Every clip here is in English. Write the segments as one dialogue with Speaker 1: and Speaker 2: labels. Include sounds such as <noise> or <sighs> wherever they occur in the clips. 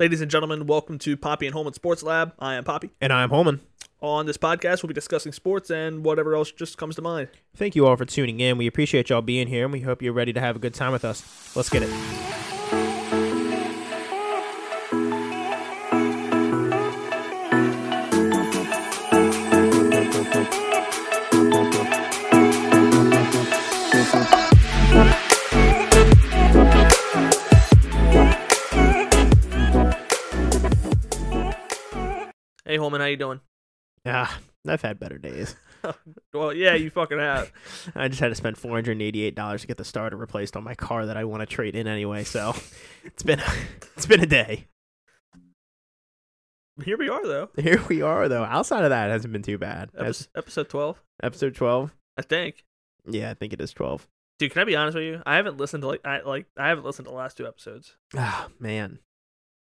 Speaker 1: Ladies and gentlemen, welcome to Poppy and Holman Sports Lab. I am Poppy.
Speaker 2: And I'm Holman.
Speaker 1: On this podcast, we'll be discussing sports and whatever else just comes to mind.
Speaker 2: Thank you all for tuning in. We appreciate y'all being here, and we hope you're ready to have a good time with us. Let's get it.
Speaker 1: Hey, Holman, how you doing?
Speaker 2: Ah, I've had better days. <laughs>
Speaker 1: Well, yeah, you fucking have.
Speaker 2: I just had to spend four hundred and eighty-eight dollars to get the starter replaced on my car that I want to trade in anyway. So <laughs> it's been it's been a day.
Speaker 1: Here we are, though.
Speaker 2: Here we are, though. Outside of that, it hasn't been too bad. That's
Speaker 1: Epis episode 12,
Speaker 2: episode twelve.
Speaker 1: I think.
Speaker 2: Yeah, I think it is twelve.
Speaker 1: Dude, can I be honest with you? I haven't listened to like I like I haven't listened to the last two episodes.
Speaker 2: Ah, man.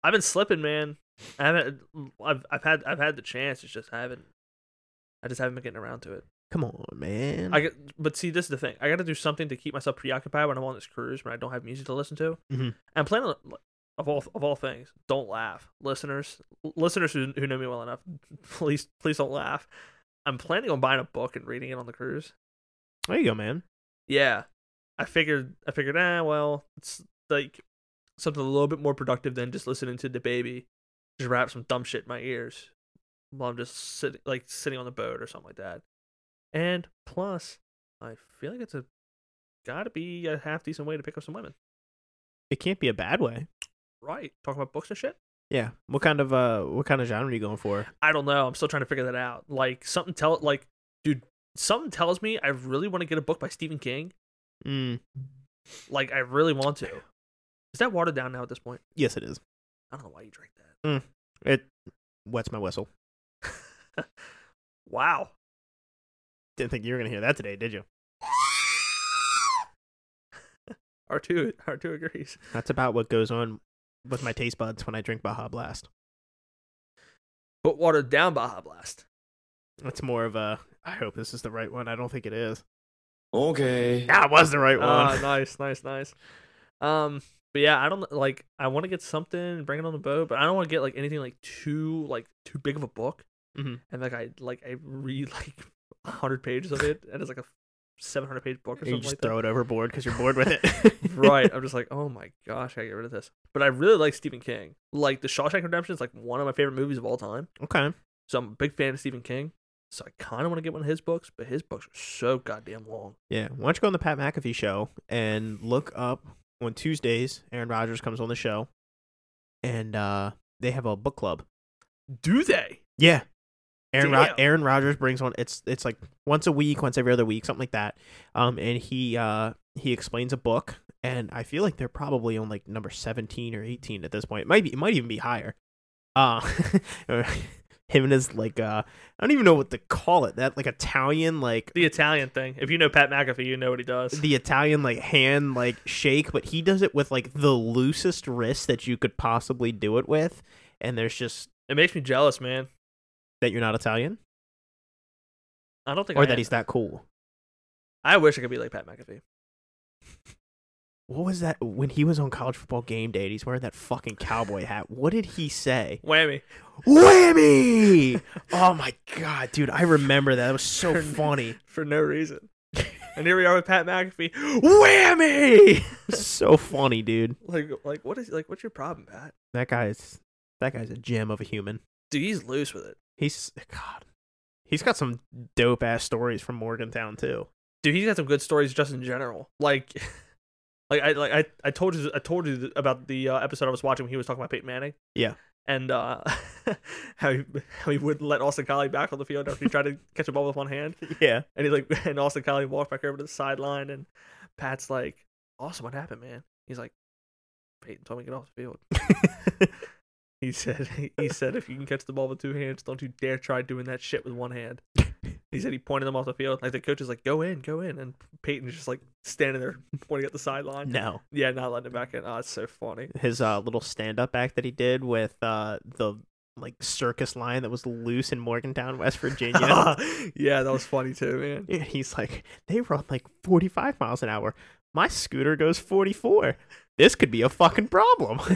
Speaker 1: I've been slipping, man. I haven't. I've I've had I've had the chance. It's just I haven't. I just haven't been getting around to it.
Speaker 2: Come on, man.
Speaker 1: I get, but see, this is the thing. I got to do something to keep myself preoccupied when I'm on this cruise when I don't have music to listen to.
Speaker 2: Mhm.
Speaker 1: I'm planning on, like, of all of all things. Don't laugh, listeners. l- Listeners who, who know me well enough, <laughs> please please don't laugh. I'm planning on buying a book and reading it on the cruise.
Speaker 2: there you go, man.
Speaker 1: Yeah, I figured I figured ah well it's like something a little bit more productive than just listening to the baby just rap some dumb shit in my ears while I'm just sitting like sitting on the boat or something like that. And plus, I feel like it's a gotta be a half decent way to pick up some women,
Speaker 2: It can't be a bad way.
Speaker 1: right? Talking about books and shit.
Speaker 2: Yeah. What kind of uh what kind of genre are you going for?
Speaker 1: I don't know. I'm still trying to figure that out. Like something tell like dude, something tells me I really want to get a book by Stephen King.
Speaker 2: Mm.
Speaker 1: Like I really want to. Is that watered down now at this point?
Speaker 2: Yes, it is.
Speaker 1: I don't know why you drink that.
Speaker 2: It wets my whistle.
Speaker 1: Wow.
Speaker 2: Didn't think you were gonna hear that today, did you?
Speaker 1: <laughs> R2 R2 agrees.
Speaker 2: That's about what goes on with my taste buds when I drink Baja Blast.
Speaker 1: But watered down Baja Blast.
Speaker 2: It's more of a. I hope this is the right one. I don't think it is.
Speaker 3: Okay.
Speaker 2: That was the right
Speaker 1: Ah, <laughs>
Speaker 2: one.
Speaker 1: nice, nice, nice. Um, but yeah, I don't like I want to get something, bring it on the boat, but I don't want to get like anything like too like too big of a book.
Speaker 2: Mhm.
Speaker 1: And like I like I read <laughs> like 100 pages of it and it's like a 700 page book or
Speaker 2: <laughs> you
Speaker 1: something
Speaker 2: just
Speaker 1: like
Speaker 2: throw
Speaker 1: that.
Speaker 2: it overboard because you're bored with it.
Speaker 1: <laughs> right. I'm just like, "Oh my gosh, I got get rid of this." But I really like Stephen King. Like The Shawshank Redemption is like one of my favorite movies of all time.
Speaker 2: <laughs> Okay.
Speaker 1: So I'm a big fan of Stephen King. So I kind of want to get one of his books, but his books are so goddamn long.
Speaker 2: Yeah. Why don't you go on the Pat McAfee show and look up on Tuesdays, Aaron Rodgers comes on the show and uh, they have a book club.
Speaker 1: Do they?
Speaker 2: Yeah. Aaron, Rod
Speaker 1: Damn.
Speaker 2: Aaron Rodgers brings on it's it's like once a week, once every other week, something like that. Um, and he uh he explains a book, and I feel like they're probably on like number seventeen or eighteen at this point. It might be it might even be higher. Uh, <laughs> him and his like uh I don't even know what to call it that like Italian like
Speaker 1: The Italian thing. If you know Pat McAfee, you know what he does.
Speaker 2: the Italian like hand like shake, but he does it with like the loosest wrist that you could possibly do it with, and there's just
Speaker 1: it makes me jealous, man.
Speaker 2: that you're not Italian
Speaker 1: I don't think
Speaker 2: or
Speaker 1: I
Speaker 2: that
Speaker 1: am.
Speaker 2: he's that cool.
Speaker 1: I wish I could be like Pat McAfee.
Speaker 2: what was that when he was on college football game day and he's wearing that fucking cowboy hat what did he say
Speaker 1: Whammy.
Speaker 2: whammy oh my god dude i remember that that was so funny
Speaker 1: For no reason. and here we are with Pat McAfee.
Speaker 2: <laughs>
Speaker 1: <gasps>
Speaker 2: whammy <laughs> so funny dude
Speaker 1: Like like what is like what's your problem, Pat?
Speaker 2: that guy's that guy's a gem of a human
Speaker 1: Dude, he's loose with it.
Speaker 2: he's god he's got some dope ass stories from morgantown too
Speaker 1: dude, he's got some good stories just in general. Like, <laughs> like I like I, I told you I told you th- about the uh, episode I was watching when he was talking about Peyton Manning.
Speaker 2: Yeah.
Speaker 1: and uh, <laughs> how he how he wouldn't let Austin Collie back on the field after he tried to catch a ball with one hand,
Speaker 2: yeah
Speaker 1: and he like <laughs> and Austin Collie walked back over to the sideline, and Pat's like, "Austin, what happened, man?" He's like, "Peyton told me to get off the field." He said, <laughs> he said, if you can catch the ball with two hands, don't you dare try doing that shit with one hand. He said he pointed them off the field. Like the coach is like, go in, go in, and Peyton's just like standing there pointing at the sideline.
Speaker 2: no
Speaker 1: Yeah, not letting it back in. Oh, it's so funny.
Speaker 2: his uh, little stand-up act that he did with uh, the like circus line that was loose in morgantown <laughs> west virginia
Speaker 1: Yeah, <laughs> yeah, that was funny too, man.
Speaker 2: And he's like, they run like 45 miles an hour. My scooter goes 44. This could be a fucking problem. <laughs>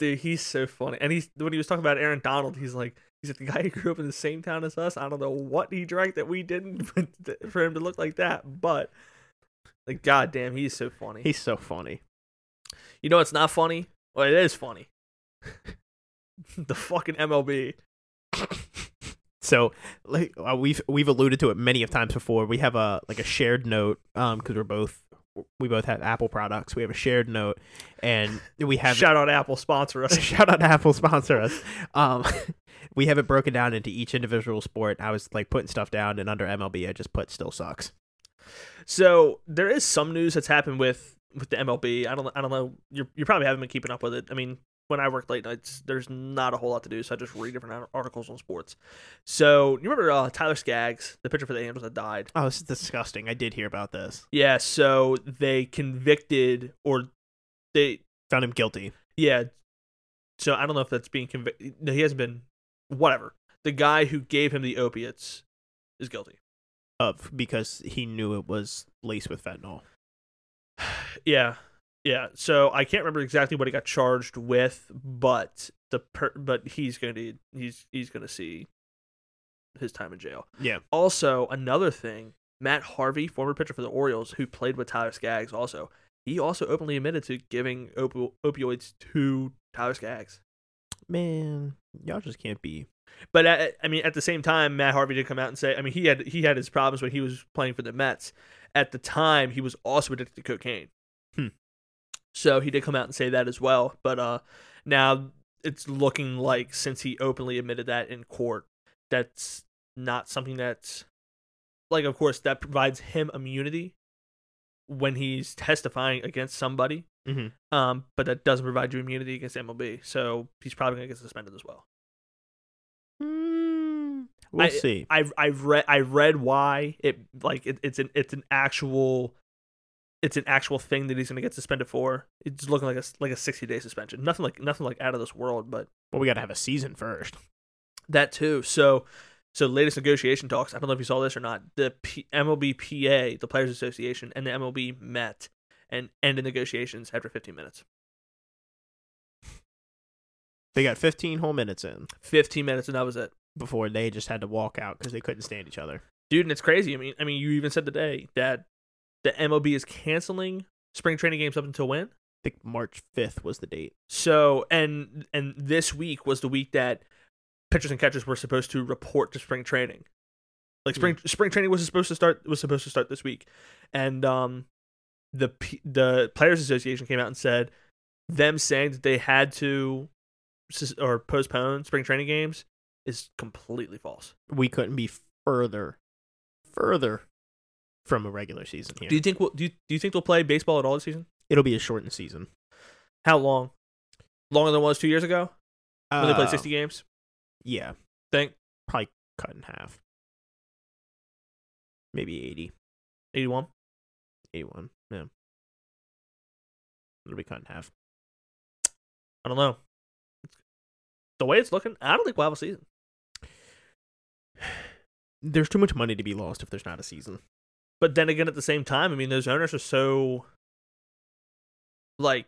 Speaker 1: Dude, he's so funny. And he's when he was talking about Aaron Donald, he's like, he's like the guy who grew up in the same town as us. I don't know what he drank that we didn't, <laughs> but th- for him to look like that. But like, goddamn, he's so funny.
Speaker 2: He's so funny.
Speaker 1: you know, it's not funny. Well, it is funny. <laughs> the fucking MLB.
Speaker 2: So like uh, we've we've alluded to it many of times before. We have a like a shared note um because we're both we both have Apple products. We have a shared note, and we have <laughs>
Speaker 1: Shout out Apple sponsor us.
Speaker 2: shout out to Apple sponsor us. Um, <laughs> we have it broken down into each individual sport. I was like putting stuff down, and under MLB, I just put still sucks.
Speaker 1: So there is some news that's happened with with the MLB. I don't I don't know. You you probably haven't been keeping up with it. I mean, when I work late nights, there's not a whole lot to do, so I just read different ar- articles on sports. So you remember uh, Tyler Skaggs, the pitcher for the Angels that died?
Speaker 2: Oh, this is disgusting. I did hear about this.
Speaker 1: Yeah. So they convicted or they
Speaker 2: Found him guilty.
Speaker 1: yeah. So I don't know if that's being convicted. No, he hasn't been. Whatever. The guy who gave him the opiates is guilty.
Speaker 2: of because he knew it was laced with fentanyl.
Speaker 1: Yeah, yeah. So I can't remember exactly what he got charged with, but the per- but he's gonna be, he's he's gonna see his time in jail.
Speaker 2: Yeah.
Speaker 1: Also, another thing, Matt Harvey, former pitcher for the Orioles, who played with Tyler Skaggs, also he also openly admitted to giving opi- opioids to Tyler Skaggs.
Speaker 2: Man, y'all just can't be.
Speaker 1: But I, I mean, at the same time, Matt Harvey did come out and say, I mean, he had he had his problems when he was playing for the Mets. At the time, he was also addicted to cocaine.
Speaker 2: Hmm.
Speaker 1: So he did come out and say that as well. But uh, now it's looking like since he openly admitted that in court, that's not something that's like, of course, that provides him immunity when he's testifying against somebody.
Speaker 2: Mhm.
Speaker 1: Um, but that doesn't provide you immunity against MLB. So he's probably gonna get suspended as well.
Speaker 2: We'll see.
Speaker 1: I've I've read I read why it like it, it's an it's an actual it's an actual thing that he's gonna get suspended for. It's looking like a s- like a sixty day suspension. Nothing like nothing like out of this world, but
Speaker 2: well, we got to have a season first.
Speaker 1: that too. So so latest negotiation talks. I don't know if you saw this or not. The P- MLBPA, the Players Association, and the MLB met and ended negotiations after fifteen minutes.
Speaker 2: They got 15 whole minutes in
Speaker 1: Fifteen minutes, and that was it.
Speaker 2: before they just had to walk out because they couldn't stand each other.
Speaker 1: dude, and it's crazy. I mean, I mean, you even said today that the MLB is canceling spring training games up until when?
Speaker 2: I think March 5th was the date.
Speaker 1: So, and and this week was the week that pitchers and catchers were supposed to report to spring training. Like spring spring training was supposed to start was supposed to start this week, and um, the P- the players association came out and said them saying that they had to sus- or postpone spring training games is completely false.
Speaker 2: We couldn't be further, further from a regular season here.
Speaker 1: Do you think we'll, do you, do you think they'll play baseball at all this season?
Speaker 2: It'll be a shortened season.
Speaker 1: How long? Longer than it was two years ago when they
Speaker 2: Uh,
Speaker 1: played 60 games?
Speaker 2: Yeah,
Speaker 1: Think
Speaker 2: cut in half. Maybe 80,
Speaker 1: 81.
Speaker 2: 81. Yeah. It'll be cut in half.
Speaker 1: I don't know. The way it's looking, I don't think we'll have a season.
Speaker 2: there's too much money to be lost if there's not a season.
Speaker 1: But then again, at the same time, I mean, those owners are so like,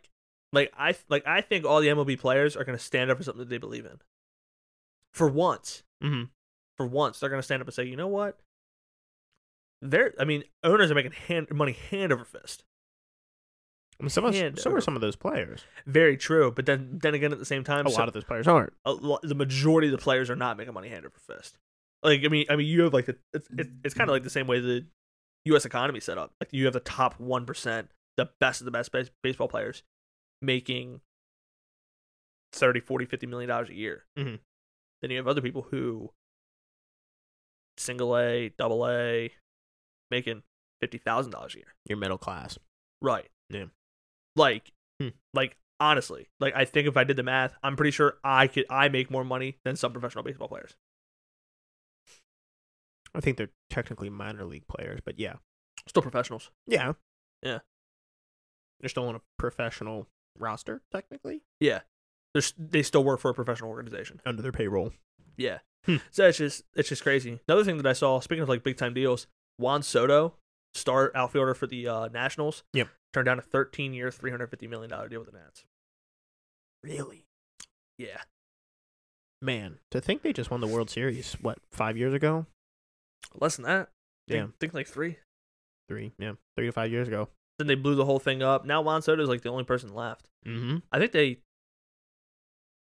Speaker 1: like I like I think all the MLB players are going to stand up for something that they believe in. For once,
Speaker 2: Mm-hmm.
Speaker 1: for once, they're going to stand up and say, you know what? They're, I mean, owners are making hand money hand over fist.
Speaker 2: some of,
Speaker 1: Hand
Speaker 2: so are
Speaker 1: over.
Speaker 2: some of those players.
Speaker 1: Very true. But then, then again, at the same time,
Speaker 2: a
Speaker 1: so-
Speaker 2: lot of those players aren't.
Speaker 1: a lo- the majority of the players are not making money hand over fist. Like I mean, I mean, you have like the it's it's, it's kind of like the same way the U.S. economy set up. Like you have the top one percent, the best of the best base- baseball players, making 30 40 50 million dollars a year
Speaker 2: Mhm.
Speaker 1: then you have other people who single a double a making fifty thousand dollars a year
Speaker 2: You're middle class.
Speaker 1: Right.
Speaker 2: Yeah.
Speaker 1: Like,
Speaker 2: Hmm.
Speaker 1: like honestly, like I think if I did the math, I'm pretty sure I could I make more money than some professional baseball players.
Speaker 2: I think they're technically minor league players, but yeah,
Speaker 1: Still professionals.
Speaker 2: yeah,
Speaker 1: Yeah.
Speaker 2: They're still on a professional roster, technically,
Speaker 1: They're, s- they still work for a professional organization.
Speaker 2: under their payroll.
Speaker 1: Yeah.
Speaker 2: Hmm.
Speaker 1: So it's just it's just crazy. Another thing that I saw, speaking of like big time deals, Juan Soto, star outfielder for the uh, Nationals,
Speaker 2: Yep.
Speaker 1: turned down a 13 year, 350 million dollar deal with the Nats.
Speaker 2: Really?
Speaker 1: Yeah.
Speaker 2: Man, to think they just won the World Series, what, five years ago?
Speaker 1: Less than that. Think,
Speaker 2: Yeah.
Speaker 1: Think like three.
Speaker 2: Three, yeah, three to five years ago.
Speaker 1: Then they blew the whole thing up. Now Juan Soto is like the only person left.
Speaker 2: Mm-hmm.
Speaker 1: I think they.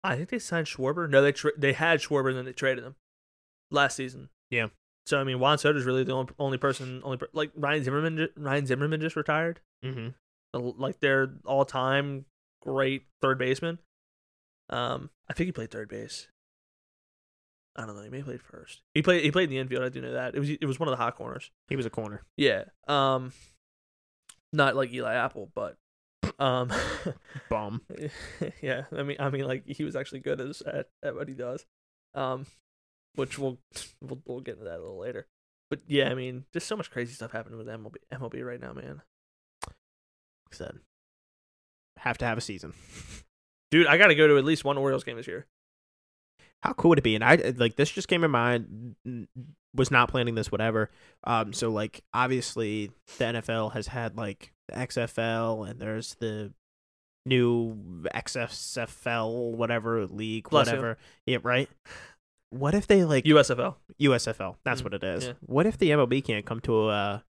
Speaker 1: I think they signed Schwarber. No, they tra- they had Schwarber and then they traded him last season.
Speaker 2: Yeah.
Speaker 1: So I mean, Juan Soto's really the only, only person, only per- like Ryan Zimmerman. ju- Ryan Zimmerman just retired,
Speaker 2: Mm-hmm.
Speaker 1: the- like their all time great third baseman. Um, I think he played third base. I don't know. He may have played first. He played. He played in the infield. I do know that. It was. It was one of the hot corners.
Speaker 2: He was a corner.
Speaker 1: Yeah. Um, not like Eli Apple, but um. <laughs>
Speaker 2: Bum.
Speaker 1: yeah, I mean, I mean, like he was actually good as at, at what he does, um, which we'll, <laughs> we'll we'll get into that a little later. But yeah, I mean, just so much crazy stuff happening with MLB MLB right now, man.
Speaker 2: Said. Have to have a season.
Speaker 1: Dude, I got to go to at least one Orioles game this year.
Speaker 2: How cool would it be? And I like this just came in mind. n- Was not planning this, whatever. Um, so like obviously the NFL has had like the XFL and there's the new XFL whatever league,
Speaker 1: Bless you.
Speaker 2: whatever. Yeah, right. What if they like
Speaker 1: USFL.
Speaker 2: USFL. That's
Speaker 1: Mm,
Speaker 2: what it is.
Speaker 1: yeah.
Speaker 2: What if the MLB can't come to a,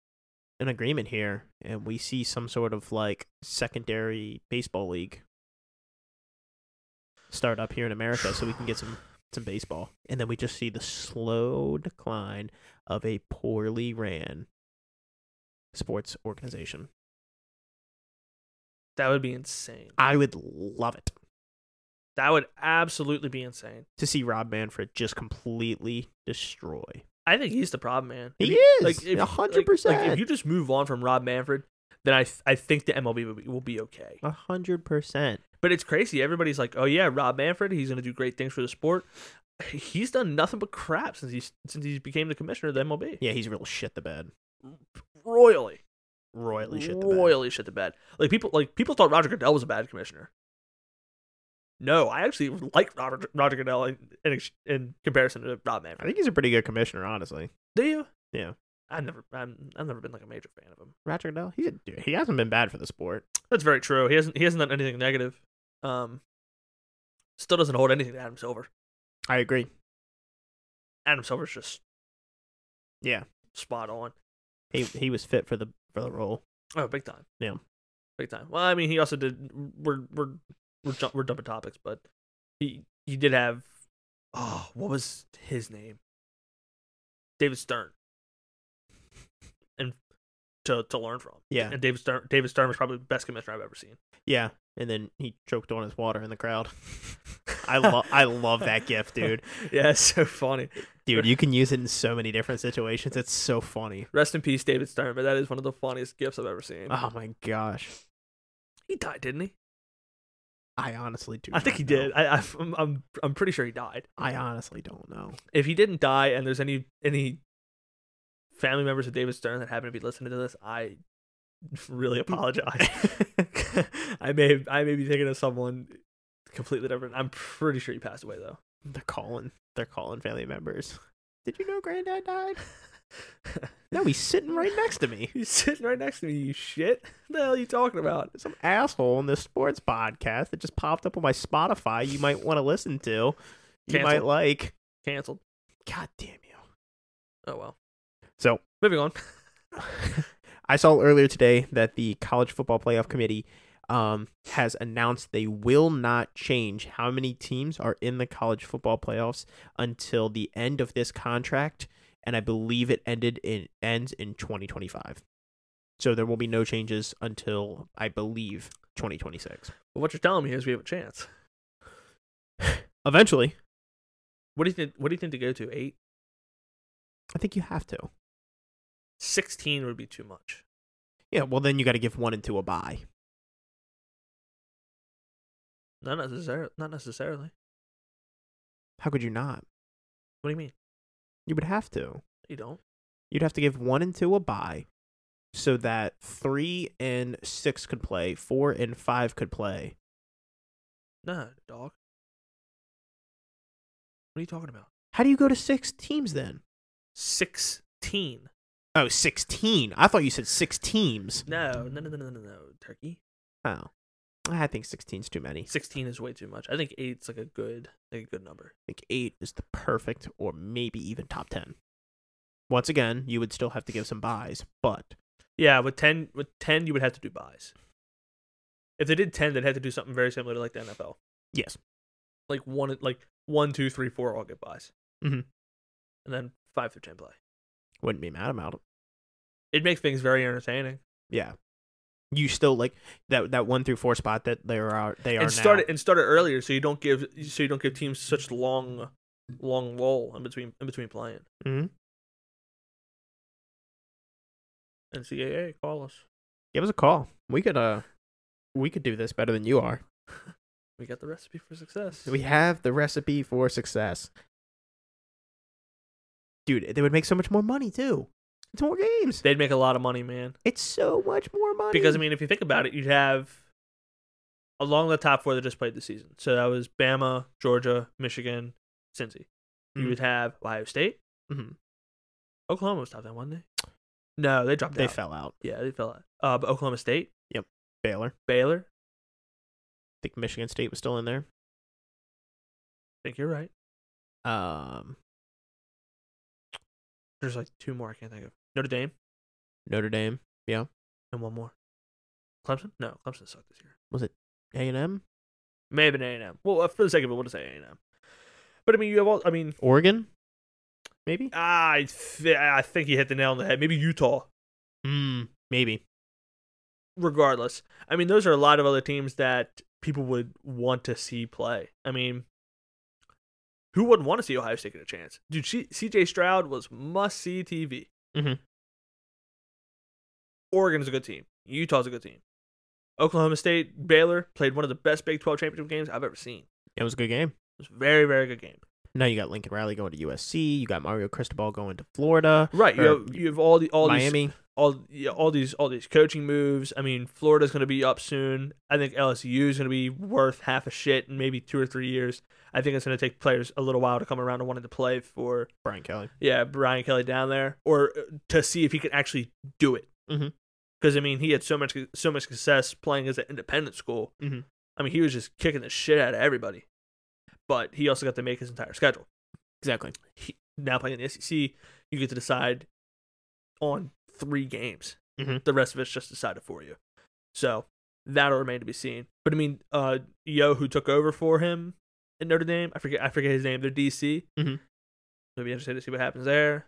Speaker 2: an agreement here and we see some sort of like secondary baseball league start up here in America so we can get some some baseball and then we just see the slow decline of a poorly ran sports organization.
Speaker 1: That would be insane.
Speaker 2: I would love it
Speaker 1: That would absolutely be insane.
Speaker 2: to see Rob Manfred just completely destroy.
Speaker 1: I think he's the problem, man.
Speaker 2: He
Speaker 1: If you-
Speaker 2: is
Speaker 1: like if-
Speaker 2: a hundred
Speaker 1: Like, if
Speaker 2: percent,
Speaker 1: you just move on from Rob Manfred, then I I think the MLB will be, will be okay.
Speaker 2: a hundred percent.
Speaker 1: But it's crazy. Everybody's like, "Oh yeah, Rob Manfred, he's going to do great things for the sport." He's done nothing but crap since he's since he became the commissioner of the MLB.
Speaker 2: Yeah, he's real shit the bed.
Speaker 1: Royally,
Speaker 2: royally shit the bed.
Speaker 1: royally shit the bed. Like people, like people thought Roger Goodell was a bad commissioner. No, I actually like Robert, Roger Goodell in, in, ex- in comparison to Rob
Speaker 2: I
Speaker 1: Manfred.
Speaker 2: think he's a pretty good commissioner, honestly.
Speaker 1: Do you?
Speaker 2: Yeah.
Speaker 1: I've never, I'm, I've never been like a major fan of him.
Speaker 2: Roger Goodell, he's a, dude, he hasn't been bad for the sport.
Speaker 1: That's very true. He hasn't, he hasn't done anything negative. Um, still doesn't hold anything to Adam Silver.
Speaker 2: I agree.
Speaker 1: Adam Silver's just,
Speaker 2: Yeah.
Speaker 1: spot on.
Speaker 2: He he was fit for the for the role.
Speaker 1: Oh, big time.
Speaker 2: Yeah.
Speaker 1: big time. Well, I mean, he also did. We're we're we're ju- we're dumping topics, but he he did have. Oh, what was his name? David Stern. And to to learn from.
Speaker 2: Yeah.
Speaker 1: And David Stern David Stern was probably the best commissioner I've ever seen.
Speaker 2: Yeah, and then he choked on his water in the crowd. <laughs> I love I love that gif, dude.
Speaker 1: <laughs> Yeah, it's so funny.
Speaker 2: Dude, you can use it in so many different situations. It's so funny.
Speaker 1: Rest in peace, David Stern. But that is one of the funniest gifts I've ever seen.
Speaker 2: Oh my gosh,
Speaker 1: he died, didn't he?
Speaker 2: I honestly do.
Speaker 1: I think
Speaker 2: not
Speaker 1: he
Speaker 2: know.
Speaker 1: did. I, I I'm I'm I'm pretty sure he died.
Speaker 2: I honestly don't know.
Speaker 1: if he didn't die and there's any any family members of David Stern that happen to be listening to this, I really apologize. <laughs> I may I may be thinking of someone completely different. I'm pretty sure he passed away though. <laughs>
Speaker 2: They're calling. They're calling family members. Did you know Granddad <laughs> died? No, he's sitting right next to me.
Speaker 1: He's sitting right next to me, you shit. What the hell are you talking about?
Speaker 2: some asshole in this sports podcast that just popped up on my Spotify you might want to listen to. You
Speaker 1: Cancel.
Speaker 2: might like.
Speaker 1: Cancelled.
Speaker 2: God damn you.
Speaker 1: Oh well.
Speaker 2: So-
Speaker 1: moving on.
Speaker 2: <laughs> I saw earlier today that the College Football Playoff Committee um, has announced they will not change how many teams are in the college football playoffs until the end of this contract, and I believe it ended in ends in 2025. So there will be no changes until I believe 2026.
Speaker 1: But what you're telling me is we have a chance.
Speaker 2: Eventually,
Speaker 1: What do you think what do you think to go to? Eight?
Speaker 2: I think you have to.
Speaker 1: Sixteen would be too much.
Speaker 2: Yeah, well then you got to give one and two a bye.
Speaker 1: Not necessarily not necessarily.
Speaker 2: How could you not?
Speaker 1: What do you mean?
Speaker 2: You would have to.
Speaker 1: You don't?
Speaker 2: You'd have to give one and two a bye, so that three and six could play, four and five could play.
Speaker 1: No, dog. What are you talking about?
Speaker 2: How do you go to six teams then?
Speaker 1: 16.
Speaker 2: Oh, 16. I thought you said six teams.
Speaker 1: No, no, no, no, no, no, no, turkey.
Speaker 2: Oh. I think 16's too many. I
Speaker 1: 16 is way too much. I think eight's like a good like a good number.
Speaker 2: think 8 is the perfect or maybe even top 10. Once again, you would still have to give some buys, but
Speaker 1: Yeah, with 10 with 10 you would have to do buys. If they did 10, they'd have to do something very similar to like the NFL.
Speaker 2: yes.
Speaker 1: Like one like one, two, three, four all get buys.
Speaker 2: Mhm.
Speaker 1: And then 5 through 10 play.
Speaker 2: Wouldn't be mad about it.
Speaker 1: It makes things very entertaining.
Speaker 2: Yeah. You still like that that 1 through 4 spot that they are they are
Speaker 1: and
Speaker 2: now.
Speaker 1: start it and start it earlier so you don't give so you don't give teams such long long lull in between in between playing.
Speaker 2: Mhm.
Speaker 1: NCAA call us.
Speaker 2: Give us a call. We could uh we could do this better than you are.
Speaker 1: We got the recipe for success.
Speaker 2: We have the recipe for success. Dude, they would make so much more money too. It's more games.
Speaker 1: They'd make a lot of money, man.
Speaker 2: It's so much more money.
Speaker 1: Because I mean, if you think about it, you'd have along the top four that just played the season. So that was Bama, Georgia, Michigan, Cincy. You
Speaker 2: Mhm.
Speaker 1: would have Ohio State. Mm-hmm.
Speaker 2: Mhm.
Speaker 1: Oklahoma was top ten, wasn't they? No, they dropped
Speaker 2: they
Speaker 1: out.
Speaker 2: fell out.
Speaker 1: yeah, they fell out. Uh, but Oklahoma State,
Speaker 2: Baylor.
Speaker 1: Baylor.
Speaker 2: I think Michigan State was still in there.
Speaker 1: I think you're right.
Speaker 2: Um,
Speaker 1: There's like two more I can't think of. Notre Dame
Speaker 2: Notre Dame.
Speaker 1: and one more. Clemson? No, Clemson sucked this year.
Speaker 2: A and M.
Speaker 1: May have been A and M. Well, uh, for the sake of it, we'll just say A and M. But I mean, you have all. I mean, ah,
Speaker 2: Oregon. Maybe.
Speaker 1: I th- I think you hit the nail on the head. Maybe Utah.
Speaker 2: Hmm. Maybe.
Speaker 1: regardless. I mean, those are a lot of other teams that people would want to see play. I mean, who wouldn't want to see Ohio State get a chance? Dude, C- CJ Stroud was must see TV.
Speaker 2: Mhm.
Speaker 1: Oregon's a good team. Utah's a good team. Oklahoma State, Baylor played one of the best Big 12 championship games I've ever seen.
Speaker 2: It was a good game.
Speaker 1: It was a very, very good game.
Speaker 2: Now you got Lincoln Riley going to USC. You got Mario Cristobal going to Florida.
Speaker 1: Right. You
Speaker 2: Or
Speaker 1: have, you have all the all these
Speaker 2: Miami.
Speaker 1: all yeah, all these all these coaching moves. I mean, Florida's going to be up soon. I think LSU is going to be worth half a shit in maybe two or three years. I think it's going to take players a little while to come around to wanting to play for
Speaker 2: Brian Kelly.
Speaker 1: yeah Brian Kelly down there or uh, to see if he can actually do it.
Speaker 2: Mhm.
Speaker 1: Because I mean, he had so much so much success playing as an independent school.
Speaker 2: Mhm.
Speaker 1: I mean, he was just kicking the shit out of everybody. But he also got to make his entire schedule
Speaker 2: Exactly.
Speaker 1: <laughs> he, now playing in the SEC, you get to decide on three games.
Speaker 2: Mhm.
Speaker 1: The rest of it's just decided for you. So that'll remain to be seen. But I mean, uh, Yo, who took over for him in Notre Dame, I forget, I forget his name. They're DC.
Speaker 2: Mhm.
Speaker 1: It'll be interesting to see what happens there.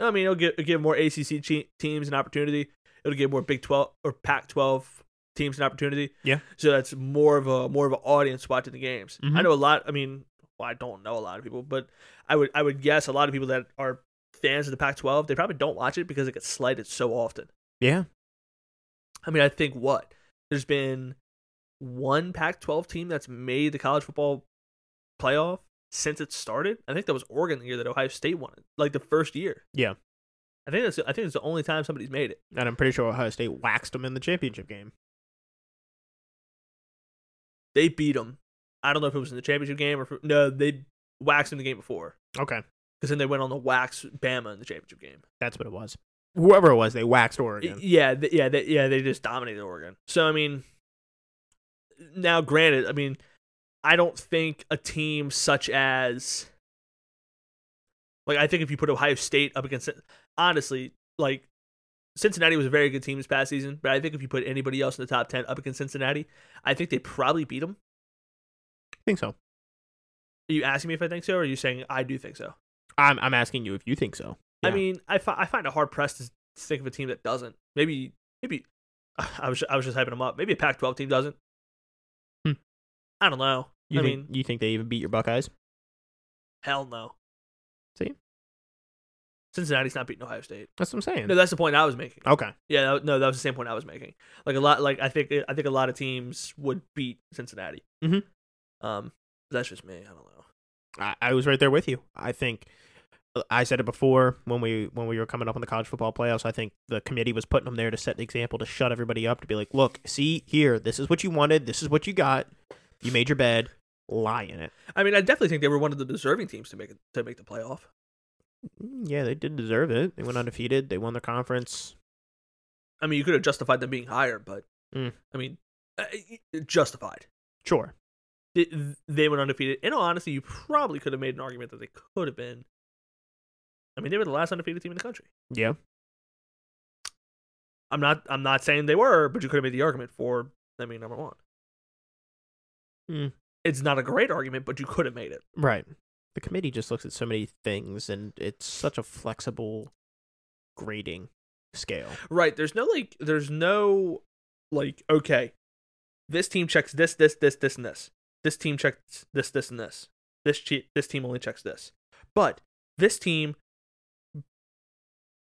Speaker 1: I mean, it'll give, it'll give more ACC che- teams an opportunity. It'll give more Big Twelve or Pac twelve teams an opportunity.
Speaker 2: Yeah.
Speaker 1: So that's more of a more of an audience watching the games. I
Speaker 2: Mhm.
Speaker 1: know a lot. I mean, well, I don't know a lot of people, but I would I would guess a lot of people that are fans of the Pac-12 they probably don't watch it because it gets slighted so often.
Speaker 2: Yeah.
Speaker 1: I mean, I think what there's been one Pac-12 team that's made the college football playoff since it started. I think that was Oregon the year that Ohio State won it, like the first year.
Speaker 2: Yeah.
Speaker 1: I think that's I think it's the only time somebody's made it.
Speaker 2: And I'm pretty sure Ohio State waxed them in the championship game.
Speaker 1: They beat them. I don't know if it was in the championship game or if, no, they waxed them the game before
Speaker 2: Okay.
Speaker 1: because then they went on the wax Bama in the championship game.
Speaker 2: That's what it was. Whoever it was, they waxed Oregon.
Speaker 1: Yeah, th- yeah, they, yeah. They just dominated Oregon. So I mean, now granted, I mean, I don't think a team such as like I think if you put Ohio State up against honestly, like Cincinnati was a very good team this past season, but I think if you put anybody else in the top ten up against Cincinnati, I think they probably beat them.
Speaker 2: I think so.
Speaker 1: Are you asking me if I think so, or are you saying I do think so?
Speaker 2: I'm I'm asking you if you think so.
Speaker 1: I
Speaker 2: Yeah.
Speaker 1: mean, I, fi- I find it hard pressed to think of a team that doesn't. Maybe maybe <sighs> I was I was just hyping them up. Maybe a Pac-12 team doesn't.
Speaker 2: Hmm.
Speaker 1: I don't know.
Speaker 2: You
Speaker 1: I
Speaker 2: think,
Speaker 1: mean,
Speaker 2: you think they even beat your Buckeyes?
Speaker 1: hell no.
Speaker 2: See?
Speaker 1: Cincinnati's not beating Ohio State.
Speaker 2: That's what I'm saying.
Speaker 1: No, that's the point I was making.
Speaker 2: okay.
Speaker 1: Yeah, that, no, that was the same point I was making. Like a lot, like I think I think a lot of teams would beat Cincinnati.
Speaker 2: Mhm.
Speaker 1: Um, that's just me. I don't know.
Speaker 2: I, I was right there with you. I think uh, I said it before when we when we were coming up on the college football playoffs. I think the committee was putting them there to set the example to shut everybody up to be like, look, see here, this is what you wanted, this is what you got. You made your bed, lie in it.
Speaker 1: I mean, I definitely think they were one of the deserving teams to make it, to make the playoff.
Speaker 2: Mm, Yeah, they did deserve it. They went undefeated. They won their conference.
Speaker 1: I mean, you could have justified them being higher, but
Speaker 2: Mm.
Speaker 1: I mean, uh, justified.
Speaker 2: Sure.
Speaker 1: Th- They went undefeated. In all honesty, you probably could have made an argument that they could have been. I mean, they were the last undefeated team in the country.
Speaker 2: Yeah.
Speaker 1: I'm not. I'm not saying they were, but you could have made the argument for them being number one.
Speaker 2: Hmm.
Speaker 1: It's not a great argument, but you could have made it.
Speaker 2: Right. The committee just looks at so many things, and it's such a flexible grading scale.
Speaker 1: Right. There's no like there's no like okay. This team checks this this this this and this. This team checks this this and this. This che- this team only checks this. But this team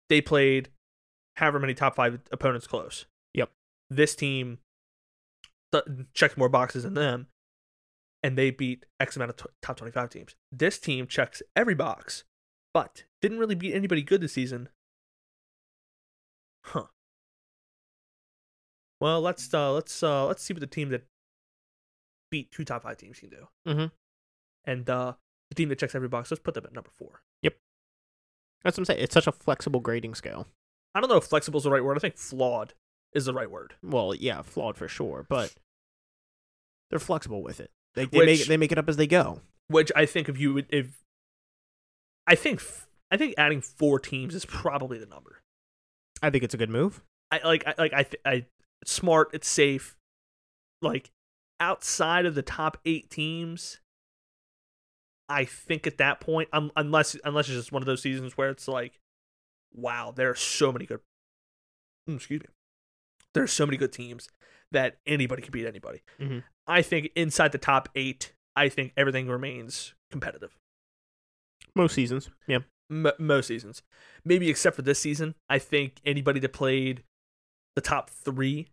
Speaker 1: they played however many top 5 opponents close.
Speaker 2: Yep.
Speaker 1: This team th- checks more boxes than them and they beat X amount of t- top 25 teams. This team checks every box but didn't really beat anybody good this season. Huh. Well, let's uh let's uh let's see what the team that beat two top five teams can do.
Speaker 2: Mhm.
Speaker 1: And uh the team that checks every box, let's put them at number four.
Speaker 2: That's what I'm saying. It's such a flexible grading scale.
Speaker 1: I don't know if flexible is the right word. I think flawed is the right word.
Speaker 2: Well, yeah, flawed for sure, but they're flexible with it. They, they
Speaker 1: Which-
Speaker 2: make they make it up as they go.
Speaker 1: Which I think if you would if I think f- I think adding four teams is probably the number.
Speaker 2: I think it's a good move.
Speaker 1: I like I like I th- I it's smart. It's safe. Like outside of the top eight teams, I think at that point, um, unless unless it's just one of those seasons where it's like, wow, there are so many good. mm, Excuse me, there are so many good teams that anybody can beat anybody.
Speaker 2: Mhm.
Speaker 1: I think inside the top eight, I think everything remains competitive
Speaker 2: Most seasons. Yeah.
Speaker 1: m- most seasons, maybe except for this season. I think anybody that played the top three,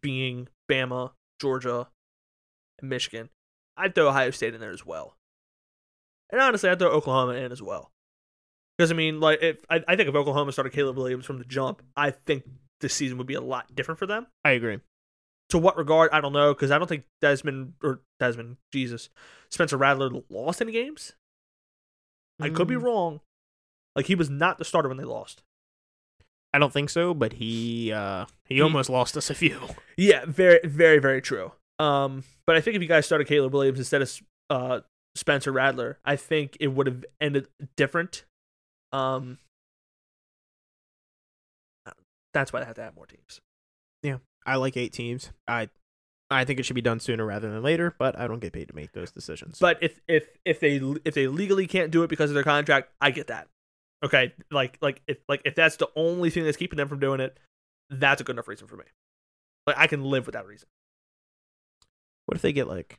Speaker 1: being Bama, Georgia, and Michigan, I'd throw Ohio State in there as well. And honestly, I'd throw Oklahoma in as well. Because I mean, like, if I, I think if Oklahoma started Caleb Williams from the jump, I think this season would be a lot different for them.
Speaker 2: I agree.
Speaker 1: To what regard, I don't know, because I don't think Desmond or Desmond, Jesus, Spencer Rattler lost any games. I could be
Speaker 2: Mm,
Speaker 1: wrong. Like he was not the starter when they lost.
Speaker 2: I don't think so, but he uh he almost lost us a few.
Speaker 1: Yeah, very, very, very true. Um, but I think if you guys started Caleb Williams instead of uh Spencer Radler, I think it would have ended different. Um, that's why they have to have more teams.
Speaker 2: <laughs> I like eight teams. I I think it should be done sooner rather than later, but I don't get paid to make those decisions.
Speaker 1: But if if if they if they legally can't do it because of their contract, I get that. Okay, like like if like if that's the only thing that's keeping them from doing it, that's a good enough reason for me. Like I can live with that reason.
Speaker 2: What if they get like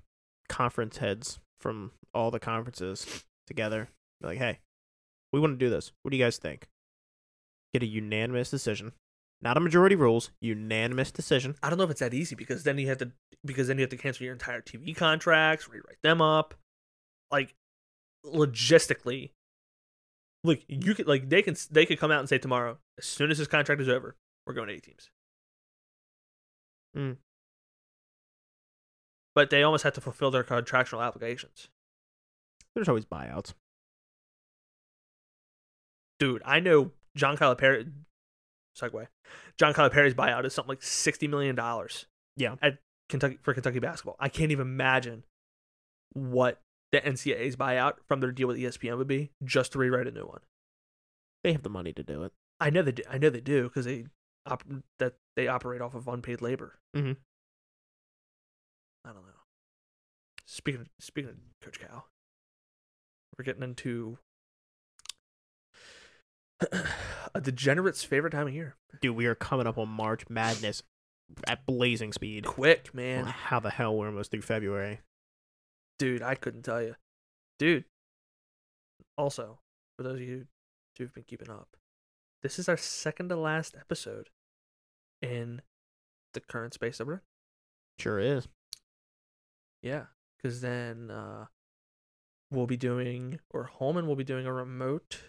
Speaker 2: conference heads from all the conferences together? Be like, hey, we want to do this. What do you guys think? Get a unanimous decision, not a majority rules. Unanimous decision.
Speaker 1: I don't know if it's that easy because then you have to because then you have to cancel your entire TV contracts, rewrite them up. Like logistically, look, you could like they can they could come out and say tomorrow, as soon as this contract is over, we're going to eight teams.
Speaker 2: Hmm.
Speaker 1: But they almost have to fulfill their contractual obligations.
Speaker 2: There's always buyouts.
Speaker 1: Dude, I know John Calipari segue. John Calipari's buyout is something like sixty million dollars.
Speaker 2: Yeah,
Speaker 1: Kentucky for Kentucky basketball. I can't even imagine what the NCAA's buyout from their deal with E ESPN would be just to rewrite a new one.
Speaker 2: they have the money to do it.
Speaker 1: I know they do, I know they do because they op- that they operate off of unpaid labor.
Speaker 2: Mhm.
Speaker 1: I don't know. Speaking of, speaking of Coach Cal, we're getting into <clears throat> a degenerate's favorite time of year.
Speaker 2: Dude, we are coming up on March Madness at blazing speed.
Speaker 1: Quick,
Speaker 2: I don't know
Speaker 1: man.
Speaker 2: How the hell we're almost through February?
Speaker 1: dude i couldn't tell you dude also for those of you who've been keeping up this is our second to last episode in the current space that we're in
Speaker 2: Sure is.
Speaker 1: yeah because then uh we'll be doing or holman will be doing a remote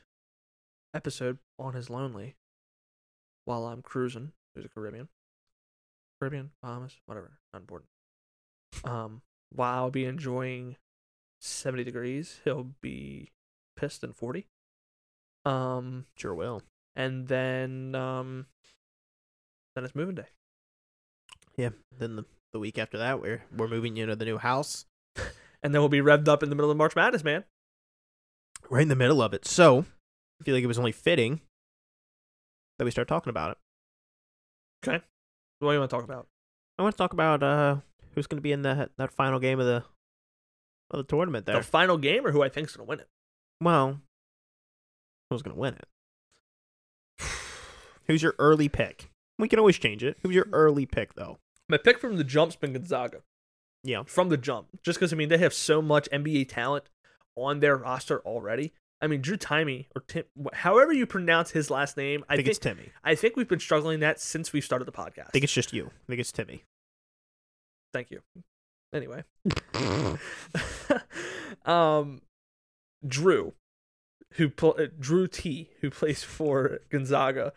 Speaker 1: episode on his lonely while i'm cruising through the caribbean caribbean bahamas whatever not important um while i'll be enjoying 70 degrees he'll be pissed in 40 um
Speaker 2: Sure will.
Speaker 1: and then um then it's moving day
Speaker 2: Then the the week after that, we're we're moving you to the new house,
Speaker 1: and then we'll be revved up in the middle of March Madness, man.
Speaker 2: right in the middle of it. So I feel like it was only fitting that we start talking about it.
Speaker 1: What do you want to talk about?
Speaker 2: I want to talk about uh who's going to be in that that final game of the of the tournament there.
Speaker 1: The final game, or who I think's gonna win it?
Speaker 2: well, who's going to win it? <sighs> Who's your early pick? We can always change it. Who's your early pick though?
Speaker 1: My pick from the jump's been Gonzaga.
Speaker 2: Yeah.
Speaker 1: from the jump, just because I mean they have so much NBA talent on their roster already. I mean Drew Timey or Tim, wh- however you pronounce his last name,
Speaker 2: I
Speaker 1: I think
Speaker 2: think it's Timmy.
Speaker 1: I think we've been struggling that since we started the podcast.
Speaker 2: I think it's just you. I think it's Timmy.
Speaker 1: Thank you. Anyway, <laughs> um, Drew, who pl- uh, Drew T, who <laughs> plays for Gonzaga,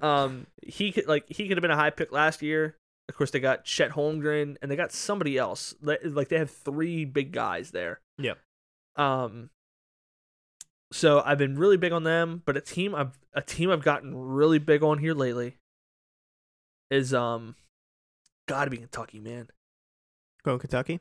Speaker 1: um, he could like he could have been a high pick last year. Of course, they got Chet Holmgren and they got somebody else. Li- Like they have three big guys there.
Speaker 2: Yep.
Speaker 1: Um. So I've been really big on them, but a team I've a team I've gotten really big on here lately is um, gotta be Kentucky, man.
Speaker 2: Going Kentucky.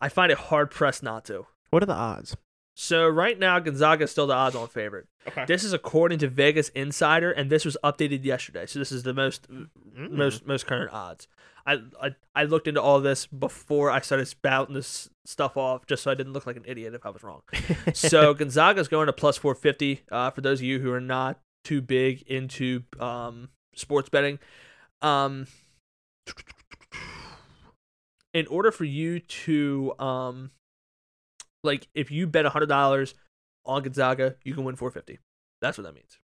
Speaker 1: I find it hard pressed not to.
Speaker 2: What are the odds?
Speaker 1: So right now, Gonzaga is still the odds-on favorite.
Speaker 2: Okay.
Speaker 1: This is according to Vegas Insider, and this was updated yesterday. So this is the most
Speaker 2: Mm. <laughs>
Speaker 1: most most current odds. I, I I looked into all this before I started spouting this stuff off, just so I didn't look like an idiot if I was wrong. so <laughs> Gonzaga's going to plus 450. Uh, for those of you who are not too big into um, sports betting, um, in order for you to um, like if you bet hundred dollars on Gonzaga, you can win 450. That's what that means.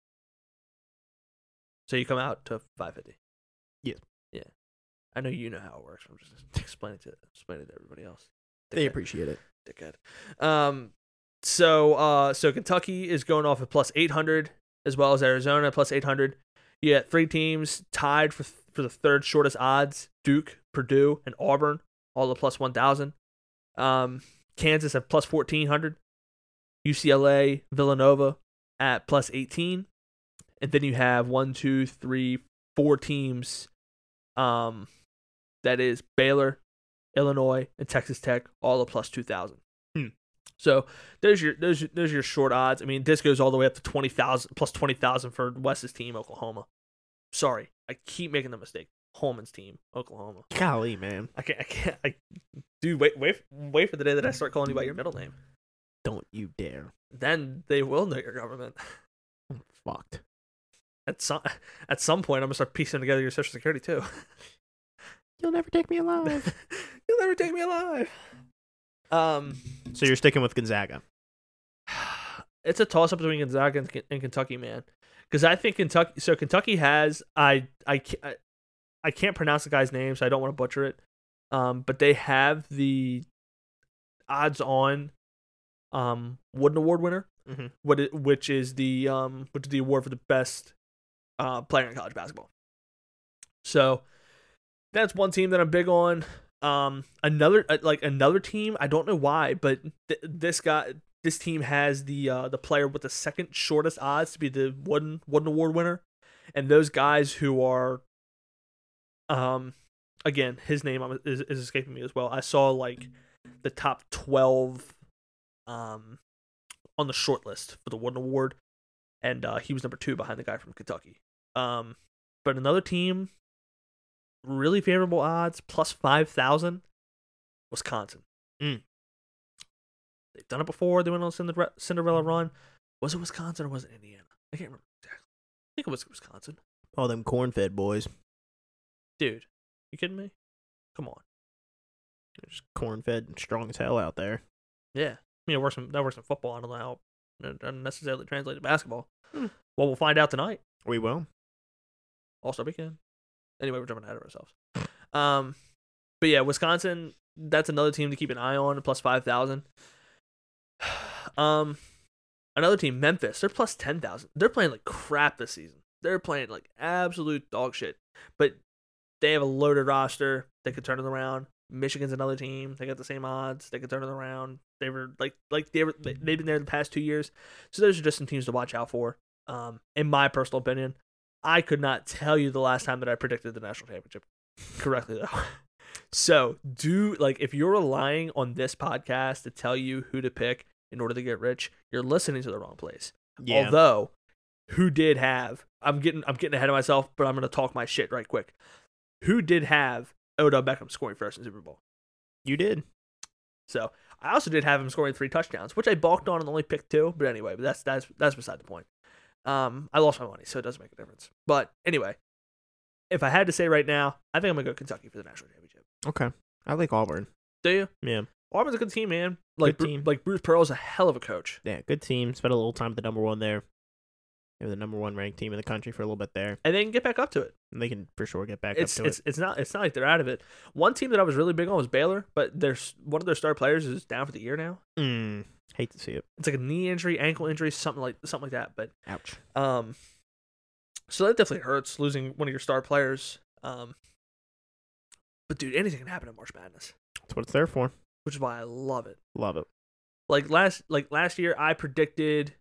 Speaker 1: So you come out to 550.
Speaker 2: Yes.
Speaker 1: Yeah. I know you know how it works. I'm just <laughs> explaining it to explaining it to everybody else.
Speaker 2: they
Speaker 1: Dickhead
Speaker 2: appreciate it.
Speaker 1: dickhead. Um, so uh, so Kentucky is going off at plus eight hundred, as well as Arizona plus eight hundred. Yeah, three teams tied for for the third shortest odds: Duke, Purdue, and Auburn, all at plus one thousand. Um, Kansas at plus fourteen hundred. UCLA, Villanova at plus eighteen, and then you have one, two, three, four teams. Um, that is Baylor, Illinois, and Texas Tech, all at plus two thousand.
Speaker 2: Hmm.
Speaker 1: So there's your there's your, there's your short odds. I mean, this goes all the way up to twenty thousand plus twenty thousand for Wes's team, Oklahoma. Sorry, I keep making the mistake. Holman's team, Oklahoma.
Speaker 2: Golly, man.
Speaker 1: I can't. I can't. I dude, wait, wait, wait for the day that I start calling you by your middle name.
Speaker 2: Don't you dare.
Speaker 1: Then they will know your government.
Speaker 2: I'm fucked.
Speaker 1: At some at some point, I'm gonna start piecing together your social security too. <laughs>
Speaker 2: You'll never take me alive.
Speaker 1: You'll never take me alive. Um.
Speaker 2: <laughs> so you're sticking with Gonzaga.
Speaker 1: it's a toss up between Gonzaga and, Ken- and Kentucky, man. Because I think Kentucky. So Kentucky has I I ca- I- I can't pronounce the guy's name, so I don't want to butcher it. Um, but they have the odds on um Wooden Award winner,
Speaker 2: Mhm.
Speaker 1: what it, which is the um which is the award for the best uh player in college basketball. So that's one team that I'm big on. Um, another uh, like another team. I don't know why, but th- this guy, this team has the uh, the player with the second shortest odds to be the Wooden Wooden Award winner, and those guys who are, um, again, his name I'm- is is escaping me as well. I saw like the top twelve, um, on the short list for the Wooden Award, and uh, he was number two behind the guy from Kentucky. Um, but another team, really favorable odds, plus five thousand, Wisconsin.
Speaker 2: Mm.
Speaker 1: They've done it before. They went on a Cinderella- Cinderella run. Was it Wisconsin or was it Indiana? I can't remember exactly. I think it was Wisconsin.
Speaker 2: All them corn fed boys.
Speaker 1: Dude, you kidding me? Come on.
Speaker 2: They're just corn fed and strong as hell out there.
Speaker 1: Yeah. I mean, it works in, that works in football. I don't know how it doesn't necessarily translate to basketball.
Speaker 2: Hmm.
Speaker 1: Well, we'll find out tonight.
Speaker 2: We will.
Speaker 1: All Star Weekend. Anyway, we're jumping ahead of ourselves. Um, but yeah, Wisconsin. That's another team to keep an eye on. Plus five thousand. <sighs> Um, another team, Memphis. They're plus ten thousand. They're playing like crap this season. They're playing like absolute dog shit. But they have a loaded roster. They could turn it around. Michigan's another team. They got the same odds. They could turn it around. They were like like they were they- they've been there the past two years. So those are just some teams to watch out for. Um, in my personal opinion. I could not tell you the last time that I predicted the national championship correctly though. <laughs> So do like if you're relying on this podcast to tell you who to pick in order to get rich, you're listening to the wrong place.
Speaker 2: Yeah.
Speaker 1: Although, who did have? I'm getting I'm getting ahead of myself, but I'm gonna talk my shit right quick. Who did have Odell Beckham scoring first in Super Bowl?
Speaker 2: you did.
Speaker 1: So I also did have him scoring three touchdowns, which I balked on and only picked two. But anyway, but that's that's that's beside the point. Um, I lost my money, so it doesn't make a difference. But anyway, if I had to say right now, I think I'm gonna go Kentucky for the national championship.
Speaker 2: Okay. I like Auburn.
Speaker 1: Do you?
Speaker 2: Yeah.
Speaker 1: Auburn's a good team, man. Like
Speaker 2: Good
Speaker 1: Bru-
Speaker 2: team.
Speaker 1: like Bruce Pearl's a hell of a coach.
Speaker 2: Yeah. Good team. Spent a little time with the number one there. They were the number one ranked team in the country for a little bit there.
Speaker 1: And they can get back up to it.
Speaker 2: And they can for sure get back
Speaker 1: it's
Speaker 2: up to
Speaker 1: it's
Speaker 2: it.
Speaker 1: it's not it's not like they're out of it. One team that I was really big on was Baylor, but there's one of their star players is down for the year now.
Speaker 2: Mm, hate to see it.
Speaker 1: It's like a knee injury, ankle injury, something like something like that. But
Speaker 2: Ouch.
Speaker 1: Um, so that definitely hurts losing one of your star players. Um, but dude, anything can happen in March Madness,
Speaker 2: That's what it's there for.
Speaker 1: which is why I love it.
Speaker 2: Love it.
Speaker 1: Like last, like last year, I predicted.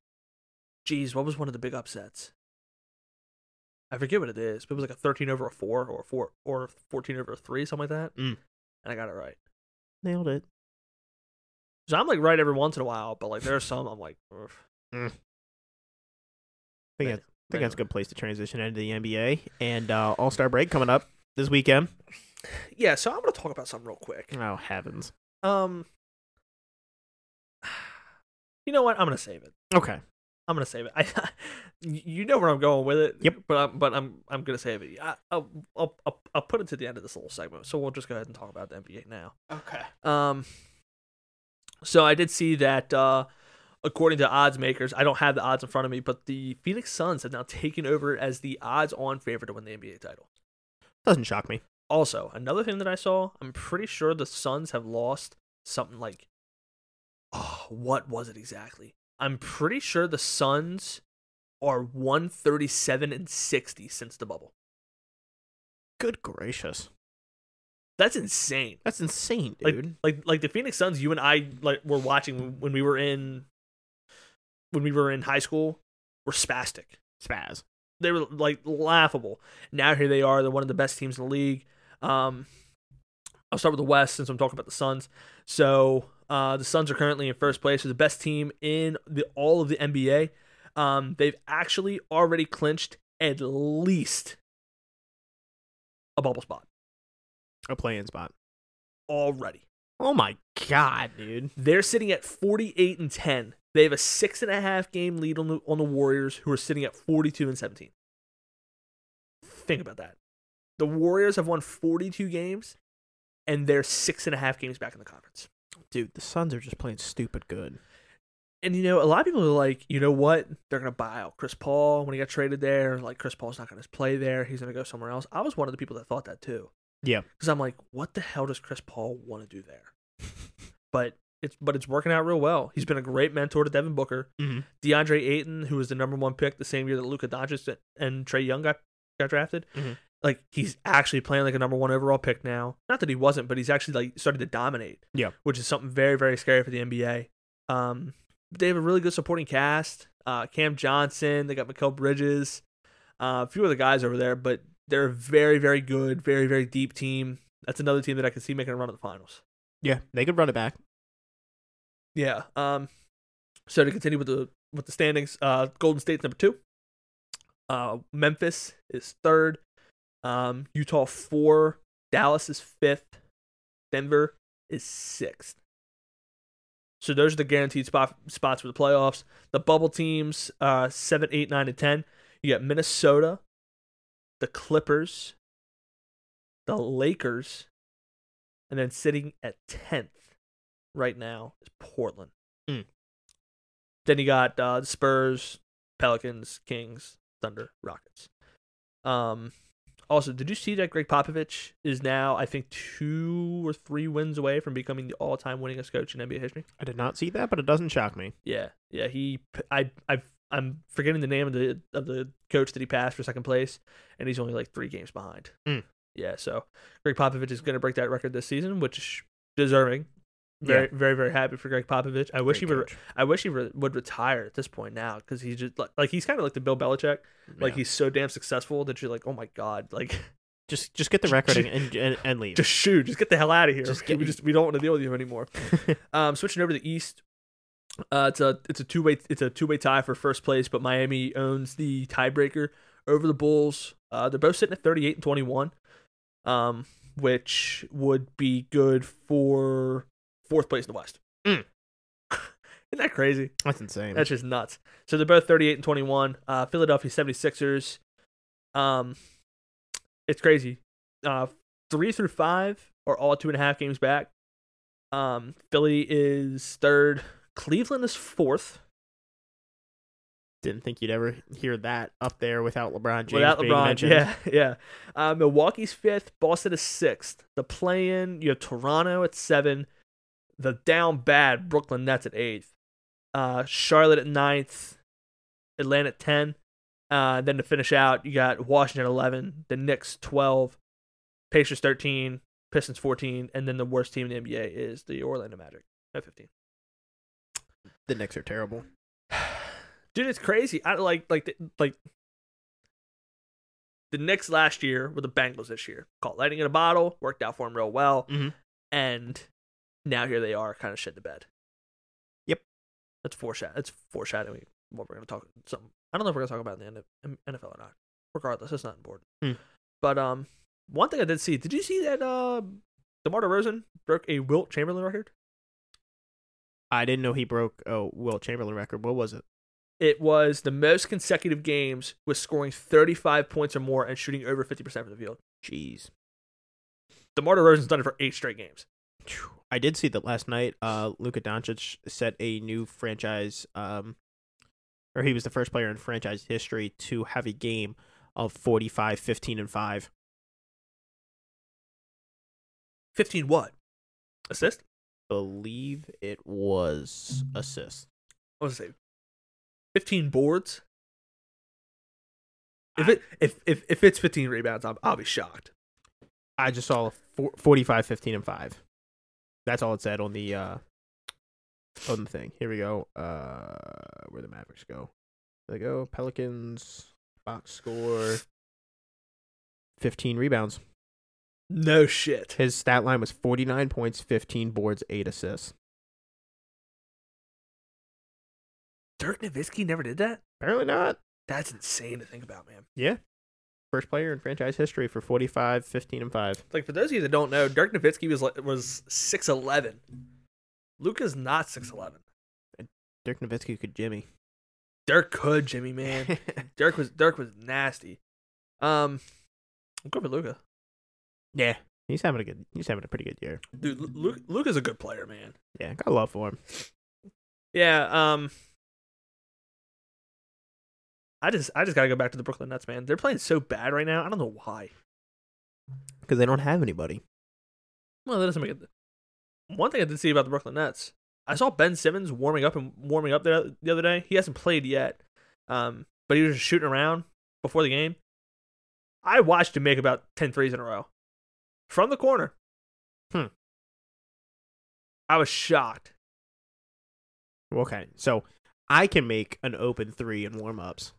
Speaker 1: Geez, what was one of the big upsets? I forget what it is, but it was like a thirteen over a four, or a four, or a fourteen over a three, something like that.
Speaker 2: Mm.
Speaker 1: And I got it right.
Speaker 2: Nailed it.
Speaker 1: So I'm like right every once in a while, but like there are some I'm like, "Oof."
Speaker 2: I think,
Speaker 1: Man,
Speaker 2: that's, I think
Speaker 1: man.
Speaker 2: that's a good place to transition into the NBA and uh, All Star break coming up this weekend.
Speaker 1: yeah. So I'm gonna talk about something real quick.
Speaker 2: Oh heavens!
Speaker 1: Um, <sighs> you know what? I'm gonna save it.
Speaker 2: Okay,
Speaker 1: I'm gonna save it. <laughs> I, you know where I'm going with it.
Speaker 2: Yep.
Speaker 1: But I'm but I'm I'm gonna save it. I, I'll, I'll I'll I'll put it to the end of this little segment. So we'll just go ahead and talk about the NBA now.
Speaker 2: okay.
Speaker 1: Um. So I did see that, uh, according to odds makers, I don't have the odds in front of me, but the Phoenix Suns have now taken over as the odds-on favorite to win the NBA title.
Speaker 2: Doesn't shock me.
Speaker 1: Also, another thing that I saw, I'm pretty sure the Suns have lost something like oh, what was it exactly? I'm pretty sure the Suns are 137 and 60 since the bubble.
Speaker 2: Good gracious,
Speaker 1: That's insane.
Speaker 2: that's insane,
Speaker 1: Like-
Speaker 2: dude.
Speaker 1: Like like the Phoenix Suns you and I like were watching when we were in when we were in high school were spastic.
Speaker 2: Spaz.
Speaker 1: they were like laughable. Now here they are. They're one of the best teams in the league. Um, I'll start with the West since I'm talking about the Suns. So uh, the Suns are currently in first place. They're the best team in the all of the NBA. Um, they've actually already clinched at least a bubble spot
Speaker 2: A playing spot.
Speaker 1: already.
Speaker 2: Oh my god, dude.
Speaker 1: They're sitting at 48 and 10. They have a six and a half game lead on the, on the Warriors, who are sitting at 42 and 17. Think about that. The Warriors have won 42 games, and they're six and a half games back in the conference.
Speaker 2: Dude, the Suns are just playing stupid good.
Speaker 1: And you know, a lot of people are like, you know what? They're gonna buy out Chris Paul when he got traded there. Like Chris Paul's not gonna play there. He's gonna go somewhere else. I was one of the people that thought that too.
Speaker 2: Yeah.
Speaker 1: Because I'm like, what the hell does Chris Paul want to do
Speaker 2: <laughs>
Speaker 1: there? but it's but it's working out real well. He's been a great mentor to Devin Booker,
Speaker 2: Mhm.
Speaker 1: DeAndre Ayton, who was the number one pick the same year that Luka Doncic and Trey Young got got drafted.
Speaker 2: Mhm.
Speaker 1: Like he's actually playing like a number one overall pick now. Not that he wasn't, but he's actually like started to dominate.
Speaker 2: Yeah.
Speaker 1: which is something very very scary for the NBA. Um, they have a really good supporting cast. Uh, Cam Johnson, they got Mikel Bridges, uh, a few other guys over there, but they're a very very good, very very deep team. That's another team that I can see making a run at the finals.
Speaker 2: Yeah, they could run it back.
Speaker 1: Yeah. Um. So to continue with the with the standings, uh, Golden State's number two. Uh, Memphis is third. Um, Utah four. Dallas is fifth. Denver is sixth. So those are the guaranteed spot spots for the playoffs. The bubble teams, uh, seven, eight, nine, and ten. You got Minnesota, the Clippers, the Lakers, and then sitting at tenth right now is Portland.
Speaker 2: Mm.
Speaker 1: Then you got uh, the Spurs, Pelicans, Kings, Thunder, Rockets. Um, also, did you see that Greg Popovich is now, I think, two or three wins away from becoming the all-time winningest coach in NBA history?
Speaker 2: I did not see that, but it doesn't shock me.
Speaker 1: Yeah, yeah. He, p- I, I, I'm forgetting the name of the of the coach that he passed for second place, and he's only like three games behind.
Speaker 2: Mm.
Speaker 1: Yeah, so Greg Popovich is going to break that record this season, which deserving. Very, very, very happy for Greg Popovich. I wish
Speaker 2: Great
Speaker 1: he would.
Speaker 2: coach.
Speaker 1: I wish he re- would retire at this point now because he's just like, like he's kind of like the Bill Belichick. Like
Speaker 2: Yeah.
Speaker 1: he's so damn successful that you're like, oh my god, like
Speaker 2: Just just get the record and and, and, and leave.
Speaker 1: Just shoot. Just get the hell out of here.
Speaker 2: Just get
Speaker 1: we
Speaker 2: me-
Speaker 1: just we don't want to deal with you
Speaker 2: <laughs>
Speaker 1: anymore. um, switching over to the East. Uh, it's a it's a two way it's a two way tie for first place, but Miami owns the tiebreaker over the Bulls. Uh, they're both sitting at thirty eight and twenty one, um, which would be good for fourth place in the West.
Speaker 2: Mm.
Speaker 1: <laughs> Isn't that crazy?
Speaker 2: That's insane.
Speaker 1: That's just nuts. So they're both 38 and 21. Uh, Philadelphia 76ers. Um, it's crazy. Uh, three through five are all two and a half games back. Um, Philly is third. Cleveland is fourth.
Speaker 2: Didn't think you'd ever hear that up there without LeBron James
Speaker 1: without
Speaker 2: being
Speaker 1: LeBron.
Speaker 2: mentioned.
Speaker 1: Yeah, <laughs> yeah. Uh, Milwaukee's fifth. Boston is sixth. The play-in, you have Toronto at seven. The down bad Brooklyn Nets at eighth. Uh, Charlotte at ninth. Atlanta at ten. Uh, then to finish out, you got Washington eleven. The Knicks twelve. Pacers thirteen. Pistons fourteen. And then the worst team in the NBA is the Orlando Magic at fifteen.
Speaker 2: The Knicks are terrible.
Speaker 1: Dude, it's crazy. I like like the, like the Knicks last year were the Bengals this year. Caught lightning in a bottle, worked out for them real well,
Speaker 2: Mhm.
Speaker 1: and now here they are, kind of shit the bed.
Speaker 2: Yep.
Speaker 1: that's foreshadow. That's foreshadowing what we're gonna talk. Some I don't know if we're gonna talk about in the N- NFL or not. Regardless, it's not important.
Speaker 2: Hmm.
Speaker 1: But um, one thing I did see. Did you see that uh, Demar Derozan broke a Wilt Chamberlain record?
Speaker 2: I didn't know he broke oh Will Chamberlain record. What was it?
Speaker 1: It was the most consecutive games with scoring 35 points or more and shooting over 50% from the field.
Speaker 2: Jeez.
Speaker 1: DeMar DeRozan's done it for eight straight games.
Speaker 2: Phew. I did see that last night. Uh, Luka Doncic set a new franchise, um, or he was the first player in franchise history to have a game of 45, 15, and 5.
Speaker 1: 15 what? Assist?
Speaker 2: believe it was
Speaker 1: Mm.
Speaker 2: assist.
Speaker 1: I was going to say 15 boards. If
Speaker 2: I-
Speaker 1: it if, if if it's 15 rebounds, I'm, I'll be shocked.
Speaker 2: I just saw four, 45, 15, and 5. That's all it said on the uh, on the thing. Here we go. Uh, where the Mavericks go. They go Pelicans box score 15 rebounds.
Speaker 1: No shit.
Speaker 2: His stat line was 49 points, 15 boards, 8 assists.
Speaker 1: Dirk Nowitzki never did that?
Speaker 2: Apparently not.
Speaker 1: That's insane to think about, man.
Speaker 2: First player in franchise history for 45, 15, and 5.
Speaker 1: Like, for those of you that don't know, Dirk Nowitzki was like, was 6'11. Luca's not 6'11.
Speaker 2: Dirk Nowitzki could Jimmy.
Speaker 1: Dirk could, Jimmy, <laughs> man.
Speaker 2: <laughs>
Speaker 1: Dirk was Dirk was nasty. Um, I'm good for Luca.
Speaker 2: yeah. He's having a good he's having a pretty good year.
Speaker 1: Dude, Luca Luca's a good player, man.
Speaker 2: Yeah, got love for him.
Speaker 1: Yeah. Um, I just I just gotta go back to the Brooklyn Nets, man. They're playing so bad right now. I don't know why.
Speaker 2: Because they don't have anybody.
Speaker 1: Well, that doesn't make it. One thing I did see about the Brooklyn Nets, I saw Ben Simmons warming up and warming up the, the other day. He hasn't played yet, um, but he was just shooting around before the game. I watched him make about 10 threes in a row from the corner.
Speaker 2: Hmm.
Speaker 1: I was shocked.
Speaker 2: Okay. So I can make an open three in warm ups.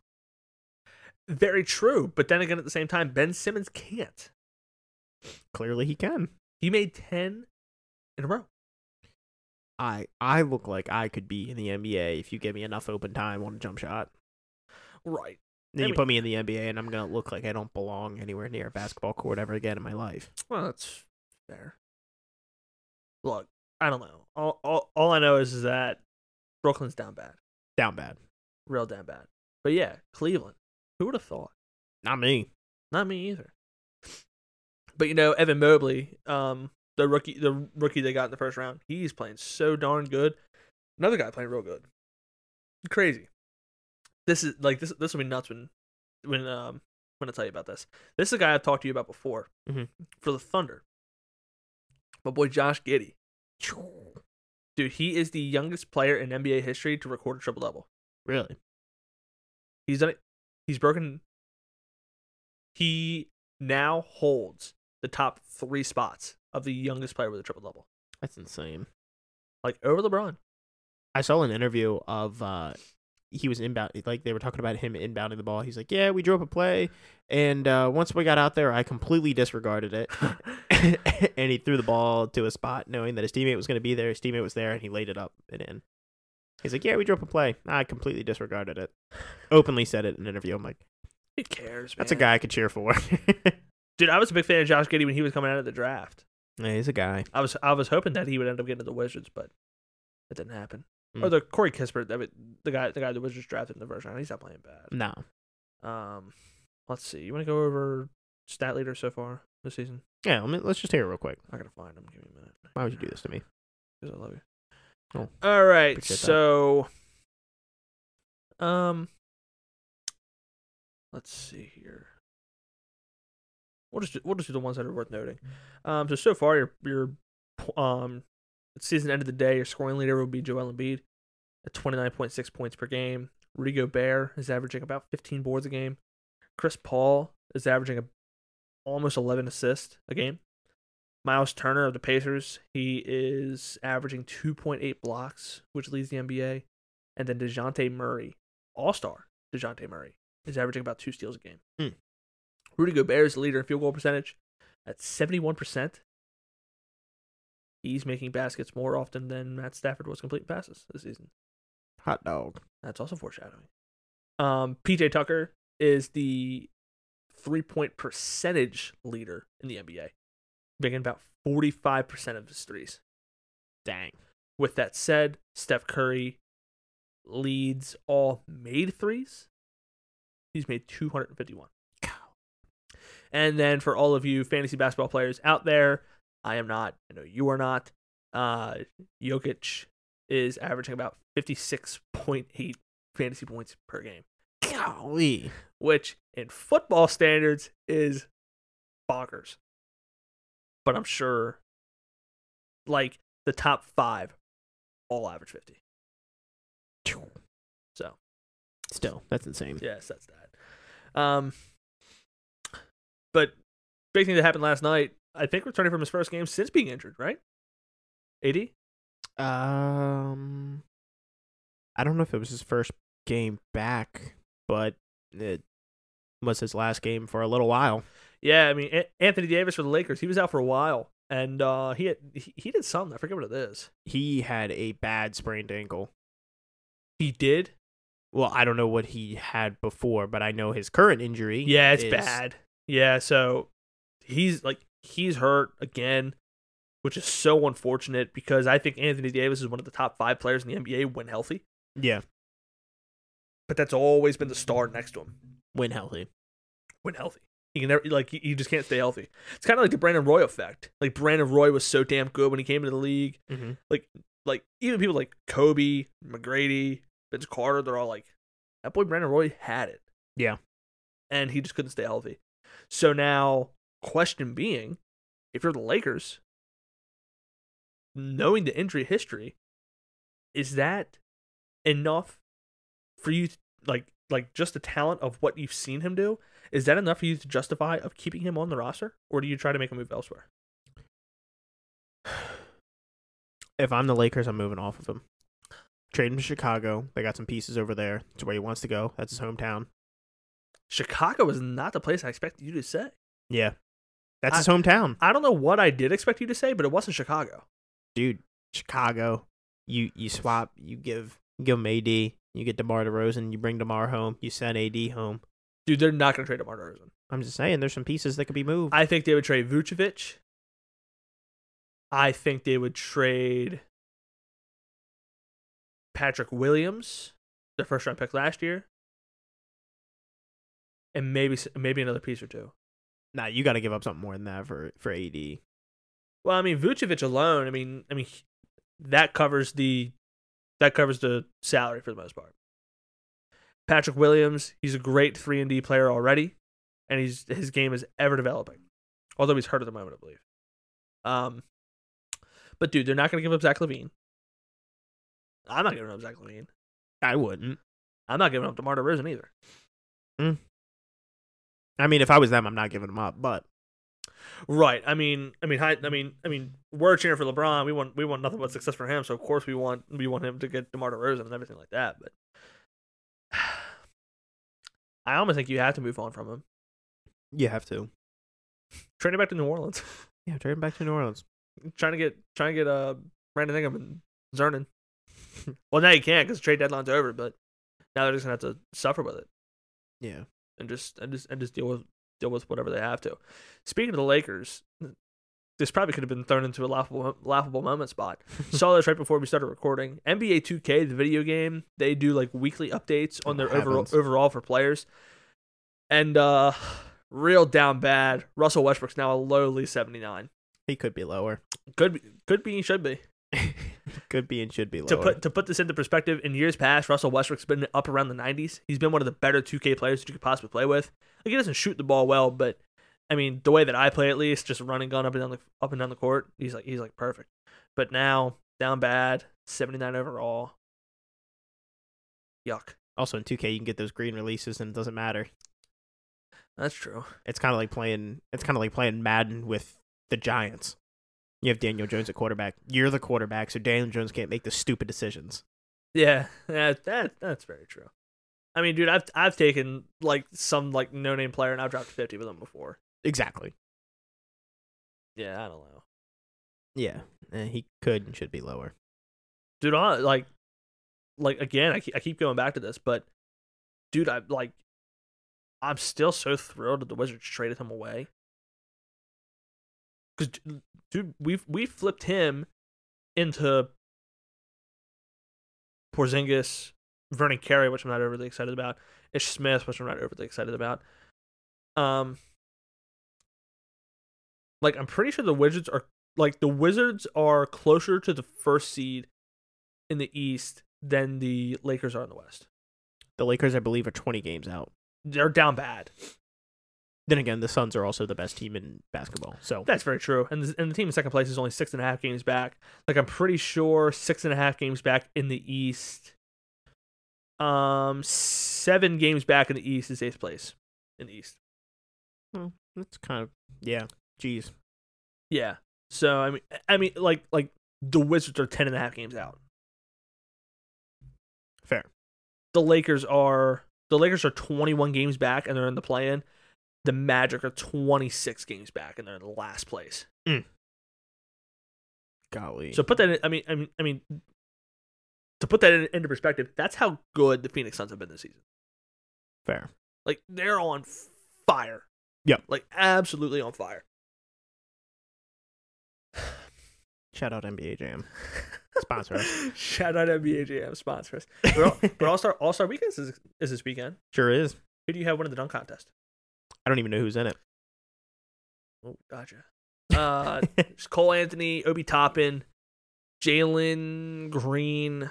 Speaker 1: Very true, but then again, at the same time, Ben Simmons can't.
Speaker 2: Clearly he can.
Speaker 1: He made 10 in a row.
Speaker 2: I I look like I could be in the NBA if you give me enough open time on a jump shot.
Speaker 1: Right.
Speaker 2: Then
Speaker 1: I
Speaker 2: you
Speaker 1: mean-
Speaker 2: put me in the NBA and I'm gonna look like I don't belong anywhere near a basketball court ever again in my life.
Speaker 1: Well, that's fair. Look, I don't know. All all, all I know is, is that Brooklyn's down bad,
Speaker 2: Down bad.
Speaker 1: real down bad. But yeah, Cleveland. Who would have thought?
Speaker 2: Not me.
Speaker 1: Not me either. But you know, Evan Mobley, um, the rookie, the rookie they got in the first round, he's playing so darn good. Another guy playing real good. Crazy. This is like this. This will be nuts when, when um, when I tell you about this. This is a guy I've talked to you about before
Speaker 2: Mhm.
Speaker 1: for the Thunder. My boy Josh Giddy, dude, he is the youngest player in NBA history to record a triple double.
Speaker 2: Really?
Speaker 1: He's done it. He's broken. He now holds the top three spots of the youngest player with a triple double,
Speaker 2: That's insane.
Speaker 1: <laughs> like over LeBron.
Speaker 2: I saw an interview of uh he was inbound like they were talking about him inbounding the ball. He's like, Yeah, we drew up a play and uh, once we got out there I completely disregarded it. <laughs> and he threw the ball to a spot knowing that his teammate was gonna be there, his teammate was there and he laid it up and in. He's like, Yeah, we drew up a play. I completely disregarded it. Openly said it in an interview. I'm like,
Speaker 1: Who cares?
Speaker 2: that's a
Speaker 1: man?
Speaker 2: guy I could cheer for. <laughs>
Speaker 1: Dude, I was a big fan of Josh Giddy when he was coming out of the draft.
Speaker 2: yeah, he's a guy.
Speaker 1: I was I was hoping that he would end up getting to the Wizards, but it didn't happen.
Speaker 2: Mm.
Speaker 1: Or the Corey Kispert, that would- the guy the guy the Wizards drafted in the first round, he's not playing bad.
Speaker 2: No.
Speaker 1: Um, let's see. You want to go over stat leader so far this season?
Speaker 2: Yeah, I mean, let's just hear it real quick.
Speaker 1: I gotta find him. Give me a minute.
Speaker 2: Why would you do this to me?
Speaker 1: Because I love you.
Speaker 2: Oh,
Speaker 1: All right.
Speaker 2: appreciate that.
Speaker 1: So, um, let's see here. We'll just do, we'll just do the ones that are worth noting. Um, so so far your your um season end of the day your scoring leader will be Joel Embiid at twenty nine point six points per game. Rudy Gobert is averaging about fifteen boards a game. Chris Paul is averaging a, almost eleven assists a game. Miles Turner of the Pacers, he is averaging 2.8 blocks, which leads the NBA. And then DeJounte Murray, all star DeJounte Murray, is averaging about two steals a game.
Speaker 2: Hmm.
Speaker 1: Rudy Gobert is the leader in field goal percentage at 71%. He's making baskets more often than Matt Stafford was completing passes this season.
Speaker 2: Hot dog.
Speaker 1: That's also foreshadowing. Um, PJ Tucker is the three point percentage leader in the NBA, making about 45% of his threes.
Speaker 2: Dang.
Speaker 1: With that said, Steph Curry leads all made threes. He's made 251. And then for all of you fantasy basketball players out there, I am not. I know you are not. Uh, Jokic is averaging about 56.8 fantasy points per game,
Speaker 2: Golly.
Speaker 1: which in football standards is bonkers. But I'm sure, like, the top five all average 50. So.
Speaker 2: Still, that's insane.
Speaker 1: Yes, that's that. Um, but big thing that happened last night, I think returning from his first game since being injured, right? AD?
Speaker 2: Um, I don't know if it was his first game back, but it was his last game for a little while.
Speaker 1: Yeah, I mean An- Anthony Davis for the Lakers, he was out for a while, and uh, he, had, he he did something. I forget what it is.
Speaker 2: He had a bad sprained ankle.
Speaker 1: He did.
Speaker 2: Well, I don't know what he had before, but I know his current injury.
Speaker 1: Yeah, it's
Speaker 2: is-
Speaker 1: bad. Yeah, so he's like he's hurt again, which is so unfortunate because I think Anthony Davis is one of the top five players in the NBA when healthy.
Speaker 2: Yeah,
Speaker 1: But that's always been the star next to him.
Speaker 2: when healthy.
Speaker 1: when healthy. He can never like he- he just can't stay healthy. It's kind of like the Brandon Roy effect. Like Brandon Roy was so damn good when he came into the league.
Speaker 2: Mm-hmm.
Speaker 1: Like even people like Kobe, McGrady, Vince Carter, they're all like, that boy Brandon Roy had it.
Speaker 2: Yeah.
Speaker 1: and he just couldn't stay healthy. So now, question being, if you're the Lakers, knowing the injury history, is that enough for you? To, like like just the talent of what you've seen him do is that enough for you to justify of keeping him on the roster, or do you try to make a move elsewhere?
Speaker 2: If I'm the Lakers, I'm moving off of him. Trade him to Chicago. They got some pieces over there. It's where he wants to go. That's his hometown.
Speaker 1: Chicago is not the place I expected you to say.
Speaker 2: Yeah, that's his hometown.
Speaker 1: I don't know what I did expect you to say, but it wasn't Chicago.
Speaker 2: dude, Chicago. You you swap, you give give him AD, you get DeMar DeRozan, you bring DeMar home, you send AD home.
Speaker 1: Dude, they're not going to trade DeMar DeRozan.
Speaker 2: I'm just saying, there's some pieces that could be moved.
Speaker 1: I think they would trade Vucevic. I think they would trade Patrick Williams, their first round pick last year, and maybe maybe another piece or two.
Speaker 2: nah, you got to give up something more than that for for AD.
Speaker 1: Well, I mean Vucevic alone. I mean, I mean he- that covers the that covers the salary for the most part. Patrick Williams, he's a great three and D player already, and he's his game is ever developing. Although he's hurt at the moment, I believe. Um, but dude, they're not going to give up Zach Levine. I'm not giving up Zach Levine.
Speaker 2: I wouldn't.
Speaker 1: I'm not giving up DeMar DeRozan either.
Speaker 2: I mean, if I was them, I'm not giving them up. But
Speaker 1: Right. I mean, I mean, hi- I mean, I mean, we're cheering for LeBron. We want, we want nothing but <sighs> success for him. So of course we want, we want him to get DeMar DeRozan and everything like that. But I almost think you have to move on from him.
Speaker 2: You have to.
Speaker 1: Trade him back to New Orleans. <laughs>
Speaker 2: Yeah, trade him back to New Orleans.
Speaker 1: trying to get trying to get uh Brandon Ingram and Zernan. <laughs> well, now you can't because trade deadline's over. But now they're just gonna have to suffer with it
Speaker 2: Yeah.
Speaker 1: and just and just and just deal with deal with whatever they have to. Speaking of the Lakers, this probably could have been thrown into a laughable laughable moment spot. Saw this right before we started recording. NBA 2K, the video game, they do like weekly updates on
Speaker 2: Oh,
Speaker 1: their overall
Speaker 2: heavens.
Speaker 1: overall for players. And uh real down bad. Russell Westbrook's now a lowly 79.
Speaker 2: He could be lower. <laughs>
Speaker 1: Could be, could be, should be.
Speaker 2: could be and should be lower.
Speaker 1: To put to put this into perspective, in years past, Russell Westbrook's been up around the 90s. He's been one of the better 2K players that you could possibly play with. Like he doesn't shoot the ball well, but I mean, the way that I play at least, just running gun up and down the up and down the court, he's like he's like perfect. But now down bad, 79 overall. Yuck.
Speaker 2: also in 2K, you can get those green releases, and it doesn't matter.
Speaker 1: That's true. <laughs>
Speaker 2: It's kind of like playing. It's kind of like playing Madden with the Giants. You have Daniel Jones at quarterback. You're the quarterback, so Daniel Jones can't make the stupid decisions.
Speaker 1: Yeah, that, that that's very true. I mean, dude, I've I've taken like some like no name player and I've dropped 50 with him before.
Speaker 2: Exactly.
Speaker 1: Yeah, I don't know.
Speaker 2: Yeah, and he could and should be lower.
Speaker 1: dude, I, like, like again, I keep, I keep going back to this, but dude, I like, I'm still so thrilled that the Wizards traded him away. Cause, d- dude, we we flipped him into Porzingis, Vernon Carey, which I'm not overly excited about, Ish Smith, which I'm not overly excited about. Um, like I'm pretty sure the Wizards are like the Wizards are closer to the first seed in the East than the Lakers are in the West.
Speaker 2: The Lakers, I believe, are 20 games out.
Speaker 1: They're down bad.
Speaker 2: Then again, the Suns are also the best team in basketball. So
Speaker 1: That's very true. And the, and the team in second place is only six and a half games back. Like I'm pretty sure six and a half games back in the East. Um, seven games back in the East is eighth place in the East.
Speaker 2: that's kind of yeah. Jeez,
Speaker 1: Yeah. So I mean, I mean, like like the Wizards are ten and a half games out.
Speaker 2: fair.
Speaker 1: the Lakers are the Lakers are 21 games back and they're in the play-in. The Magic are 26 games back and they're in last place.
Speaker 2: Golly.
Speaker 1: So put that in, I mean I mean I mean to put that in, into perspective, that's how good the Phoenix Suns have been this season.
Speaker 2: fair.
Speaker 1: Like they're on fire.
Speaker 2: Yep.
Speaker 1: Like absolutely on fire.
Speaker 2: Shout out NBA Jam. Sponsor us.
Speaker 1: <laughs> Shout out NBA GM sponsor us. But all- But All Star All Star Weekend is, is this weekend.
Speaker 2: Sure is.
Speaker 1: Who do you have winning the dunk contest?
Speaker 2: I don't even know who's in it.
Speaker 1: Oh, gotcha. Uh, There's Cole Anthony, Obi Toppin, Jalen Green,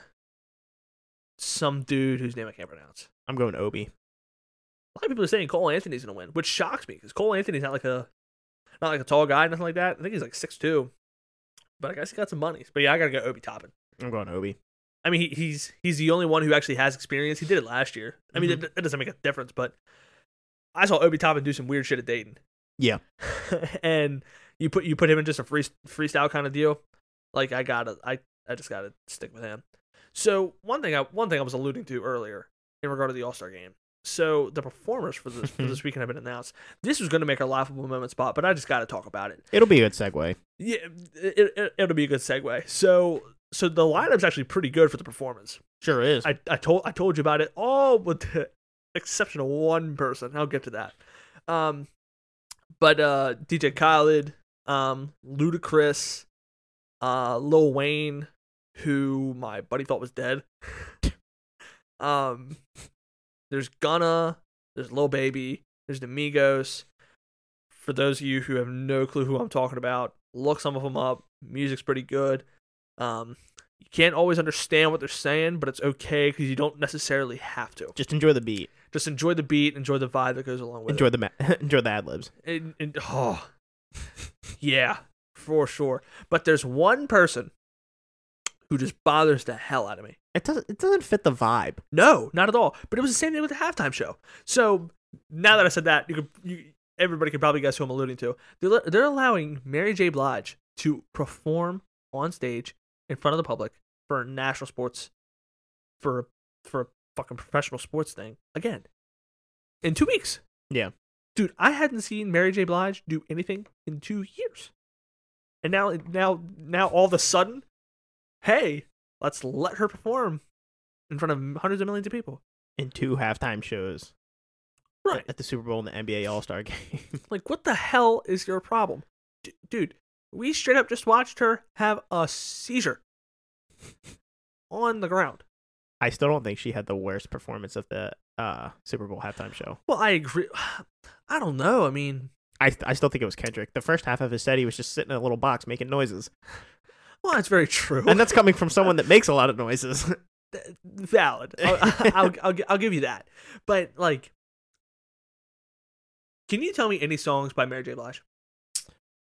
Speaker 1: some dude whose name I can't pronounce.
Speaker 2: I'm going Obi.
Speaker 1: A lot of people are saying Cole Anthony's gonna win, which shocks me because Cole Anthony's not like a not like a tall guy, nothing like that. I think he's like six two, but I guess he got some money. But yeah, I gotta go Obi Toppin.
Speaker 2: I'm going Obi.
Speaker 1: I mean, he, he's he's the only one who actually has experience. He did it last year. I mean, it, it doesn't make a difference, but I saw Obi Toppin do some weird shit at Dayton.
Speaker 2: Yeah.
Speaker 1: <laughs> and you put you put him in just a free freestyle kind of deal. Like I gotta, I I just gotta stick with him. So one thing I one thing I was alluding to earlier in regard to the All Star game. So the performers for this for this weekend have been announced. This was going to make a laughable moment spot, but I just got to talk about it.
Speaker 2: It'll be a good segue.
Speaker 1: Yeah, it, it, it'll be a good segue. So so the lineup's actually pretty good for the performance.
Speaker 2: Sure is.
Speaker 1: I, I told I told you about it all with the <laughs> exception of one person. I'll get to that. Um, but uh, DJ Khaled, um, Ludacris, uh, Lil Wayne, who my buddy thought was dead. <laughs> um, there's Gunna, there's Lil Baby, there's the Migos. For those of you who have no clue who I'm talking about, look some of them up. Music's pretty good. Um, you can't always understand what they're saying, but it's okay because you don't necessarily have to.
Speaker 2: Just enjoy the beat.
Speaker 1: Just enjoy the beat, enjoy the vibe that goes along with
Speaker 2: Enjoy the ma- <laughs> enjoy the ad libs.
Speaker 1: it. And, and, oh, yeah, for sure. But there's one person who just bothers the hell out of me.
Speaker 2: It doesn't. It doesn't fit the vibe.
Speaker 1: No, not at all. But it was the same thing with the halftime show. So now that I said that, you could you, everybody could probably guess who I'm alluding to. They're they're allowing Mary J. Blige to perform on stage in front of the public for a national sports for for a fucking professional sports thing again. in two weeks.
Speaker 2: Yeah.
Speaker 1: dude, I hadn't seen Mary J. Blige do anything in two years, and now now now all of a sudden, hey, let's let her perform in front of hundreds of millions of people.
Speaker 2: in two halftime shows
Speaker 1: Right.
Speaker 2: at the Super Bowl and the NBA All Star <laughs> game.
Speaker 1: Like, what the hell is your problem? D- dude, we straight up just watched her have a <laughs> seizure on the ground.
Speaker 2: I still don't think she had the worst performance of the uh, Super Bowl halftime show.
Speaker 1: Well, I agree. <sighs> I don't know. I mean,
Speaker 2: I I still think it was Kendrick. The first half of his set, he was just sitting in a little box making noises,
Speaker 1: well, that's very true.
Speaker 2: and that's coming from someone that makes a lot of noises.
Speaker 1: <laughs>
Speaker 2: <laughs>
Speaker 1: Th- valid. I'll, <laughs> I'll, I'll, gi- I'll give you that. But, like, can you tell me any songs by Mary J. Blige?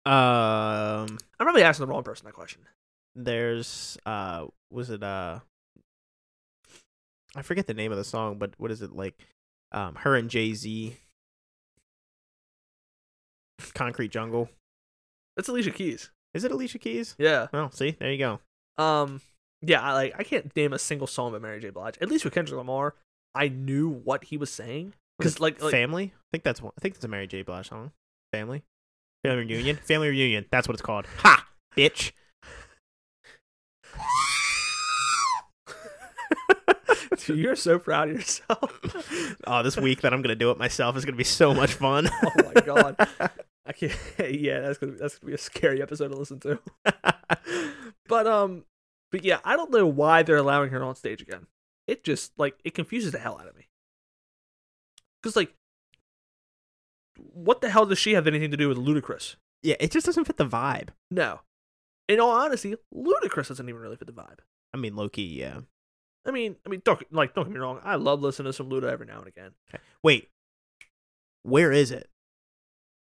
Speaker 2: um,
Speaker 1: I'm probably asking the wrong person that question.
Speaker 2: there's uh, was it uh, I forget the name of the song, but what is it like? Um, her and Jay Z, Concrete Jungle.
Speaker 1: That's Alicia Keys.
Speaker 2: Is it Alicia Keys?
Speaker 1: Yeah.
Speaker 2: Well, see, there you go.
Speaker 1: Um, yeah, I, like I can't name a single song by Mary J. Blige. At least with Kendrick Lamar, I knew what he was saying
Speaker 2: Was
Speaker 1: because, like, like
Speaker 2: Family. I think that's one. I think that's a Mary J. Blige song. Family. Family reunion. Family reunion. That's what it's called. Ha, bitch.
Speaker 1: <laughs> dude, you're so proud of yourself.
Speaker 2: Oh, this week that I'm gonna do it myself is gonna be so much fun. <laughs>
Speaker 1: <laughs> oh my god, I can't. <laughs> Yeah, that's gonna that's gonna be a scary episode to listen to. <laughs> But um, but yeah, I don't know why they're allowing her on stage again. It just like it confuses the hell out of me. Because like, what the hell does she have anything to do with Ludacris?
Speaker 2: yeah, it just doesn't fit the vibe.
Speaker 1: No. In all honesty, Ludacris doesn't even really fit the vibe.
Speaker 2: I mean, Loki. Yeah.
Speaker 1: I mean, I mean, don't like don't get me wrong. I love listening to some Luda every now and again.
Speaker 2: Wait, where is it?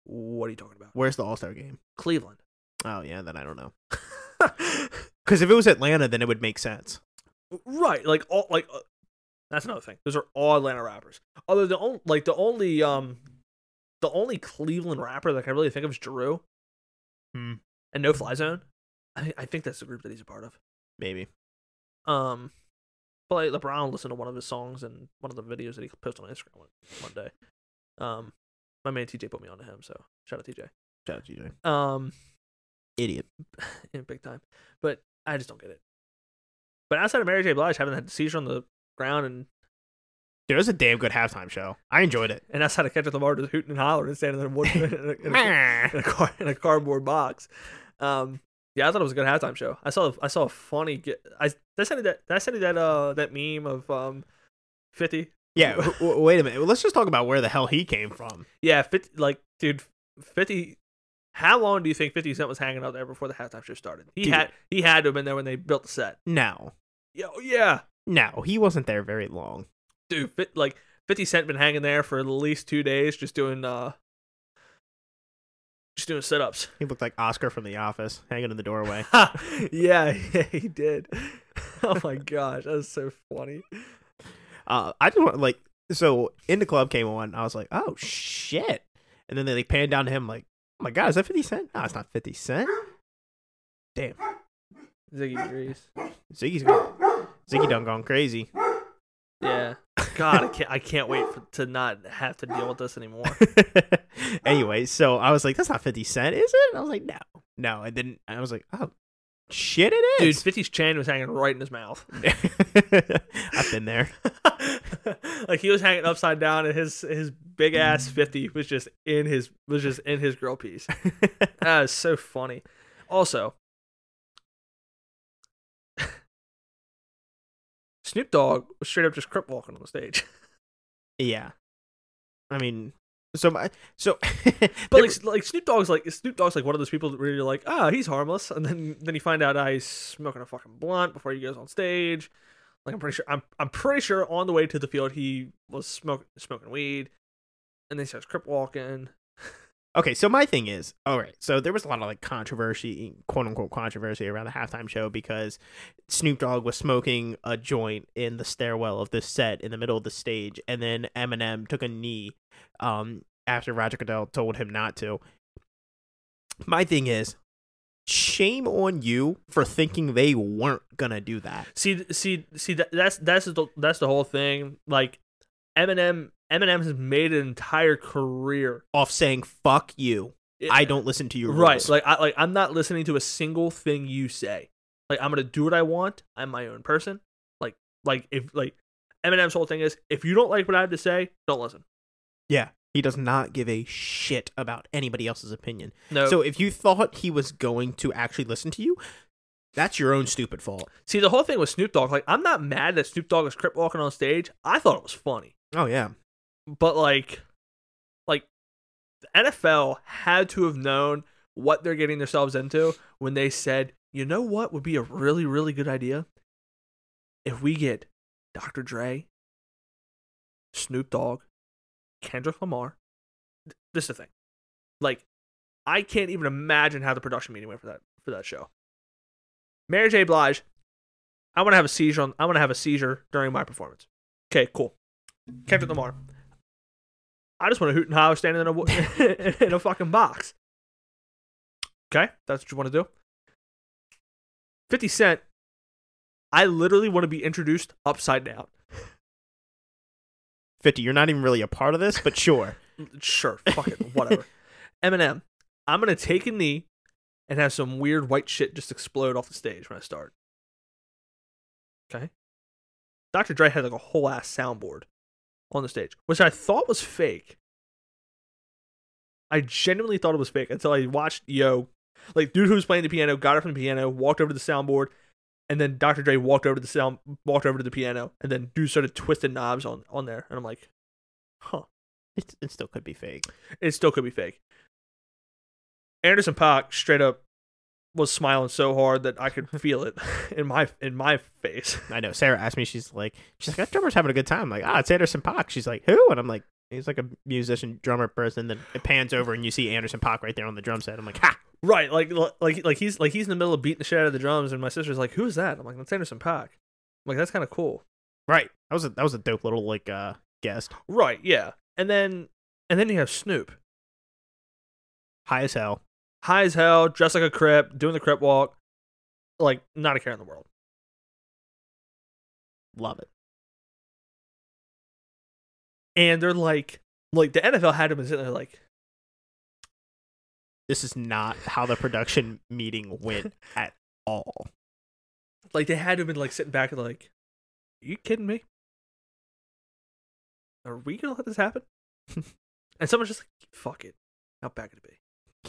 Speaker 1: What are you talking about?
Speaker 2: Where's the All Star game?
Speaker 1: Cleveland.
Speaker 2: Oh yeah, then I don't know. Because if it was Atlanta, then it would make sense.
Speaker 1: right, like all like uh, that's another thing. Those are all Atlanta rappers. Although the only like the only um the only Cleveland rapper that I can really think of is Drew
Speaker 2: Hmm.
Speaker 1: and No Fly Zone. I, I think that's the group that he's a part of.
Speaker 2: Maybe.
Speaker 1: Um, but like LeBron listened to one of his songs and one of the videos that he posted on Instagram one, one day. Um, my man TJ put me onto him, so shout out TJ.
Speaker 2: Shout out to you, Jay.
Speaker 1: Um,
Speaker 2: idiot.
Speaker 1: in big time, but I just don't get it. But outside of Mary J. Blige having that seizure on the ground and
Speaker 2: Dude, it was a damn good halftime show. I enjoyed <laughs> it.
Speaker 1: and outside of Kendrick Lamar just hooting and hollering and standing in a, wood, in, a, in, a,
Speaker 2: Meh.
Speaker 1: in a car in a cardboard box. Um, yeah, I thought it was a good halftime show. I saw I saw a funny. ge- I did I send you that did I sent you that uh that meme of um fifty
Speaker 2: <laughs> Yeah, w- w- wait a minute. Let's just talk about where the hell he came from.
Speaker 1: Yeah, 50, like, dude, fifty. How long do you think Fifty Cent was hanging out there before the halftime show started? He
Speaker 2: Dude.
Speaker 1: had he had to have been there when they built the set.
Speaker 2: No,
Speaker 1: Yeah, oh, yeah,
Speaker 2: no, he wasn't there very long.
Speaker 1: dude. Fit, like Fifty Cent been hanging there for at least two days, just doing uh, just doing sit ups.
Speaker 2: He looked like Oscar from The Office, hanging in the <laughs> doorway.
Speaker 1: <laughs> yeah, yeah, he did. <laughs> oh my gosh, that was so funny.
Speaker 2: Uh, I just want like so in the club came on. I was like, oh shit, and then they like panned down to him like, oh my god, is that Fifty Cent? No, it's not Fifty Cent. Damn,
Speaker 1: Ziggy Grease.
Speaker 2: Ziggy's gone. Ziggy done gone crazy.
Speaker 1: Yeah. God, I can't. I can't wait for, to not have to deal with this <laughs> anymore.
Speaker 2: <laughs> anyway, so I was like, that's not Fifty Cent, is it? I was like, no, no. And then I was like, oh shit, it
Speaker 1: Dude,
Speaker 2: is.
Speaker 1: 50's chain was hanging right in his mouth. <laughs>
Speaker 2: <laughs> I've been there.
Speaker 1: like he was hanging upside down and his his big ass 50 was just in his was just in his grill <laughs> piece that is so funny also <laughs> snoop dogg was straight up just crip walking on the stage
Speaker 2: yeah, I mean, so my so,
Speaker 1: but like like snoop dogg's like snoop dogg's like one of those people that where you're like ah he's harmless and then then you find out ah, he's smoking a fucking blunt before he goes on stage like i'm pretty sure i'm i'm pretty sure on the way to the field he was smoking smoking weed and then he starts crip walking
Speaker 2: Okay, so my thing is, all right, so there was a lot of like controversy, quote unquote controversy around the halftime show because Snoop Dogg was smoking a joint in the stairwell of this set in the middle of the stage, and then Eminem took a knee um, after Roger Goodell told him not to. My thing is, shame on you for thinking they weren't gonna do that.
Speaker 1: See, see, see. That, that's that's the that's the whole thing. Like Eminem Eminem has made an entire career.
Speaker 2: off saying "fuck you." I don't listen to your
Speaker 1: right.
Speaker 2: rules.
Speaker 1: Like I like I'm not listening to a single thing you say. Like I'm gonna do what I want. I'm my own person. Like like if like Eminem's whole thing is if you don't like what I have to say, don't listen.
Speaker 2: yeah, he does not give a shit about anybody else's opinion.
Speaker 1: No.
Speaker 2: So if you thought he was going to actually listen to you, that's your own stupid fault.
Speaker 1: see the whole thing with Snoop Dogg. Like I'm not mad that Snoop Dogg is crip walking on stage. I thought it was funny,
Speaker 2: Oh yeah,
Speaker 1: but like like the NFL had to have known what they're getting themselves into when they said, you know what would be a really really good idea if we get Dr. Dre, Snoop Dogg, Kendrick Lamar. Th- This is the thing. Like, I can't even imagine how the production meeting went for that for that show. Mary J. Blige, I want to have a seizure. On, I want to have a seizure during my performance. Okay, cool. Kendrick Lamar, I just want to hoot and holler standing in a wo- <laughs> in a fucking box. Okay, that's what you want to do. Fifty Cent, I literally want to be introduced upside down.
Speaker 2: fifty. You're not even really a part of this, but sure.
Speaker 1: sure, fuck it, whatever. <laughs> Eminem, I'm gonna take a knee and have some weird white shit just explode off the stage when I start. Okay. Dr. Dre had like a whole ass soundboard on the stage, which I thought was fake. I genuinely thought it was fake until I watched Yo, like dude who was playing the piano got up from the piano, walked over to the soundboard, and then Dr. Dre walked over to the sound, walked over to the piano, and then dude started twisting knobs on on there, and I'm like, huh
Speaker 2: <laughs> It, it still could be fake.
Speaker 1: it still could be fake. Anderson Paak straight up was smiling so hard that I could feel it <laughs> in my in my face. <laughs>
Speaker 2: I know. Sarah asked me. She's like, she's like, that drummer's having a good time. I'm like, ah, it's Anderson Pock. She's like, who? And I'm like, he's like a musician, drummer person. Then it pans over and you see Anderson Pock right there on the drum set. I'm like, ha.
Speaker 1: Right, like like like he's like he's in the middle of beating the shit out of the drums, and my sister's like, "Who's that?" I'm like, "That's Anderson Paak." I'm like, "That's kind of cool."
Speaker 2: Right. That was a that was a dope little like uh guest.
Speaker 1: Right, yeah. And then and then you have Snoop,
Speaker 2: High as hell.
Speaker 1: high as hell, dressed like a crip, doing the crip walk, like not a care in the world.
Speaker 2: Love it.
Speaker 1: And they're like, like the NFL had him sitting there like,
Speaker 2: This is not how the production meeting <laughs> went at all.
Speaker 1: like they had to have been like sitting back and like, "You kidding me? Are we gonna let this happen?" <laughs> and someone's just like, "Fuck it, how bad could it be?"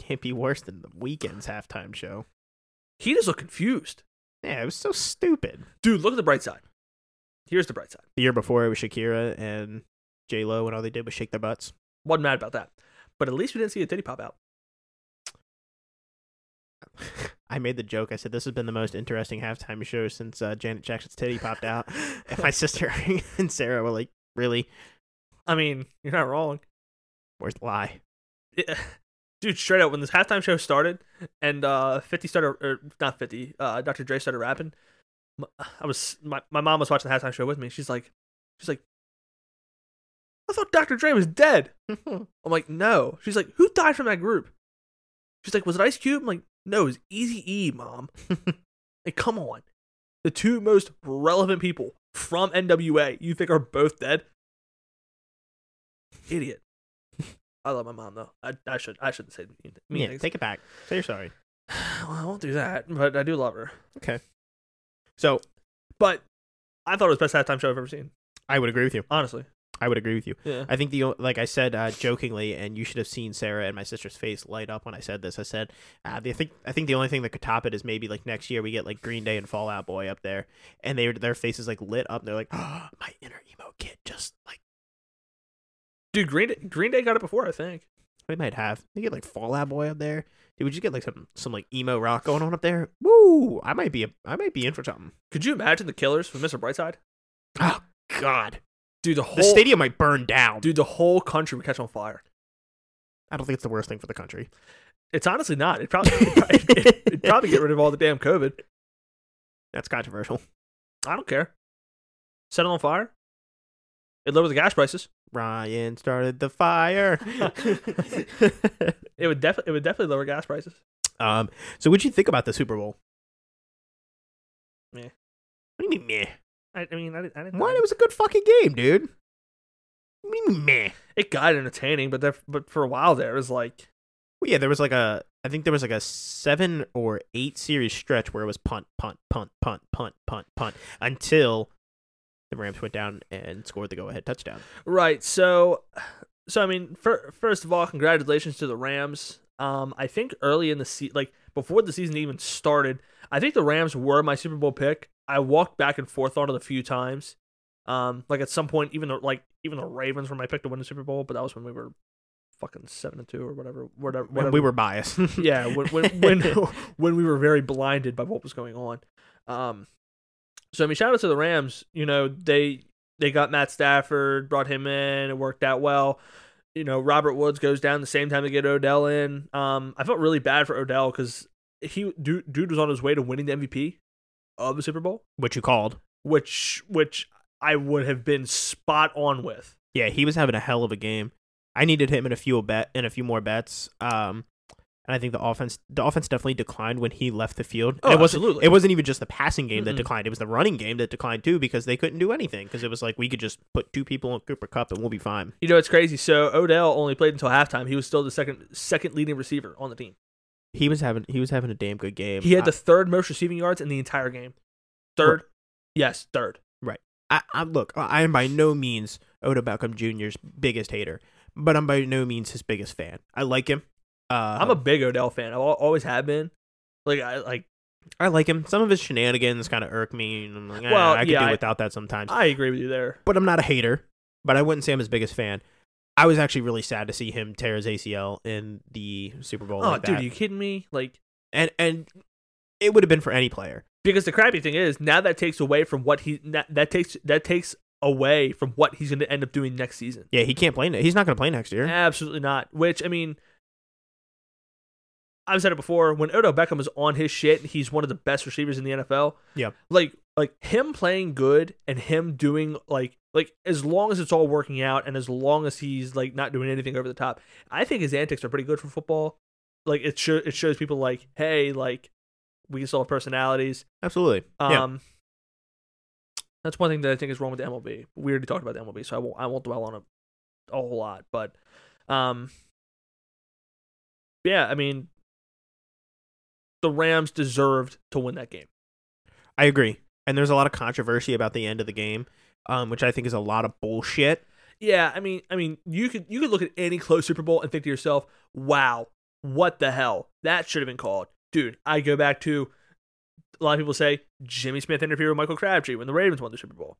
Speaker 2: Can't be worse than the weekend's halftime show.
Speaker 1: He just looked confused,
Speaker 2: Yeah, it was so stupid.
Speaker 1: dude. Look at the bright side. Here's the bright side.
Speaker 2: The year before it was Shakira and J Lo, and all they did was shake their butts. <laughs>
Speaker 1: Wasn't mad about that, but at least we didn't see a titty pop out.
Speaker 2: I made the joke. I said this has been the most interesting halftime show since uh, Janet Jackson's titty popped out. And my sister <laughs> and Sarah were like, "Really?
Speaker 1: I mean, you're not wrong. <laughs>
Speaker 2: Where's the lie?"
Speaker 1: Yeah. Dude, straight up, when this halftime show started and uh, 50 started, or not 50, uh, Dr. Dre started rapping, m- I was, my, my mom was watching the halftime show with me. She's like, she's like, I thought Dr. Dre was dead.
Speaker 2: <laughs>
Speaker 1: I'm like, no. She's like, who died from that group? She's like, was it Ice Cube? I'm like, no, it was Easy E,
Speaker 2: <laughs>
Speaker 1: mom. like, come on. The two most relevant people from NWA you think are both dead?
Speaker 2: <laughs>
Speaker 1: Idiot. I love my mom though. I, I should I shouldn't say mean, mean
Speaker 2: yeah,
Speaker 1: things.
Speaker 2: take it back. Say you're sorry.
Speaker 1: <sighs> well, I won't do that, but I do love her.
Speaker 2: So
Speaker 1: But I thought it was the best halftime show I've ever seen.
Speaker 2: I would agree with you.
Speaker 1: Honestly.
Speaker 2: I would agree with you.
Speaker 1: Yeah.
Speaker 2: I think the o- like I said uh, jokingly, and you should have seen Sarah and my sister's face light up when I said this. I said, uh, the- I think I think the only thing that could top it is maybe like next year we get like Green Day and Fallout Boy up there, and they their faces like lit up. They're like, oh, my inner emo kid just like
Speaker 1: Dude, Green Day, Green Day got it before, I think.
Speaker 2: we might have. They get like Fallout Boy up there. Dude, we just get like some some like emo rock going on up there. Woo! I might be a, I might be in for something.
Speaker 1: Could you imagine the killers with Mr. Brightside?
Speaker 2: Oh God,
Speaker 1: Dude, the
Speaker 2: the
Speaker 1: whole
Speaker 2: stadium might burn down.
Speaker 1: dude, the whole country would catch on fire.
Speaker 2: I don't think it's the worst thing for the country.
Speaker 1: It's honestly not. It probably <laughs> it probably, it'd- it'd probably
Speaker 2: <laughs>
Speaker 1: get rid of all the damn COVID.
Speaker 2: That's controversial.
Speaker 1: I don't care. Set it on fire. It lowers the gas prices.
Speaker 2: Ryan started the fire.
Speaker 1: It would definitely it would definitely lower gas prices.
Speaker 2: <laughs> um, so what'd you think about the Super Bowl?
Speaker 1: Meh.
Speaker 2: What do you mean meh?
Speaker 1: I, I mean, I didn't. I didn't
Speaker 2: What? It was a good fucking game, dude. meh.
Speaker 1: It got entertaining, but there, but for a while there, it was like
Speaker 2: Well, yeah, there was like a I think there was like a seven or eight series stretch where it was punt, punt, punt, punt, punt, punt, punt until the Rams went down and scored the go-ahead touchdown.
Speaker 1: Right. So, so I mean, fir- first of all, congratulations to the Rams. Um, I think early in the season, like before the season even started, I think the Rams were my Super Bowl pick. I walked back and forth on it a few times. Um, like at some point, even the, like even the Ravens were my pick to win the Super Bowl, but that was when we were fucking seven and two or whatever, whatever,
Speaker 2: When
Speaker 1: whatever
Speaker 2: we were biased. <laughs>
Speaker 1: yeah when when when, when we were very blinded by what was going on um so i mean shout out to the rams you know they they got matt stafford brought him in it worked out well you know robert woods goes down the same time they get odell in um i felt really bad for odell because he dude, dude was on his way to winning the mvp of the super bowl
Speaker 2: what you called.
Speaker 1: which which i would have been spot on with
Speaker 2: Yeah, he was having a hell of a game. I needed him in a few bet in a few more bets. Um and I think the offense the offense definitely declined when he left the field.
Speaker 1: Oh,
Speaker 2: And it wasn't
Speaker 1: absolutely.
Speaker 2: it wasn't even just the passing game that
Speaker 1: Mm-mm.
Speaker 2: declined. It was the running game that declined too because they couldn't do anything because it was like we could just put two people on Cooper Cup and we'll be fine.
Speaker 1: you know it's crazy so odell only played until halftime he was still the second second leading receiver on the team
Speaker 2: He was having he was having a damn good game.
Speaker 1: He had the third most receiving yards in the entire game. Third. Yes, third.
Speaker 2: I, I look, I am by no means Oda Beckham Jr.'s biggest hater, but I'm by no means his biggest fan. I like him. Uh,
Speaker 1: I'm a big Odell fan. I al- always have been. Like I like
Speaker 2: I like him. Some of his shenanigans kind of irk me. And I'm like, eh,
Speaker 1: Well,
Speaker 2: I could
Speaker 1: yeah,
Speaker 2: do
Speaker 1: I-
Speaker 2: without that sometimes.
Speaker 1: I agree with you there.
Speaker 2: but I'm not a hater. But I wouldn't say I'm his biggest fan. I was actually really sad to see him tear his ACL in the Super Bowl.
Speaker 1: oh,
Speaker 2: like
Speaker 1: dude,
Speaker 2: that.
Speaker 1: are you kidding me? Like
Speaker 2: and and it would have been for any player.
Speaker 1: because the crappy thing is now that takes away from what he that, that takes that takes away from what he's going to end up doing next season.
Speaker 2: Yeah, he can't play. Ne- he's not going to play next year.
Speaker 1: Absolutely not. Which I mean I've said it before when Odell Beckham is on his shit, he's one of the best receivers in the NFL.
Speaker 2: Yep.
Speaker 1: Like like him playing good and him doing like like as long as it's all working out and as long as he's like not doing anything over the top. I think his antics are pretty good for football. Like it shows it shows people like, "Hey, like we can solve personalities."
Speaker 2: Absolutely. yeah.
Speaker 1: Um That's one thing that I think is wrong with the MLB. We already talked about the MLB, so I won't I won't dwell on it a whole lot. But um Yeah, I mean the Rams deserved to win that game.
Speaker 2: I agree. And there's a lot of controversy about the end of the game, um, which I think is a lot of bullshit.
Speaker 1: Yeah, I mean I mean you could you could look at any close Super Bowl and think to yourself, Wow, what the hell? That should have been called. Dude, I go back to a lot of people say Jimmy Smith interfered with Michael Crabtree when the Ravens won the Super Bowl.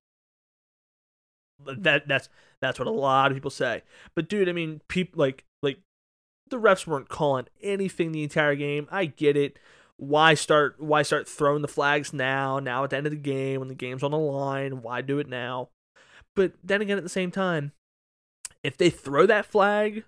Speaker 1: That that's that's what a lot of people say. But dude, I mean, people like like the refs weren't calling anything the entire game. I get it. Why start why start throwing the flags now? Now at the end of the game when the game's on the line, why do it now? But then again at the same time, if they throw that flag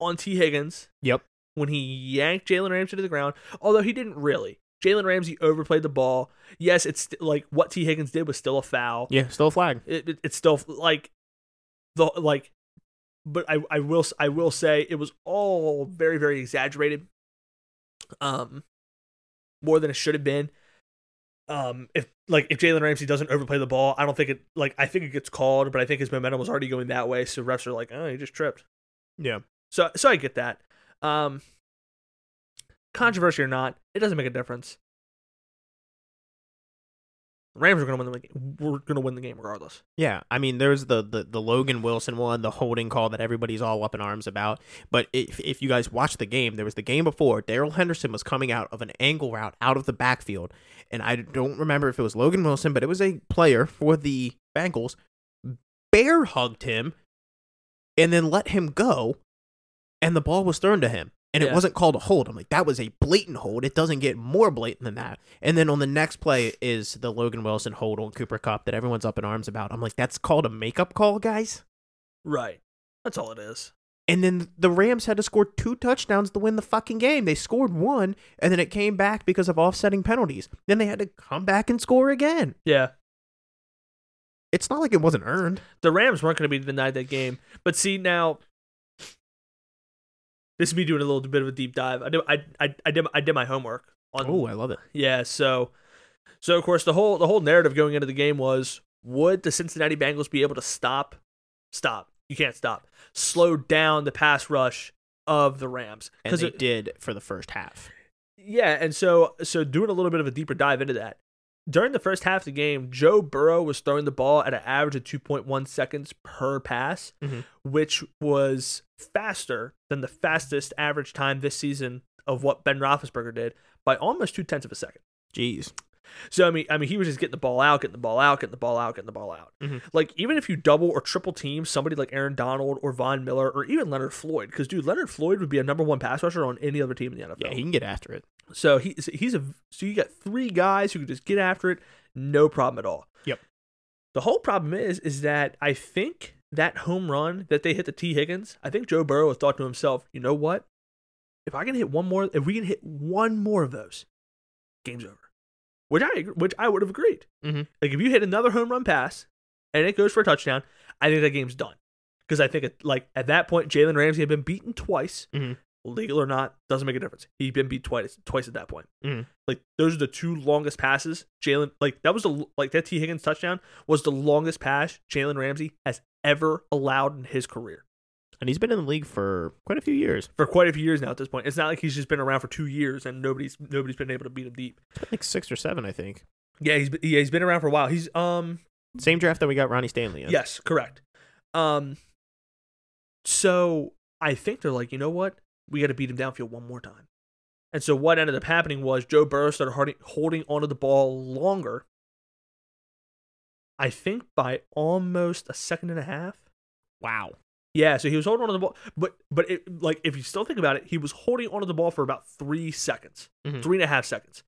Speaker 1: on T Higgins,
Speaker 2: Yep.
Speaker 1: when he yanked Jalen Ramsey to the ground, although he didn't really. Jalen Ramsey overplayed the ball. Yes, it's st- like what T Higgins did was still a foul.
Speaker 2: Yeah, still a flag.
Speaker 1: It, it, it's still like the like, but I I will s- I will say it was all very very exaggerated. Um, more than it should have been. Um, if like if Jalen Ramsey doesn't overplay the ball, I don't think it like I think it gets called, but I think his momentum was already going that way, so refs are like, oh, he just tripped.
Speaker 2: Yeah.
Speaker 1: So so I get that. Um controversy or not, it doesn't make a difference. The Rams are going to win the game. We're going to win the game regardless.
Speaker 2: Yeah. I mean, there's the, the, the Logan Wilson one, the holding call that everybody's all up in arms about. But if, if you guys watched the game, there was the game before, Daryl Henderson was coming out of an angle route out of the backfield. And I don't remember if it was Logan Wilson, but it was a player for the Bengals. Bear hugged him and then let him go. And the ball was thrown to him. And it
Speaker 1: Yeah.
Speaker 2: wasn't called a hold. I'm like, that was a blatant hold. It doesn't get more blatant than that. And then on the next play is the Logan Wilson hold on Cooper Cup that everyone's up in arms about. I'm like, that's called a makeup call, guys.
Speaker 1: Right. That's all it is.
Speaker 2: And then the Rams had to score two touchdowns to win the fucking game. They scored one, and then it came back because of offsetting penalties. Then they had to come back and score again.
Speaker 1: Yeah.
Speaker 2: It's not like it wasn't earned.
Speaker 1: The Rams weren't going to be denied that game. But see now this is me doing a little bit of a deep dive. I did I I, I did I did my homework on
Speaker 2: Oh, I love it.
Speaker 1: Yeah, so so of course the whole the whole narrative going into the game was would the Cincinnati Bengals be able to stop stop you can't stop. Slowed down the pass rush of the Rams
Speaker 2: and they
Speaker 1: it-
Speaker 2: did for the first half.
Speaker 1: yeah, and so so doing a little bit of a deeper dive into that. During the first half of the game, Joe Burrow was throwing the ball at an average of 2.1 seconds per pass,
Speaker 2: Mhm.
Speaker 1: which was faster than the fastest average time this season of what Ben Roethlisberger did by almost two tenths of a second.
Speaker 2: Jeez,
Speaker 1: So I mean, I mean, he was just getting the ball out, getting the ball out, getting the ball out, getting the ball out.
Speaker 2: Mhm.
Speaker 1: Like even if you double or triple team somebody like Aaron Donald or Von Miller or even Leonard Floyd, because dude, Leonard Floyd would be a number one pass rusher on any other team in the NFL.
Speaker 2: yeah, he can get after it.
Speaker 1: So he so he's a so you got three guys who can just get after it, no problem at all.
Speaker 2: Yep.
Speaker 1: The whole problem is is that I think that home run that they hit the T Higgins, I think Joe Burrow thought to himself, you know what? If I can hit one more, if we can hit one more of those, game's over. Which I ag- which I would have agreed.
Speaker 2: Mhm.
Speaker 1: Like if you hit another home run pass and it goes for a touchdown, I think that game's done. Because I think it, like at that point, Jalen Ramsey had been beaten twice legal or not, doesn't make a difference. He'd been beat twice, twice at that point.
Speaker 2: Mhm.
Speaker 1: Like those are the two longest passes. Jalen, like that was the l- like that T Higgins touchdown was the longest pass Jalen Ramsey has ever allowed in his career
Speaker 2: And he's been in the league for quite a few years.
Speaker 1: for quite a few years now. At this point, it's not like he's just been around for two years and nobody's nobody's been able to beat him deep.
Speaker 2: It's been like six or seven, I think.
Speaker 1: Yeah, he's been- yeah he's been around for a while. He's um
Speaker 2: Same draft that we got Ronnie Stanley in.
Speaker 1: Yes, correct. Um, so I think they're like, you know what? We got to beat him downfield one more time. And so what ended up happening was Joe Burrow started harding- holding onto the ball longer. I think by almost a second and a half.
Speaker 2: Wow.
Speaker 1: Yeah, so he was holding onto the ball, but but it, like if you still think about it, he was holding onto the ball for about three seconds,
Speaker 2: Mhm.
Speaker 1: three and a half seconds.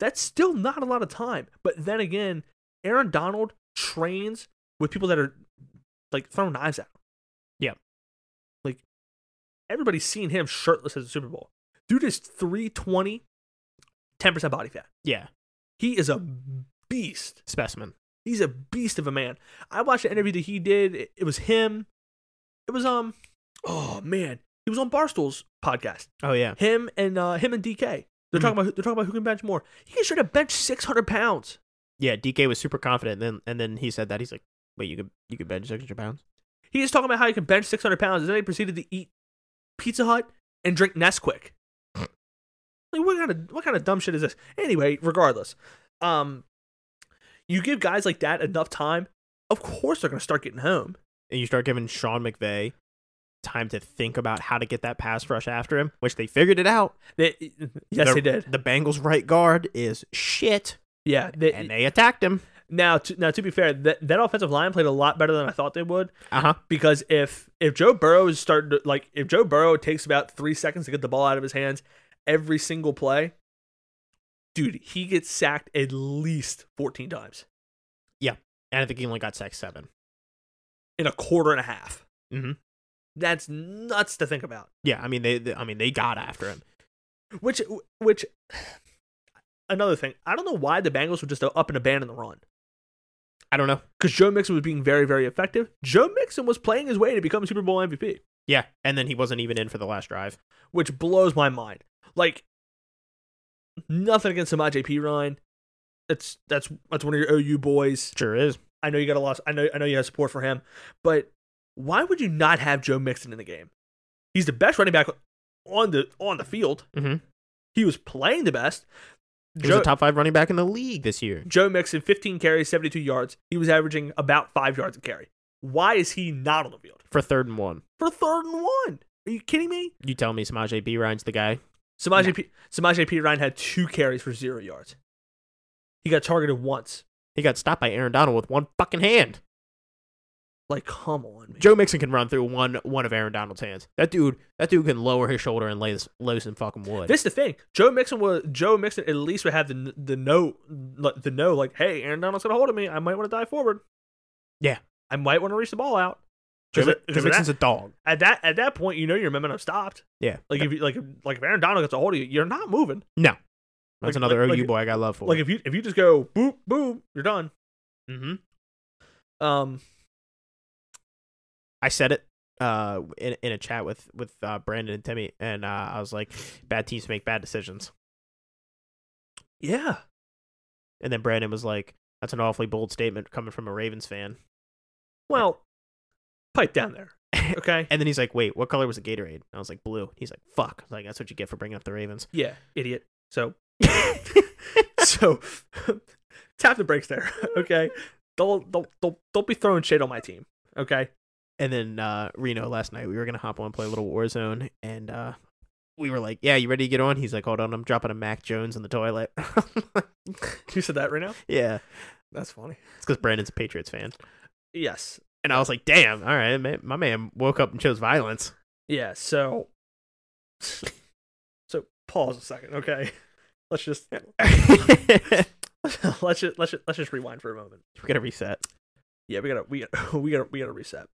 Speaker 1: That's still not a lot of time. But then again, Aaron Donald trains with people that are like throwing knives at him.
Speaker 2: Yeah.
Speaker 1: like everybody's seen him shirtless at the Super Bowl. Dude is 320, 10 percent body fat.
Speaker 2: Yeah.
Speaker 1: He is a beast.
Speaker 2: Specimen.
Speaker 1: He's a beast of a man. I watched an interview that he did. It, it was him. It was um oh man. He was on Barstool's podcast.
Speaker 2: Oh yeah.
Speaker 1: Him and uh him and DK. They're
Speaker 2: Mhm.
Speaker 1: talking about who- they're talking about who can bench more. He can straight up bench six hundred pounds.
Speaker 2: Yeah. DK was super confident. And then and then he said that he's like, wait, you could you could bench six hundred pounds.
Speaker 1: He is talking about how he can bench six hundred pounds, and then he proceeded to eat Pizza Hut and drink Nesquik. like what kind of what kind of dumb shit is this? Anyway, regardless, um, you give guys like that enough time, of course they're gonna start getting home.
Speaker 2: And you start giving Sean McVay time to think about how to get that pass rush after him, which they figured it out.
Speaker 1: They, <laughs> yes,
Speaker 2: the,
Speaker 1: they did.
Speaker 2: The Bengals right guard is shit,
Speaker 1: Yeah, they,
Speaker 2: and they attacked him.
Speaker 1: Now, to, now to be fair, that that offensive line played a lot better than I thought they would
Speaker 2: Uh huh.
Speaker 1: because if if Joe Burrow is starting to like if Joe Burrow takes about three seconds to get the ball out of his hands every single play, dude, he gets sacked at least fourteen times
Speaker 2: And I think he only got sacked seven.
Speaker 1: in a quarter and a half.
Speaker 2: Mhm.
Speaker 1: That's nuts to think about.
Speaker 2: Yeah, I mean they, they I mean they got after him.
Speaker 1: Which which another thing, I don't know why the Bengals would just up and abandon the run.
Speaker 2: I don't know.
Speaker 1: Because Joe Mixon was being very, very effective. Joe Mixon was playing his way to become Super Bowl MVP.
Speaker 2: Yeah, and then he wasn't even in for the last drive.
Speaker 1: which blows my mind. Like nothing against Samaj P. Ryan. That's that's that's one of your OU boys.
Speaker 2: Sure is.
Speaker 1: I know you got a lot. I know I know you have support for him, but why would you not have Joe Mixon in the game? He's the best running back on the on the field.
Speaker 2: Mhm.
Speaker 1: He was playing the best.
Speaker 2: He was
Speaker 1: Joe,
Speaker 2: a top five running back in the league this year.
Speaker 1: Joe Mixon, 15 carries, 72 yards. He was averaging about five yards a carry. Why is he not on the field
Speaker 2: For third and one.
Speaker 1: for third and one? Are you kidding me?
Speaker 2: You tell me Samaje B. Ryan's the guy.
Speaker 1: Samaj
Speaker 2: No.
Speaker 1: P. Samaje P. Ryan had two carries for zero yards. He got targeted once.
Speaker 2: He got stopped by Aaron Donald with one fucking hand.
Speaker 1: Like, come on, man.
Speaker 2: Joe Mixon can run through one one of Aaron Donald's hands. That dude that dude can lower his shoulder and lay this low some fucking wood.
Speaker 1: This is the thing. Joe Mixon was Joe Mixon at least would have the the no the no like, hey, Aaron Donald's gonna hold of me. I might want to dive forward.
Speaker 2: Yeah.
Speaker 1: I might want to reach the ball out.
Speaker 2: Joe,
Speaker 1: 'Cause
Speaker 2: Mi-
Speaker 1: it-
Speaker 2: Joe
Speaker 1: 'cause of
Speaker 2: Mixon's
Speaker 1: that-
Speaker 2: a dog.
Speaker 1: at that at that point, you know your momentum stopped.
Speaker 2: Yeah.
Speaker 1: Like if you like like if Aaron Donald gets a hold of you, you're not moving.
Speaker 2: no. That's
Speaker 1: like-
Speaker 2: another
Speaker 1: like-
Speaker 2: OU
Speaker 1: like-
Speaker 2: boy I got love for.
Speaker 1: Like if you if you just go boop boop, you're done.
Speaker 2: mm-hmm.
Speaker 1: Um,
Speaker 2: I said it uh in in a chat with with uh, Brandon and Timmy and uh, I was like bad teams make bad decisions.
Speaker 1: yeah.
Speaker 2: And then Brandon was like, "That's an awfully bold statement coming from a Ravens fan."
Speaker 1: Well, pipe down
Speaker 2: <laughs>
Speaker 1: there. Okay.
Speaker 2: And then he's like, "Wait, what color was the Gatorade?" And I was like, "Blue." He's like, "Fuck!" I was like that's what you get for bringing up the Ravens. <laughs>
Speaker 1: yeah, idiot. So, so tap the brakes there. <laughs> Okay. Don't don't don't don't be throwing shade on my team. Okay.
Speaker 2: and then uh, Reno last night, we were gonna hop on and play a little Warzone, and uh, we were like, "Yeah, you ready to get on?" He's like, "Hold on, I'm dropping a Mac Jones in the toilet." <laughs>
Speaker 1: You said that right now.
Speaker 2: yeah,
Speaker 1: That's funny.
Speaker 2: it's because Brandon's a Patriots fan,
Speaker 1: Yes.
Speaker 2: and I was like, "Damn, all right, ma- my man woke up and chose violence." <laughs>
Speaker 1: Yeah. So. <laughs> So pause a second. Okay. Let's just
Speaker 2: we
Speaker 1: <laughs> let's just let's just, let's just rewind for a moment.
Speaker 2: gotta reset.
Speaker 1: Yeah, we gotta we gotta <laughs> we gotta we gotta reset.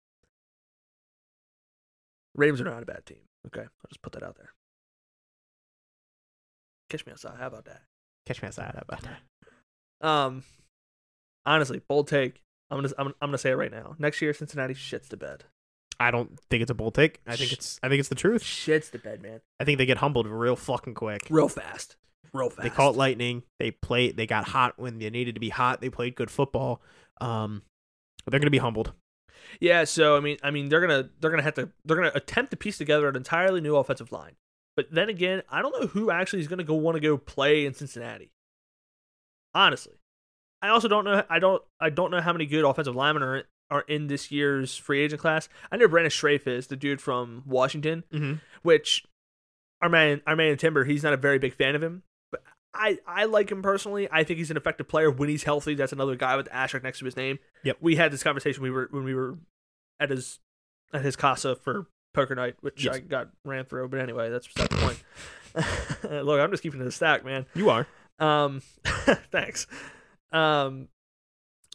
Speaker 1: Ravens are not a bad team. Okay, I'll just put that out there. Catch me outside. How about that?
Speaker 2: Catch me outside. How about that?
Speaker 1: Um, honestly, bold take. I'm gonna I'm, I'm gonna say it right now. Next year, Cincinnati shits the bed.
Speaker 2: I don't think it's a bold take. I think
Speaker 1: Sh-
Speaker 2: it's I think it's the truth.
Speaker 1: Shits the bed, man.
Speaker 2: I think they get humbled real fucking quick.
Speaker 1: Real fast. Real fast.
Speaker 2: They caught lightning. They played. They got hot when they needed to be hot. They played good football. Um, but they're gonna be humbled.
Speaker 1: Yeah, so I mean, I mean, they're gonna they're gonna have to they're gonna attempt to piece together an entirely new offensive line. But then again, I don't know who actually is gonna go want to go play in Cincinnati. Honestly, I also don't know. I don't I don't know how many good offensive linemen are are in this year's free agent class. I know Brandon Schrafe is the dude from Washington,
Speaker 2: Mm-hmm.
Speaker 1: which our man our man Timber. He's not a very big fan of him, but I I like him personally. I think he's an effective player when he's healthy. That's another guy with the asterisk next to his name.
Speaker 2: Yep.
Speaker 1: we had this conversation. We were when we were at his at his casa for poker night, which
Speaker 2: Yes.
Speaker 1: I got ran through. But anyway, that's beside the point. <laughs> Look, I'm just keeping it a stack, man.
Speaker 2: You are.
Speaker 1: Um, <laughs> thanks. Um,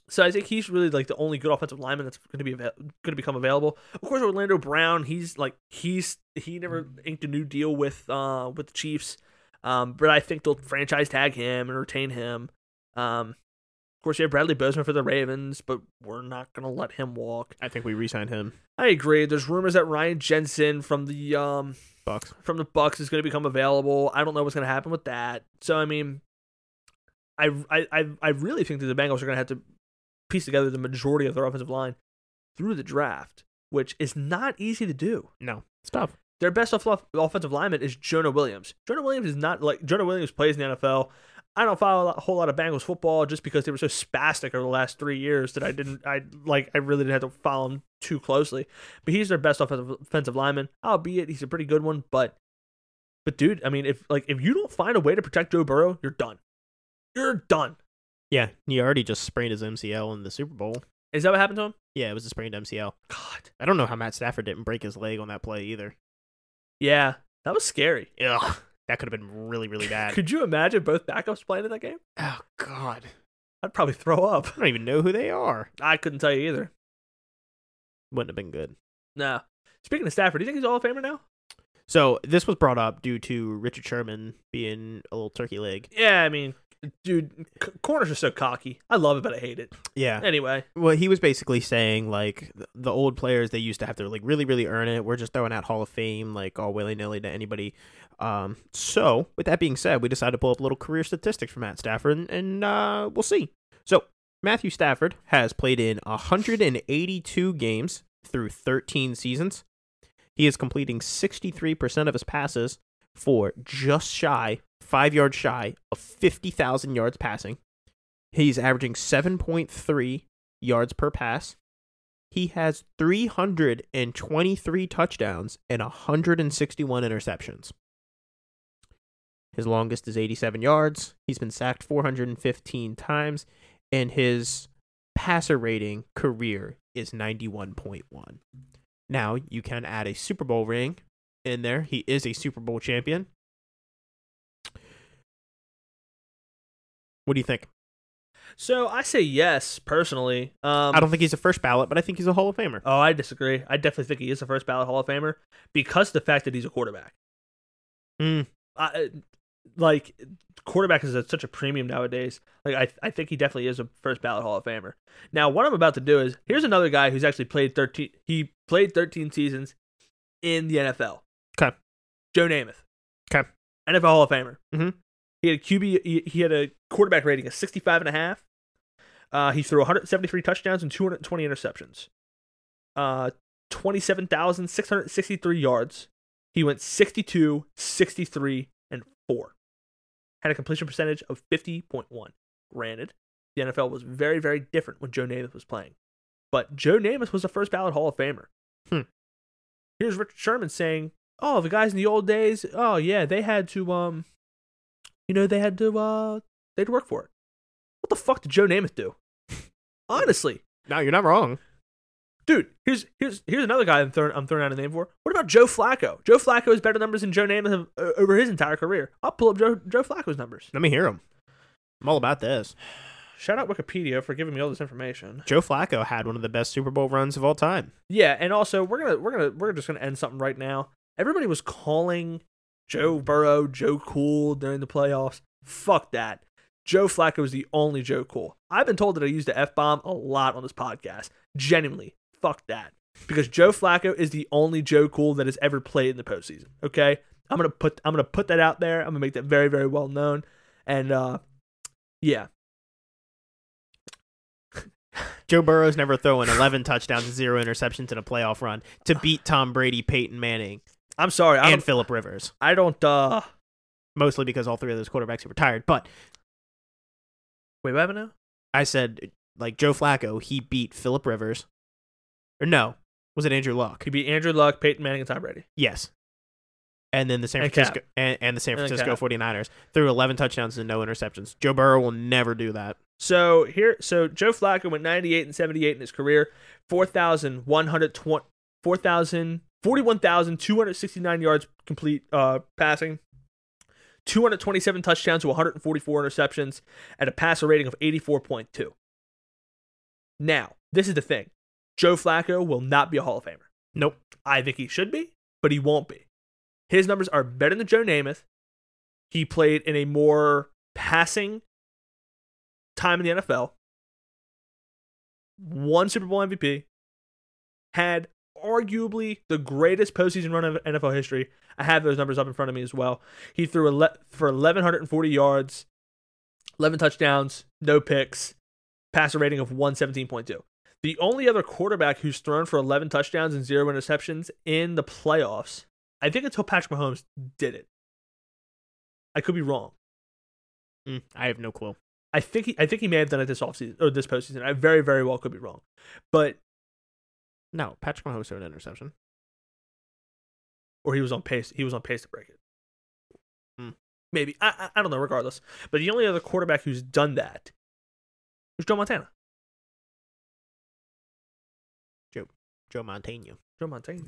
Speaker 1: so I think he's really like the only good offensive lineman that's going to be avail- going to become available. Of course, Orlando Brown. He's like he's he never inked a new deal with uh with the Chiefs. Um, but I think they'll franchise tag him and retain him. Um, of course, you have Bradley Bozeman for the Ravens, but we're not going to let him walk.
Speaker 2: I think we re-signed him.
Speaker 1: I agree. There's rumors that Ryan Jensen from the um
Speaker 2: Bucks.
Speaker 1: from the Bucks is going to become available. I don't know what's going to happen with that. So I mean, I I I- I really think that the Bengals are going to have to piece together the majority of their offensive line through the draft, which is not easy to do.
Speaker 2: No, it's tough.
Speaker 1: Their best off- offensive lineman is Jonah Williams. Jonah Williams is not like Jonah Williams plays in the NFL. I don't follow a lot- whole lot of Bengals football just because they were so spastic over the last three years that I didn't. I like. I really didn't have to follow them too closely. But he's their best offensive offensive lineman, albeit he's a pretty good one. But but dude, I mean, if like if you don't find a way to protect Joe Burrow, you're done. You're done.
Speaker 2: Yeah, he already just sprained his MCL in the Super Bowl.
Speaker 1: Is that what happened to him?
Speaker 2: Yeah, it was a sprained MCL.
Speaker 1: God.
Speaker 2: I don't know how Matt Stafford didn't break his leg on that play either.
Speaker 1: Yeah, that was scary.
Speaker 2: Ugh, that could have been really, really bad.
Speaker 1: Could you imagine both backups playing in that game?
Speaker 2: oh God,
Speaker 1: I'd probably throw up.
Speaker 2: I don't even know who they are.
Speaker 1: I couldn't tell you either.
Speaker 2: Wouldn't have been good.
Speaker 1: No. Speaking of Stafford, do you think he's all of famer now?
Speaker 2: So this was brought up due to Richard Sherman being a little turkey leg.
Speaker 1: Yeah, I mean, dude, c- corners are so cocky. I love it, but I hate it.
Speaker 2: Yeah.
Speaker 1: Anyway,
Speaker 2: Well, he was basically saying like th- the old players they used to have to like really really earn it. We're just throwing out Hall of Fame like all willy nilly to anybody. Um, so with that being said, we decided to pull up a little career statistics for Matt Stafford, and, and uh, we'll see. So Matthew Stafford has played in 182 games through 13 seasons. He is completing 63% of his passes for just shy five yards shy of 50,000 yards passing. He's averaging 7.3 yards per pass. He has 323 touchdowns and 161 interceptions. His longest is 87 yards. He's been sacked 415 times, and his passer rating career is 91.1. Now, you can add a Super Bowl ring in there. He is a Super Bowl champion. What do you think?
Speaker 1: so I say yes personally. Um,
Speaker 2: I don't think he's a first ballot, but I think he's a Hall of Famer.
Speaker 1: Oh, I disagree. I definitely think he is the first ballot Hall of Famer because of the fact that he's a quarterback.
Speaker 2: Mm.
Speaker 1: I, like quarterback is at such a premium nowadays. Like I, I think he definitely is a first ballot Hall of Famer. Now, what I'm about to do is here's another guy who's actually played 13. He played 13 seasons in the NFL.
Speaker 2: 'Kay.
Speaker 1: Joe Namath.
Speaker 2: 'Kay.
Speaker 1: NFL Hall of Famer.
Speaker 2: Mhm.
Speaker 1: He had a QB. He, he had a quarterback rating of 65 and a half. Uh, he threw 173 touchdowns and 220 interceptions. Uh, 27,663 yards. He went 62, 63, and 4. Had a completion percentage of 50.1. Granted, the NFL was very, very different when Joe Namath was playing. But Joe Namath was a first ballot Hall of Famer.
Speaker 2: Hmm.
Speaker 1: Here's Richard Sherman saying, Oh, the guys in the old days, oh yeah, they had to um you know, they had to uh they had to work for it. What the fuck did Joe Namath do? <laughs> Honestly.
Speaker 2: No, you're not wrong.
Speaker 1: Dude, here's here's here's another guy I'm throwing I'm throwing out a name for. What about Joe Flacco? Joe Flacco has better numbers than Joe Namath have, uh, over his entire career. I'll pull up Joe Joe Flacco's numbers.
Speaker 2: Let me hear him. I'm all about this.
Speaker 1: Shout out Wikipedia for giving me all this information.
Speaker 2: Joe Flacco had one of the best Super Bowl runs of all time.
Speaker 1: Yeah, and also we're gonna we're gonna we're just gonna end something right now. Everybody was calling Joe Burrow Joe Cool during the playoffs. Fuck that. Joe Flacco is the only Joe Cool. I've been told that I use the f bomb a lot on this podcast. Genuinely, fuck that. Because Joe Flacco is the only Joe Cool that has ever played in the postseason. Okay, I'm gonna put I'm gonna put that out there. I'm gonna make that very very well known. And uh, yeah,
Speaker 2: Joe Burrow's never throwing 11 <laughs> touchdowns and zero interceptions in a playoff run to beat Tom Brady, Peyton Manning,
Speaker 1: I'm sorry. I
Speaker 2: and
Speaker 1: don't,
Speaker 2: Philip Rivers.
Speaker 1: I don't. Uh,
Speaker 2: Mostly because all three of those quarterbacks are retired. But
Speaker 1: wait, what happened now?
Speaker 2: I said, like Joe Flacco, he beat Philip Rivers. Or no, was it Andrew Luck?
Speaker 1: Could be Andrew Luck, Peyton Manning, and Tom Brady.
Speaker 2: Yes. And then the San
Speaker 1: And
Speaker 2: Francisco and, and the San
Speaker 1: And the
Speaker 2: Francisco
Speaker 1: cap.
Speaker 2: 49ers threw 11 touchdowns and no interceptions. Joe Burrow will never do that.
Speaker 1: So here, so Joe Flacco went 98 and 78 in his career, 4,120, 4,000 41,269 yards complete uh, passing, 227 touchdowns to 144 interceptions, at a passer rating of 84.2. Now, this is the thing: Joe Flacco will not be a Hall of Famer.
Speaker 2: Nope.
Speaker 1: I think he should be, but he won't be. His numbers are better than Joe Namath. He played in a more passing time in the NFL. One Super Bowl MVP. Had arguably the greatest postseason run of NFL history. I have those numbers up in front of me as well. He threw ele- for 1,140 yards, 11 touchdowns, no picks, passer rating of 117.2. The only other quarterback who's thrown for 11 touchdowns and zero interceptions in the playoffs, I think until Patrick Mahomes did it. I could be wrong.
Speaker 2: Mm, I have no clue.
Speaker 1: I think he, I think he may have done it this offseason or this postseason. I very very well could be wrong, but
Speaker 2: No, Patrick Mahomes threw an interception.
Speaker 1: or he was on pace. He was on pace to break it.
Speaker 2: Hmm.
Speaker 1: Maybe I, I I don't know. Regardless, but the only other quarterback who's done that is Joe Montana.
Speaker 2: Joe Montana.
Speaker 1: Joe Montana.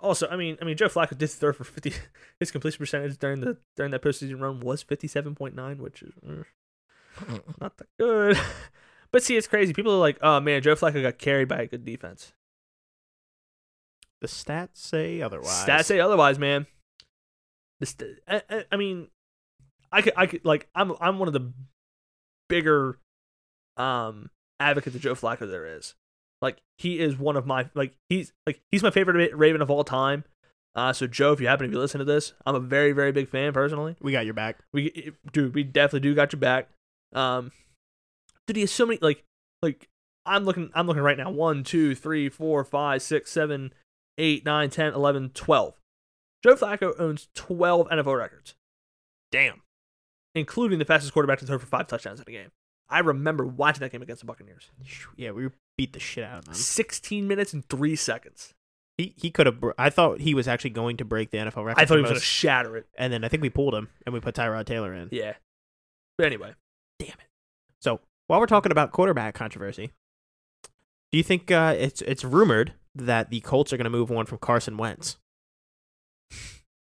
Speaker 1: Also, I mean, I mean, Joe Flacco did throw for fifty. <laughs> His completion percentage during the during that postseason run was fifty-seven point nine, which is uh, not that good. <laughs> but see, it's crazy. People are like, "Oh man, Joe Flacco got carried by a good defense."
Speaker 2: The stats say otherwise.
Speaker 1: Stats say otherwise, man. The st- I, I, I mean, I could, I could, like, I'm, I'm one of the bigger, um, advocates of Joe Flacco there is. Like, he is one of my, like, he's, like, he's my favorite Raven of all time. Uh, so Joe, if you happen to be listening to this, I'm a very, very big fan personally.
Speaker 2: we got your back.
Speaker 1: We, dude, we definitely do got your back. Um, dude, he has so many like, like I'm looking, I'm looking right now. One, two, three, four, five, six, seven, eight, nine, ten, eleven, twelve. Joe Flacco owns twelve NFL records,
Speaker 2: Damn.
Speaker 1: including the fastest quarterback to throw for five touchdowns in a game. I remember watching that game against the Buccaneers.
Speaker 2: Yeah, we beat the shit out of him.
Speaker 1: Sixteen minutes and three seconds.
Speaker 2: He he could have. Br- I thought he was actually going to break the NFL record.
Speaker 1: I thought
Speaker 2: for
Speaker 1: he was gonna
Speaker 2: most-
Speaker 1: shatter it.
Speaker 2: and then I think we pulled him and we put Tyrod Taylor in.
Speaker 1: Yeah. But anyway,
Speaker 2: So while we're talking about quarterback controversy, do you think uh, it's it's rumored that the Colts are going to move on from Carson Wentz,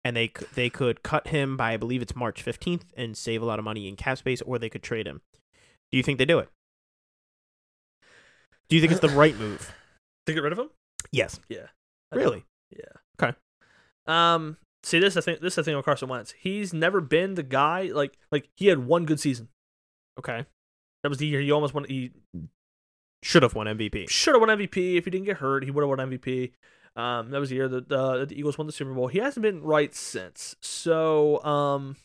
Speaker 2: and they c- they could cut him by I believe it's March fifteenth and save a lot of money in cap space, or they could trade him. Do you think they do it? Do you think it's the right move?
Speaker 1: to get rid of him.
Speaker 2: Yes.
Speaker 1: I don't-
Speaker 2: Really?
Speaker 1: Yeah.
Speaker 2: Okay.
Speaker 1: Um. See, this is the thing. This is the thing with Carson Wentz. He's never been the guy. Like, like he had one good season.
Speaker 2: Okay.
Speaker 1: That was the year he almost won. He
Speaker 2: Should have won MVP.
Speaker 1: should have won MVP if he didn't get hurt. He would have won MVP. Um. That was the year that uh, that the Eagles won the Super Bowl. He hasn't been right since. So, um.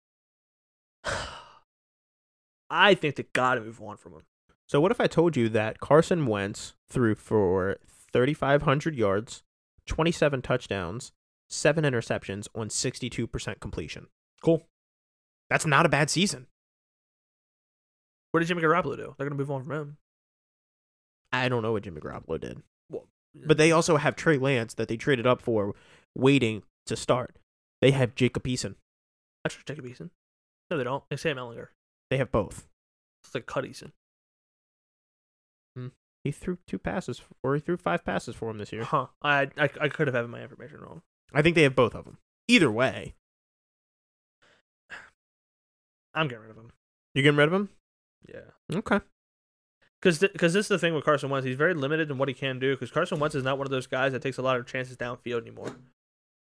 Speaker 1: <sighs> I think they gotta move on from him.
Speaker 2: So what if I told you that Carson Wentz threw for 3500 yards, 27 touchdowns, 7 interceptions on 62% completion.
Speaker 1: Cool.
Speaker 2: That's not a bad season.
Speaker 1: What did Jimmy Garoppolo do? They're gonna move on from him.
Speaker 2: I don't know what Jimmy Garoppolo did.
Speaker 1: Well,
Speaker 2: But they also have Trey Lance that they traded up for waiting to start. They have Jacob Eason.
Speaker 1: I trust Jacob Eason. No, they don't. They Sam Ellinger.
Speaker 2: They have both.
Speaker 1: It's like cut Eason.
Speaker 2: He threw two passes or he threw five passes for him this year.
Speaker 1: Huh. I, I I could have had my information wrong.
Speaker 2: I think they have both of them. Either way,
Speaker 1: I'm getting rid of him.
Speaker 2: you getting rid of him?
Speaker 1: Yeah.
Speaker 2: Okay.
Speaker 1: Because this is the thing with Carson Wentz. He's very limited in what he can do because Carson Wentz is not one of those guys that takes a lot of chances downfield anymore.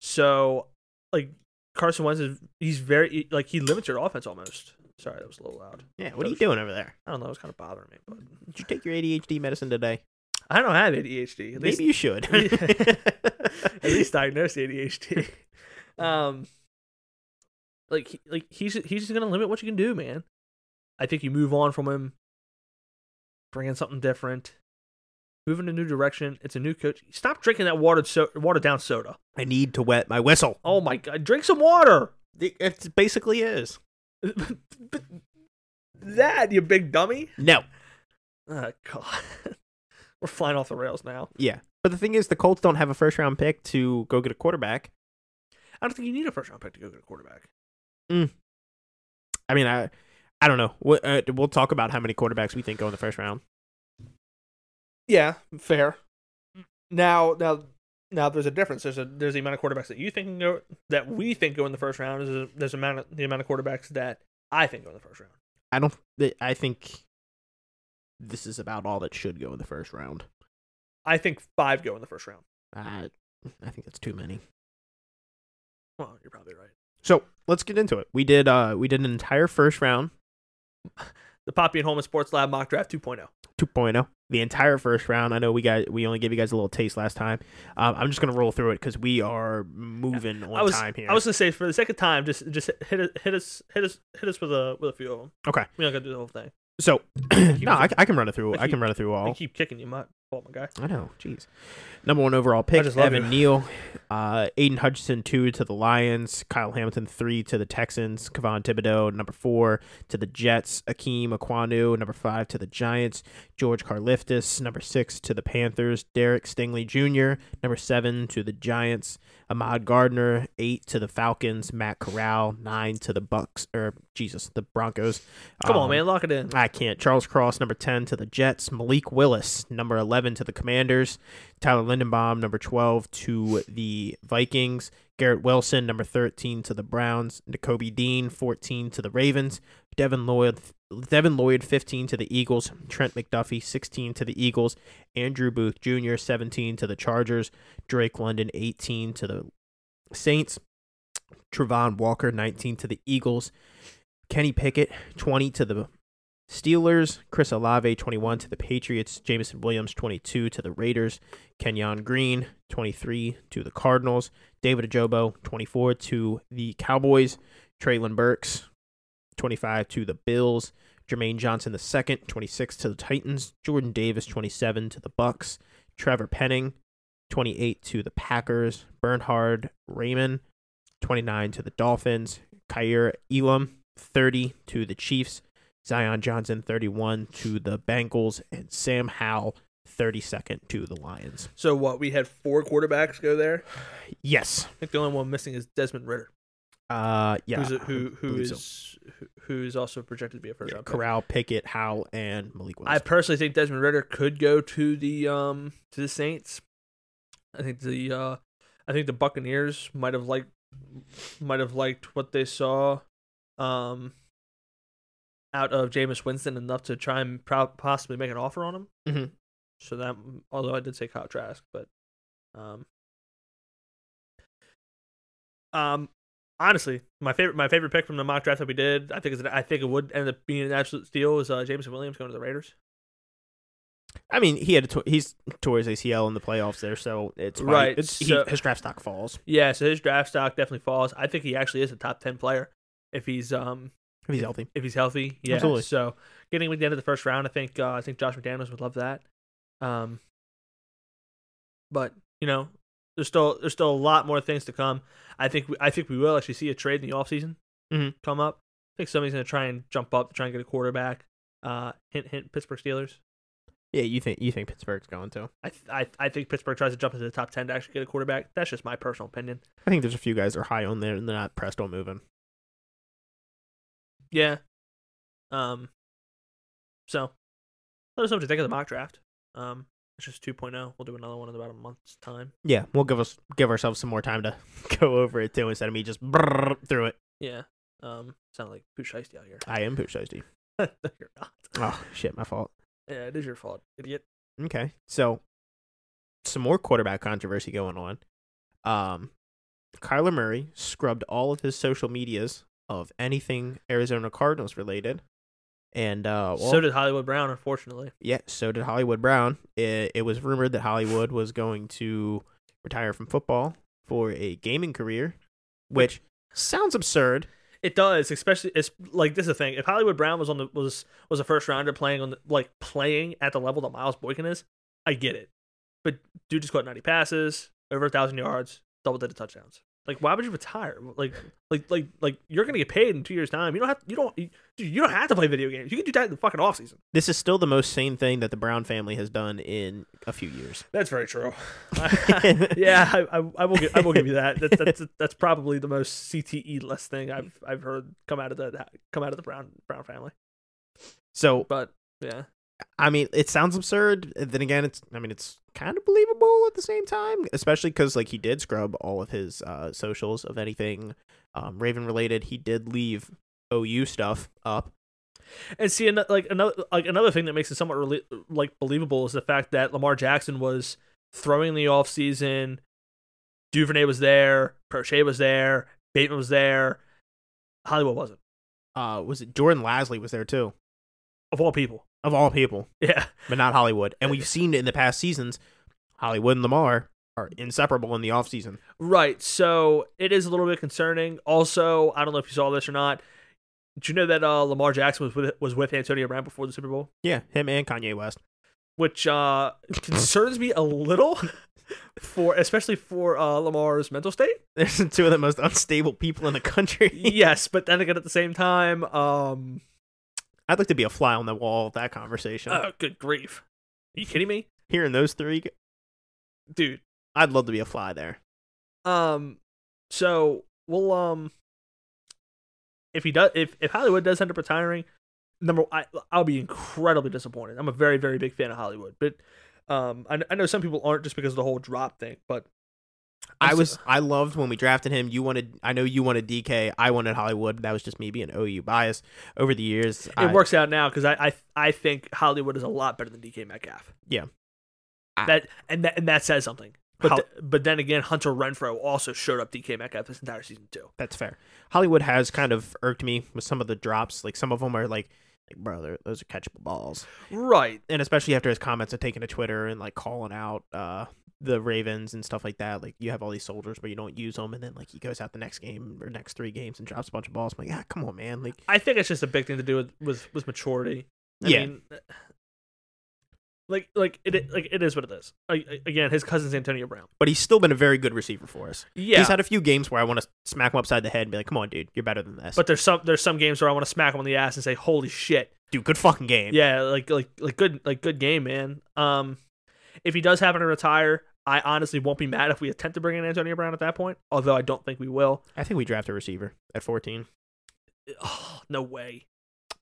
Speaker 1: So, like, Carson Wentz is he's very like he limits your offense almost. Sorry, that was a little loud.
Speaker 2: Yeah. What are you doing over there?
Speaker 1: I don't know. It was kind of bothering me, but
Speaker 2: Did you take your ADHD medicine today?
Speaker 1: I don't have ADHD. At least,
Speaker 2: Maybe you should.
Speaker 1: <laughs>
Speaker 2: <laughs>
Speaker 1: at least diagnosed ADHD. <laughs> Um, like he- like he's he's just gonna limit what you can do, man. I think you move on from him, bring in something different, move in a new direction. It's a new coach. Stop drinking that watered so- watered down soda.
Speaker 2: I need to wet my whistle.
Speaker 1: Oh my god, drink some water. <laughs>
Speaker 2: It basically is.
Speaker 1: that you big dummy.
Speaker 2: No.
Speaker 1: Oh god, <laughs> we're flying off the rails now.
Speaker 2: Yeah. But the thing is, the Colts don't have a first round pick to go get a quarterback.
Speaker 1: I don't think you need a first round pick to go get a quarterback.
Speaker 2: I mean, I, I don't know. We'll, uh, we'll talk about how many quarterbacks we think go in the first round.
Speaker 1: Yeah, fair. Now, now, now, there's a difference. There's a there's the amount of quarterbacks that you think can go that we think go in the first round. Is a, there's amount of, the amount of quarterbacks that I think go in the first round.
Speaker 2: I don't. th- I think this is about all that should go in the first round.
Speaker 1: I think five go in the first round.
Speaker 2: I, I think that's too many.
Speaker 1: Well, you're probably right.
Speaker 2: So let's get into it. We did. Uh, we did an entire first round
Speaker 1: The Poppy and Holman Sports Lab mock draft oh. 2.0.
Speaker 2: 2.0 oh, the entire first round i know we got we only gave you guys a little taste last time um, i'm just gonna roll through it because we are moving on
Speaker 1: I was
Speaker 2: time here
Speaker 1: I was gonna say for the second time, just just hit us hit us hit us hit us with a with a few of them.
Speaker 2: Okay.
Speaker 1: we're not gonna do the whole thing.
Speaker 2: so <clears throat> no I, I can run it through
Speaker 1: I
Speaker 2: i can run it through
Speaker 1: I
Speaker 2: all
Speaker 1: keep kicking you, my fault, my guy.
Speaker 2: i know jeez number one overall pick
Speaker 1: just love
Speaker 2: evan
Speaker 1: you.
Speaker 2: neal uh, aiden hutchinson two to the lions kyle hamilton three to the texans Kevon thibodeau number four to the jets akeem aquanu number five to the giants george carliftis number six to the panthers derek stingley jr number seven to the giants Ahmad Gardner, eight to the Falcons, Matt Corral, nine to the Bucks or Jesus, the Broncos.
Speaker 1: Come on,
Speaker 2: Um,
Speaker 1: man, lock it in.
Speaker 2: I can't. Charles Cross, number ten to the Jets, Malik Willis, number eleven to the Commanders, Tyler Lindenbaum, number twelve to the Vikings, Garrett Wilson, number thirteen to the Browns, N'Kobe Dean, fourteen to the Ravens, Devin Lloyd Devin Lloyd, 15 to the Eagles. Trent McDuffie, 16 to the Eagles. Andrew Booth Jr., 17 to the Chargers. Drake London, 18 to the Saints. Travon Walker, 19 to the Eagles. Kenny Pickett, 20 to the Steelers. Chris Olave, 21 to the Patriots. Jamison Williams, 22 to the Raiders. Kenyon Green, 23 to the Cardinals. David Ajobo, 24 to the Cowboys. Traylon Burks, 25 to the Bills. Jermaine Johnson the second, 26 to the Titans. Jordan Davis 27 to the Bucks. Trevor Penning 28 to the Packers. Bernhard Raymond 29 to the Dolphins. Kair Elam 30 to the Chiefs. Zion Johnson 31 to the Bengals and Sam Howell 32nd to the Lions.
Speaker 1: So what? We had four quarterbacks go there.
Speaker 2: Yes.
Speaker 1: I think the only one missing is Desmond Ritter.
Speaker 2: Uh yeah.
Speaker 1: who's a, who who
Speaker 2: believes
Speaker 1: is who, who is also projected to be a first round pick.
Speaker 2: Corral, Pickett, Howell, and Malik Willis.
Speaker 1: I personally think Desmond Ritter could go to the um to the Saints. I think the uh I think the Buccaneers might have liked might have liked what they saw um out of Jameis Winston enough to try and pro- possibly make an offer on him.
Speaker 2: Mhm.
Speaker 1: So that although I did say Kyle Trask, but um um honestly, my favorite my favorite pick from the mock draft that we did, I think is an, I think it would end up being an absolute steal is uh, Jameson Williams going to the Raiders.
Speaker 2: I mean, he had a to- he's tore his ACL in the playoffs there, so it's why-
Speaker 1: Right,
Speaker 2: It's,
Speaker 1: so-
Speaker 2: he, his draft stock falls.
Speaker 1: Yeah, so his draft stock definitely falls. I think he actually is a top ten player if he's um
Speaker 2: If he's healthy.
Speaker 1: if he's healthy. Yeah.
Speaker 2: Absolutely.
Speaker 1: So getting him at the end of the first round, I think uh, I think Josh McDaniels would love that. Um, but you know, there's still there's still a lot more things to come. I think we, I think we will actually see a trade in the offseason
Speaker 2: Mhm.
Speaker 1: come up. I think somebody's gonna try and jump up to try and get a quarterback. Uh, hint hint Pittsburgh Steelers.
Speaker 2: Yeah, you think you think Pittsburgh's going to?
Speaker 1: I, th- I I think Pittsburgh tries to jump into the top ten to actually get a quarterback. That's just my personal opinion.
Speaker 2: I think there's a few guys that are high on there and they're not pressed on moving.
Speaker 1: Yeah. Um. So, let us know what you think of the mock draft. Um, it's just 2.0. We'll do another one in about a month's time.
Speaker 2: Yeah, we'll give us give ourselves some more time to <laughs> go over it too instead of me just brrrr through it.
Speaker 1: Yeah. Um, sound like poo shiesty out here. <laughs>
Speaker 2: I am Pooch Toasty.
Speaker 1: no, you're not.
Speaker 2: Oh shit, my fault.
Speaker 1: Yeah, it is your fault, idiot.
Speaker 2: Okay, so some more quarterback controversy going on. Um, Kyler Murray scrubbed all of his social medias of anything Arizona Cardinals related, and uh, well,
Speaker 1: so did Hollywood Brown, unfortunately.
Speaker 2: yeah, so did Hollywood Brown. It, it was rumored that Hollywood was going to retire from football for a gaming career, which sounds absurd.
Speaker 1: It does, especially it's like this is the thing. If Hollywood Brown was on the was was a first rounder playing on the, like playing at the level that Miles Boykin is, I get it. But dude just caught 90 passes, over a thousand yards, double digit touchdowns. Like why would you retire? Like like like like you're gonna get paid in two years time. You don't have you don't you, you don't have to play video games. You can do that in the fucking off season.
Speaker 2: This is still the most sane thing that the Brown family has done in a few years.
Speaker 1: That's very true. <laughs> yeah, I, I, I will. Give, I will give you that. That's <laughs> that's that's probably the most CTE less thing I've I've heard come out of the come out of the Brown Brown family.
Speaker 2: <laughs> So
Speaker 1: But yeah,
Speaker 2: I mean, it sounds absurd. Then again, it's I mean, it's kind of believable at the same time, especially because like he did scrub all of his uh, socials of anything um, Raven related. He did leave OU stuff up.
Speaker 1: and see, ano- like another like another thing that makes it somewhat rela- like believable is the fact that Lamar Jackson was throwing in the off season. Duvernay was there, Prochet was there, Bateman was there, Hollywood wasn't.
Speaker 2: Uh, was it Jordan Lasley was there too?
Speaker 1: Of all people, <laughs>
Speaker 2: Of all people,
Speaker 1: yeah,
Speaker 2: but not Hollywood. And we've seen in the past seasons, Hollywood and Lamar are inseparable in the offseason.
Speaker 1: Right. So it is a little bit concerning. Also, I don't know if you saw this or not. Did you know that uh, Lamar Jackson was with was with Antonio Brown before the Super Bowl,
Speaker 2: Yeah, him and Kanye West.
Speaker 1: which uh, concerns me a little <laughs> for especially for uh, Lamar's mental state.
Speaker 2: <laughs> They're two of the most unstable people in the country.
Speaker 1: <laughs> Yes, but then again, at the same time, um,
Speaker 2: I'd like to be a fly on the wall of that conversation.
Speaker 1: oh, good grief! Are you kidding me,
Speaker 2: Hearing those three,
Speaker 1: dude?
Speaker 2: I'd love to be a fly there.
Speaker 1: Um, so we'll um, if he does, if if Hollywood does end up retiring, number I I'll be incredibly disappointed. I'm a very very big fan of Hollywood, but um, I, I know some people aren't just because of the whole drop thing, but I'm
Speaker 2: I
Speaker 1: so-
Speaker 2: was I loved when we drafted him. You wanted I know you wanted DK. I wanted Hollywood. That was just me being OU bias over the years.
Speaker 1: it works out now because I, I I think Hollywood is a lot better than DK Metcalf.
Speaker 2: Yeah.
Speaker 1: that and that and that says something. But
Speaker 2: Hol-
Speaker 1: th- but then again, Hunter Renfro also showed up DK Metcalf this entire season too.
Speaker 2: That's fair. Hollywood has kind of irked me with some of the drops. Like some of them are like, like bro, they're- those are catchable balls.
Speaker 1: Right.
Speaker 2: And especially after his comments of taking to Twitter and like calling out uh the Ravens and stuff like that. Like you have all these soldiers, but you don't use them. And then like he goes out the next game or next three games and drops a bunch of balls. I'm like, ah, come on, man. Like
Speaker 1: I think it's just a big thing to do with with, with maturity. I
Speaker 2: Yeah.
Speaker 1: mean, like like it like it is what it is. Like, again, his cousin's Antonio Brown.
Speaker 2: but he's still been a very good receiver for us.
Speaker 1: Yeah,
Speaker 2: He's had a few games where I want to smack him upside the head and be like, come on, dude, you're better than this.
Speaker 1: but there's some there's some games where I want to smack him on the ass and say, "Holy shit!"
Speaker 2: dude, good fucking game.
Speaker 1: Yeah, like like like good like good game, man. Um, if he does happen to retire, I honestly won't be mad if we attempt to bring in Antonio Brown at that point. Although I don't think we will.
Speaker 2: I think we draft a receiver at 14.
Speaker 1: Oh, no way.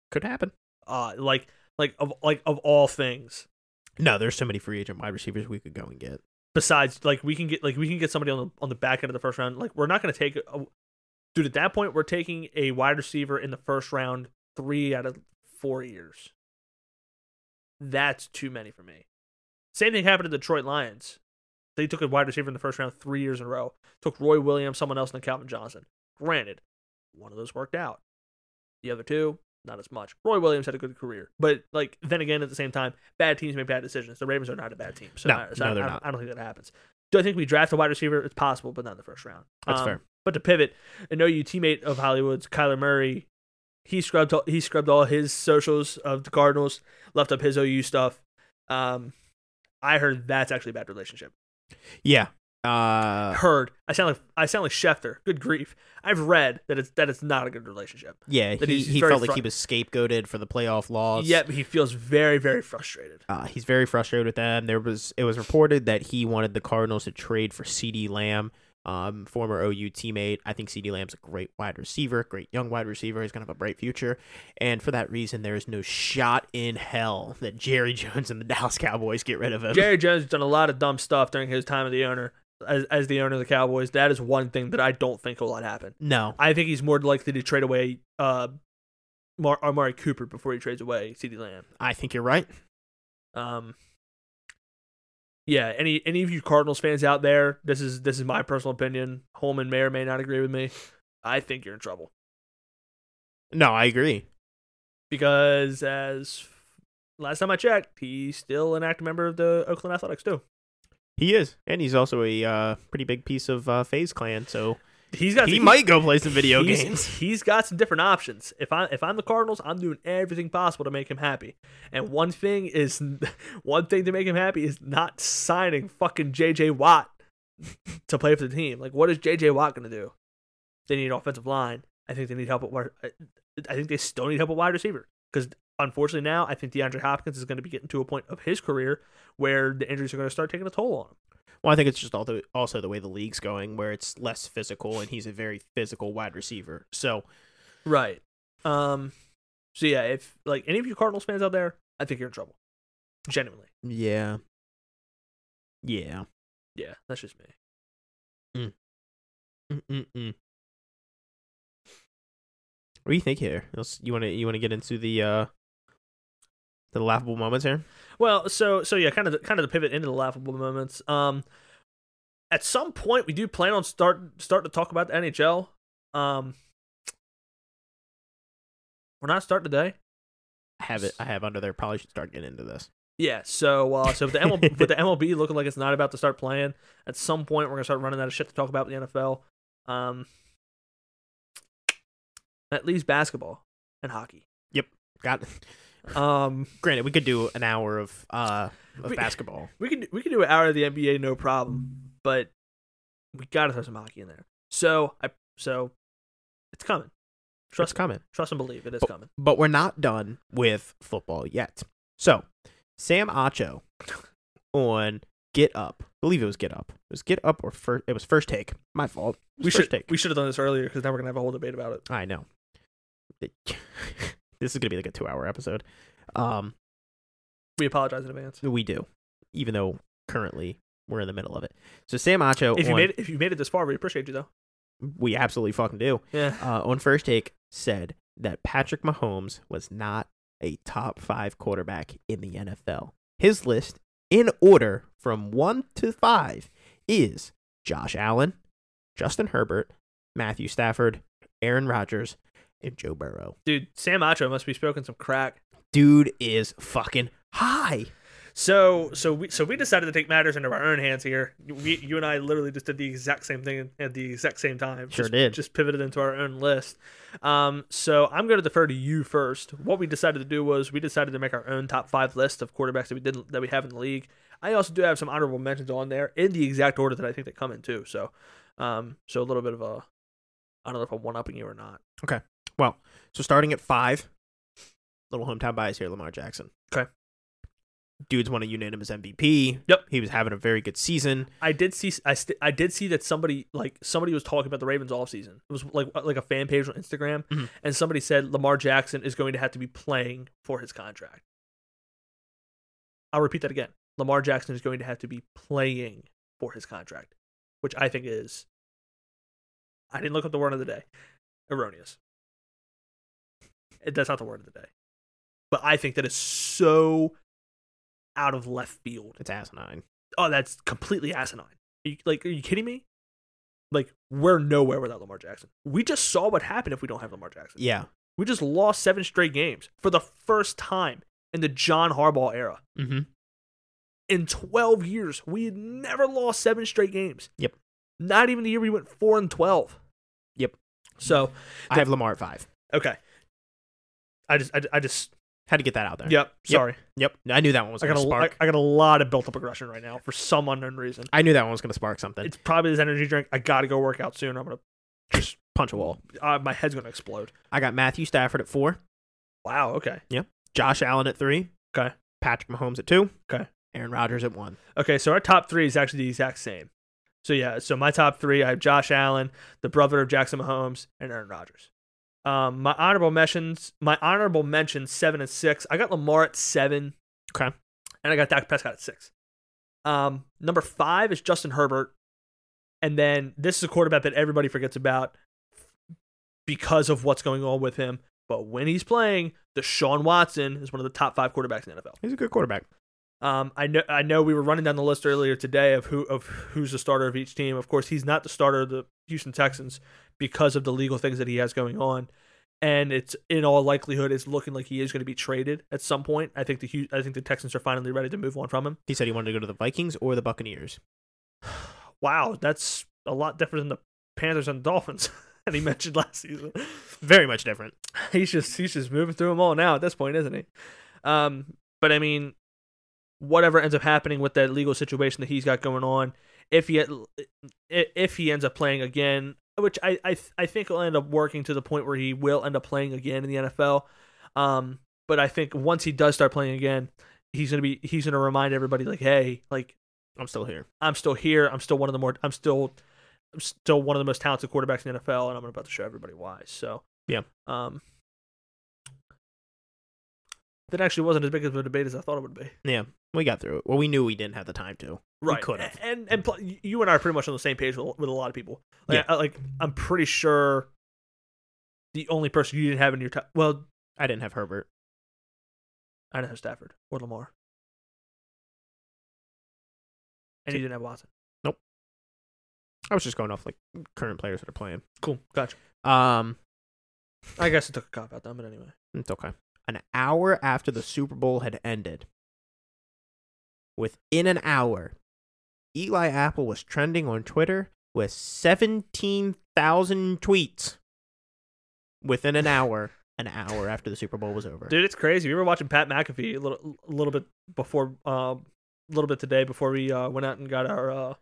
Speaker 2: Could happen.
Speaker 1: Uh, like like of like of all things,
Speaker 2: No, there's so many free agent wide receivers we could go and get.
Speaker 1: besides like we can get like we can get somebody on the on the back end of the first round. Like we're not going to take a, dude at that point. We're taking a wide receiver in the first round three out of four years. That's too many for me. Same thing happened to the Detroit Lions. They took a wide receiver in the first round three years in a row. Took Roy Williams, someone else, and then Calvin Johnson. Granted, one of those worked out. The other two, not as much. Roy Williams had a good career, but like then again, at the same time, bad teams make bad decisions. The Ravens are not a bad team, so,
Speaker 2: No,
Speaker 1: I, so
Speaker 2: no,
Speaker 1: I-
Speaker 2: they're
Speaker 1: I,
Speaker 2: not.
Speaker 1: I don't think that happens. Do I think we draft a wide receiver? It's possible, but not in the first round.
Speaker 2: That's
Speaker 1: Um,
Speaker 2: fair.
Speaker 1: But to pivot, an OU teammate of Hollywood's, Kyler Murray, he scrubbed all- he scrubbed all his socials of the Cardinals, left up his OU stuff. Um, I heard that's actually a bad relationship.
Speaker 2: Yeah. Uh,
Speaker 1: heard I sound like I sound like Schefter. Good grief! I've read that it's that it's not a good relationship.
Speaker 2: yeah.
Speaker 1: That
Speaker 2: He,
Speaker 1: he's- he's
Speaker 2: he
Speaker 1: very
Speaker 2: felt like
Speaker 1: fru-
Speaker 2: he was scapegoated for the playoff loss.
Speaker 1: Yet he feels very very
Speaker 2: <laughs>
Speaker 1: frustrated.
Speaker 2: Uh, he's very frustrated with them. There was it was reported that he wanted the Cardinals to trade for C.D. Lamb, um, former OU teammate. I think C.D. Lamb's a great wide receiver, great young wide receiver. He's gonna have a bright future, and for that reason, there is no shot in hell that Jerry <laughs> Jones and the Dallas Cowboys get rid of him.
Speaker 1: Jerry Jones has done a lot of dumb stuff during his time as the owner as, as the owner of the Cowboys. That is one thing that I don't think will let happen.
Speaker 2: no,
Speaker 1: I think he's more likely to trade away uh, Mar- Amari Cooper before he trades away Ceedee Lamb.
Speaker 2: I think you're right.
Speaker 1: Um, yeah. Any any of you Cardinals fans out there, this is this is my personal opinion. Holman may or may not agree with me. I think you're in trouble.
Speaker 2: No, I agree.
Speaker 1: because as last time I checked, he's still an active member of the Oakland Athletics too.
Speaker 2: He is, and he's also a uh, pretty big piece of uh, Phase Clan.
Speaker 1: <laughs>
Speaker 2: So
Speaker 1: He's got
Speaker 2: he might go play some video
Speaker 1: he's-
Speaker 2: games.
Speaker 1: <laughs> He's got some different options. If I if I'm the Cardinals, I'm doing everything possible to make him happy. And one thing is <laughs> one thing to make him happy is not signing fucking JJ Watt <laughs> to play for the team. Like what is JJ Watt going to do? They need an offensive line. I think they need help at wide I I think they still need help at wide receiver cuz unfortunately now I think DeAndre Hopkins is going to be getting to a point of his career where the injuries are going to start taking a toll on him.
Speaker 2: Well, I think it's just also also the way the league's going, where it's less physical, and he's a very physical wide receiver. So
Speaker 1: Right. Um. So yeah, if like any of you Cardinals fans out there, I think you're in trouble. Genuinely.
Speaker 2: yeah, yeah.
Speaker 1: Yeah, that's just me.
Speaker 2: Mm-mm-mm. What do you think here? Else- You want to you want to get into the uh the laughable moments here?
Speaker 1: Well, so so yeah, kind of the, kind of the pivot into the laughable moments. Um, at some point, we do plan on start start to talk about the NHL. Um, we're not starting today.
Speaker 2: I have it. I have under there. Probably should start getting into this.
Speaker 1: Yeah. So uh, so with the <laughs> MLB, with the MLB looking like it's not about to start playing, at some point we're gonna start running out of shit to talk about with the NFL. Um, that leaves basketball and hockey.
Speaker 2: Got.
Speaker 1: Um,
Speaker 2: <laughs> Granted, we could do an hour of uh of
Speaker 1: We-
Speaker 2: basketball.
Speaker 1: we can we can do an hour of the NBA, no problem. But we gotta throw some hockey in there. So I so it's coming. Trust
Speaker 2: <laughs> Trust comment.
Speaker 1: trust and believe it is coming.
Speaker 2: but we're not done with football yet. So, Sam Acho <laughs> on Get Up. I believe it was Get Up. It was Get Up or first. It was first take. My fault. It was
Speaker 1: We
Speaker 2: first
Speaker 1: should
Speaker 2: take.
Speaker 1: we should have done this earlier because now we're gonna have a whole debate about it.
Speaker 2: I know. <laughs> It- this is gonna be like a two-hour episode. Um,
Speaker 1: We apologize in advance.
Speaker 2: we do, even though currently we're in the middle of it. So Sam Acho.
Speaker 1: If you
Speaker 2: on-
Speaker 1: made it, if you made it this far, we appreciate you though.
Speaker 2: we absolutely fucking do.
Speaker 1: Yeah.
Speaker 2: uh, on first take said that Patrick Mahomes was not a top five quarterback in the NFL. His list, in order from one to five, is Josh Allen, Justin Herbert, Matthew Stafford, Aaron Rodgers, and Joe Burrow.
Speaker 1: Dude, Sam Acho must be smoking some crack.
Speaker 2: Dude is fucking high.
Speaker 1: So so we so we decided to take matters into our own hands here. We, you and I literally just did the exact same thing at the exact same time.
Speaker 2: Sure
Speaker 1: just,
Speaker 2: did.
Speaker 1: Just pivoted into our own list. Um, so I'm going to defer to you first. What we decided to do was we decided to make our own top five list of quarterbacks that we didn't that we have in the league. I also do have some honorable mentions on there in the exact order that I think they come in too. So, um, so a little bit of a I don't know if I'm one upping you or not.
Speaker 2: So starting at five, little hometown bias here, Lamar Jackson.
Speaker 1: Okay.
Speaker 2: Dude's won a unanimous MVP.
Speaker 1: Yep.
Speaker 2: He was having a very good season.
Speaker 1: I did see I, st- I did see that somebody like somebody was talking about the Ravens offseason. It was like uh, like a fan page on Instagram
Speaker 2: Mhm.
Speaker 1: and somebody said Lamar Jackson is going to have to be playing for his contract. I'll repeat that again. Lamar Jackson is going to have to be playing for his contract, which I think is I didn't look up the word of the day. Erroneous. It- That's not the word of the day. But I think that is so out of left field
Speaker 2: It's asinine.
Speaker 1: oh, that's completely asinine. Are you, like, are you kidding me? Like, we're nowhere without Lamar Jackson. We just saw what happened if we don't have Lamar Jackson.
Speaker 2: Yeah.
Speaker 1: We just lost seven straight games for the first time in the John Harbaugh era.
Speaker 2: Mm-hmm.
Speaker 1: In 12 years, we had never lost seven straight games.
Speaker 2: Yep.
Speaker 1: Not even the year we went 4 and 12.
Speaker 2: Yep.
Speaker 1: So,
Speaker 2: I have Lamar at five.
Speaker 1: okay. I just, I, I just,
Speaker 2: Had to get that out there.
Speaker 1: yep. Sorry,
Speaker 2: Yep. I knew that one was
Speaker 1: I
Speaker 2: going
Speaker 1: got
Speaker 2: to
Speaker 1: a, I,
Speaker 2: spark.
Speaker 1: I got a lot of built up aggression right now for some unknown reason.
Speaker 2: I, knew that one was going to spark something.
Speaker 1: It's probably this energy drink. I gotta go work out soon. I'm gonna,
Speaker 2: just punch a wall.
Speaker 1: uh, my head's gonna explode.
Speaker 2: I got Matthew Stafford at four,
Speaker 1: Wow. Okay.
Speaker 2: Josh Allen at three.
Speaker 1: Okay.
Speaker 2: Patrick Mahomes at two.
Speaker 1: Okay.
Speaker 2: Aaron Rodgers at one.
Speaker 1: Okay, so our top three is actually the exact same. So yeah, so my top three, I have Josh Allen, the brother of Jackson Mahomes, and Aaron Rodgers. Um, my honorable mentions, my honorable mentions, seven and six. I got Lamar at seven.
Speaker 2: Okay.
Speaker 1: and I got Dak Prescott at six. Um, number five is Justin Herbert, and then this is a quarterback that everybody forgets about because of what's going on with him. But when he's playing, Deshaun Watson is one of the top five quarterbacks in the NFL.
Speaker 2: He's a good quarterback.
Speaker 1: Um, I know I know we were running down the list earlier today of who of who's the starter of each team. Of course, he's not the starter of the Houston Texans because of the legal things that he has going on, and it's in all likelihood it's looking like he is going to be traded at some point. I think the Hu- I think the Texans are finally ready to move on from him.
Speaker 2: He said he wanted to go to the Vikings or the Buccaneers.
Speaker 1: Wow, that's a lot different than the Panthers and Dolphins <laughs> that he mentioned last season.
Speaker 2: Very much different.
Speaker 1: <laughs> he's just he's just moving through them all now at this point, isn't he? Um, but I mean, whatever ends up happening with that legal situation that he's got going on, if he if he ends up playing again, which I I I think will end up working to the point where he will end up playing again in the NFL. Um, but I think once he does start playing again, he's gonna be he's gonna remind everybody like, hey, like
Speaker 2: I'm still here.
Speaker 1: I'm still here. I'm still one of the more. I'm still, I'm still one of the most talented quarterbacks in the NFL, and I'm about to show everybody why. So
Speaker 2: Yeah.
Speaker 1: Um. That actually wasn't as big of a debate as I thought it would be.
Speaker 2: We got through it. Well, we knew we didn't have the time to.
Speaker 1: Right.
Speaker 2: could've.
Speaker 1: And and pl- you and I are pretty much on the same page with, with a lot of people. Like,
Speaker 2: Yeah.
Speaker 1: I, like I'm pretty sure. The only person you didn't have in your top. Well,
Speaker 2: I didn't have Herbert.
Speaker 1: I didn't have Stafford or Lamar. And you didn't have Watson.
Speaker 2: I was just going off like current players that are playing.
Speaker 1: Cool. Gotcha.
Speaker 2: Um,
Speaker 1: I guess I took a cop out then, but anyway.
Speaker 2: It's okay. An hour after the Super Bowl had ended, within an hour, Eli Apple was trending on Twitter with 17,000 tweets within an hour, an hour after the Super Bowl was over.
Speaker 1: Dude, it's crazy. We were watching Pat McAfee a little, a little bit before, um, a little bit today before we uh, went out and got our uh,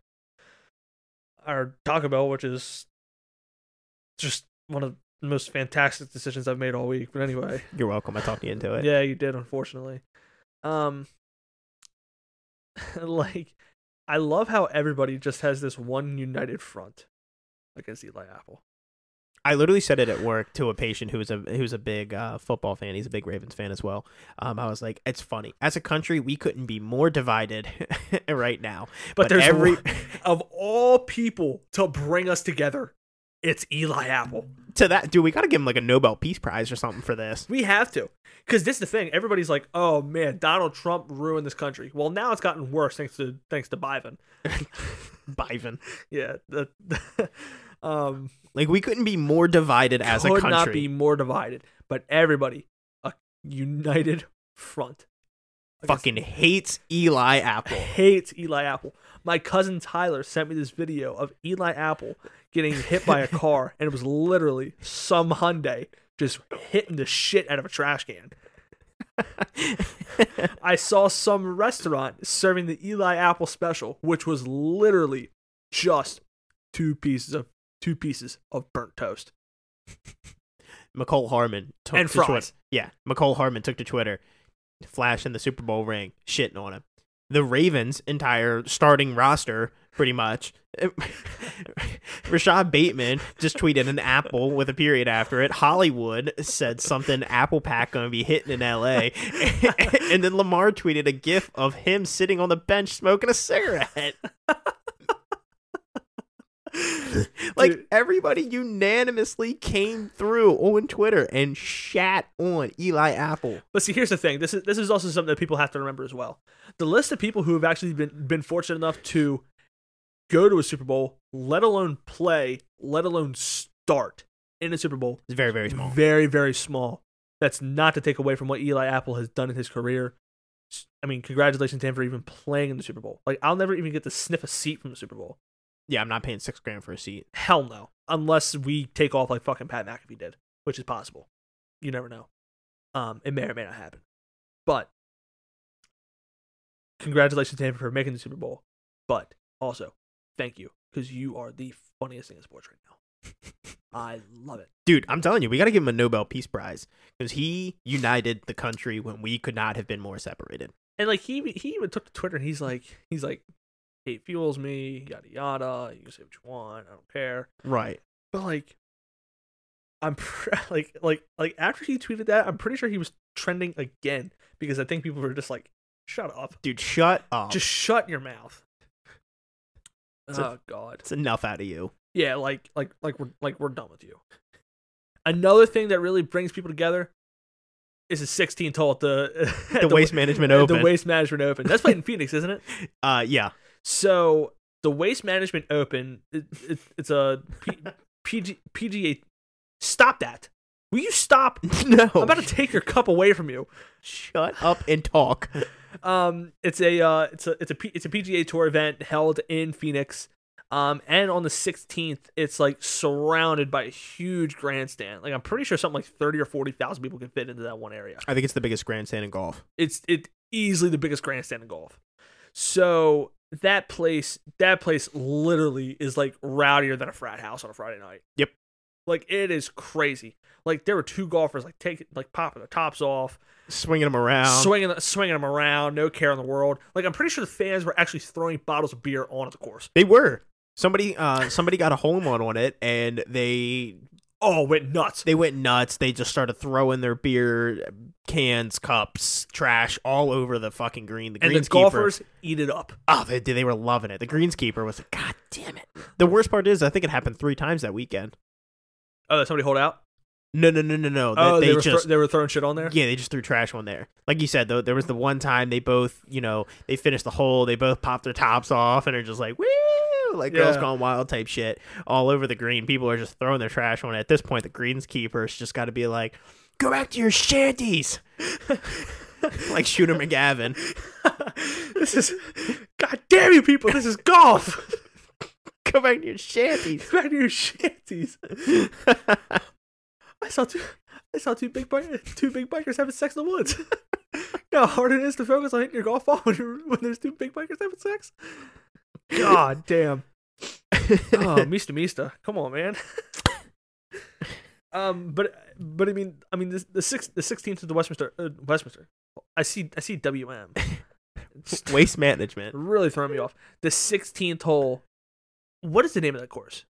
Speaker 1: our Taco Bell, which is just one of the most fantastic decisions I've made all week. But <laughs> anyway,
Speaker 2: You're welcome. I talked you into it.
Speaker 1: yeah, you did, unfortunately. Um, <laughs> like, I love how everybody just has this one united front against Eli Apple.
Speaker 2: I literally said it at work to a patient who was a who's a big uh, football fan. He's a big Ravens fan as well. Um, I was like, it's funny. As a country, we couldn't be more divided <laughs> right now.
Speaker 1: But, there's
Speaker 2: every
Speaker 1: every of all people to bring us together. It's Eli Apple.
Speaker 2: to that dude we gotta give him like a nobel peace prize or something for this <laughs>
Speaker 1: We have to. Because this is the thing. Everybody's like, oh man, Donald Trump ruined this country. Well, now it's gotten worse thanks to thanks to Biden.
Speaker 2: biden
Speaker 1: Yeah. The, <laughs> um,
Speaker 2: like we couldn't be more divided as a
Speaker 1: could
Speaker 2: country
Speaker 1: not be more divided. But everybody, a united front. against-
Speaker 2: fucking hates eli apple
Speaker 1: <laughs> hates Eli Apple. My cousin Tyler sent me this video of Eli Apple getting hit by a car, and it was literally some Hyundai just hitting the shit out of a trash can. I saw some restaurant serving the Eli Apple special, which was literally just two pieces of two pieces of burnt toast.
Speaker 2: McCole harmon took
Speaker 1: And
Speaker 2: to
Speaker 1: fries.
Speaker 2: Twitter. yeah McCole harmon took to twitter flash in the super bowl ring shitting on him the ravens entire starting roster pretty much <laughs> Rashad Bateman just tweeted an apple with a period after it. Hollywood said something apple pack gonna be hitting in L.A. <laughs> and then Lamar tweeted a gif of him sitting on the bench smoking a cigarette. <laughs> like
Speaker 1: Dude.
Speaker 2: everybody unanimously came through on Twitter and shat on Eli Apple.
Speaker 1: But see, here's the thing. This is this is also something that people have to remember as well. The list of people who have actually been been fortunate enough to go to a Super Bowl, let alone play, let alone start in a Super Bowl,
Speaker 2: It's very very small.
Speaker 1: very very small. That's not to take away from what Eli Apple has done in his career. S- I mean, congratulations to him for even playing in the Super Bowl. Like, I'll never even get to sniff a seat from the Super Bowl.
Speaker 2: Yeah, I'm not paying six grand for a seat.
Speaker 1: Hell no. Unless we take off like fucking Pat McAfee did, which is possible. You never know. Um, it may or may not happen. But congratulations to him for making the Super Bowl. But also, thank you because you are the funniest thing in sports right now. <laughs> I love it.
Speaker 2: Dude, I'm telling you, we got to give him a Nobel Peace Prize because he united the country when we could not have been more separated.
Speaker 1: And like he even- he even took to Twitter and he's like he's like hate fuels me yada yada. You can say what you want. I don't care.
Speaker 2: Right.
Speaker 1: But like, I'm pr- <laughs> like like like after he tweeted that, I'm pretty sure he was trending again because I think people were just like, "Shut up,
Speaker 2: Dude, shut up.
Speaker 1: just shut your
Speaker 2: <laughs>
Speaker 1: mouth."
Speaker 2: So-
Speaker 1: oh God,
Speaker 2: it's enough out of you.
Speaker 1: yeah, like like like we're like we're done with you. Another thing that really brings people together is a 16 hole at the <laughs> at
Speaker 2: The, waste management
Speaker 1: at
Speaker 2: open.
Speaker 1: the waste management open. That's
Speaker 2: <laughs>
Speaker 1: played in Phoenix, isn't it?
Speaker 2: uh, yeah.
Speaker 1: So the Waste Management Open, it, it, it's a P, PG, PGA. Stop that! Will you stop?
Speaker 2: <laughs> no.
Speaker 1: I'm about to take your cup away from you.
Speaker 2: shut up and talk.
Speaker 1: Um, it's a uh, it's a it's a P, it's a PGA Tour event held in Phoenix. Um, and on the 16th, it's like surrounded by a huge grandstand. Like I'm pretty sure something like 30 or 40 thousand people can fit into that one area.
Speaker 2: <laughs> I think it's the biggest grandstand in golf.
Speaker 1: it's it easily the biggest grandstand in golf. So that place that place literally is like rowdier than a frat house on a Friday night.
Speaker 2: Yep.
Speaker 1: Like it is crazy. Like there were two golfers like taking like popping their tops off,
Speaker 2: Swinging them around.
Speaker 1: swinging swinging them around, no care in the world. Like I'm pretty sure the fans were actually throwing bottles of beer onto the course.
Speaker 2: they were. Somebody uh somebody got a hole in one on it and they
Speaker 1: Oh, it went nuts.
Speaker 2: they went nuts. They just started throwing their beer cans, cups, trash all over the fucking green. The
Speaker 1: and the
Speaker 2: greenskeeper,
Speaker 1: golfers eat it up.
Speaker 2: oh, they they were loving it. The greenskeeper was like, God damn it. The worst part is, I think it happened three times that weekend.
Speaker 1: Oh, did somebody hold out?
Speaker 2: No, no, no, no, no.
Speaker 1: oh, they,
Speaker 2: they,
Speaker 1: were thro-
Speaker 2: just
Speaker 1: they were throwing shit on <laughs> there.
Speaker 2: yeah, they just threw trash on there. Like you said, though, there was the one time they both, you know, they finished the hole. They both popped their tops off and are just like, woo. Like girls
Speaker 1: Yeah.
Speaker 2: gone wild type shit all over the green. People are just throwing their trash on it. At this point, the greenskeeper's just got to be like, "Go back to your shanties." <laughs> like Shooter McGavin.
Speaker 1: <laughs> this is God damn you people, this is golf.
Speaker 2: <laughs> Go back to your shanties.
Speaker 1: Back to your shanties. I saw two I saw two big bikers two big bikers having sex in the woods. <laughs> you know how hard it is to focus on hitting your golf ball when, you're, when there's two big bikers having sex? <laughs> God damn. Oh, Mista Mista. Come on, man. um, but but I mean I mean this, the six the sixteenth of the Westminster uh, Westminster. I see I see <laughs> WM.
Speaker 2: Waste management.
Speaker 1: really throwing me off. The 16th hole. What is the name of that course?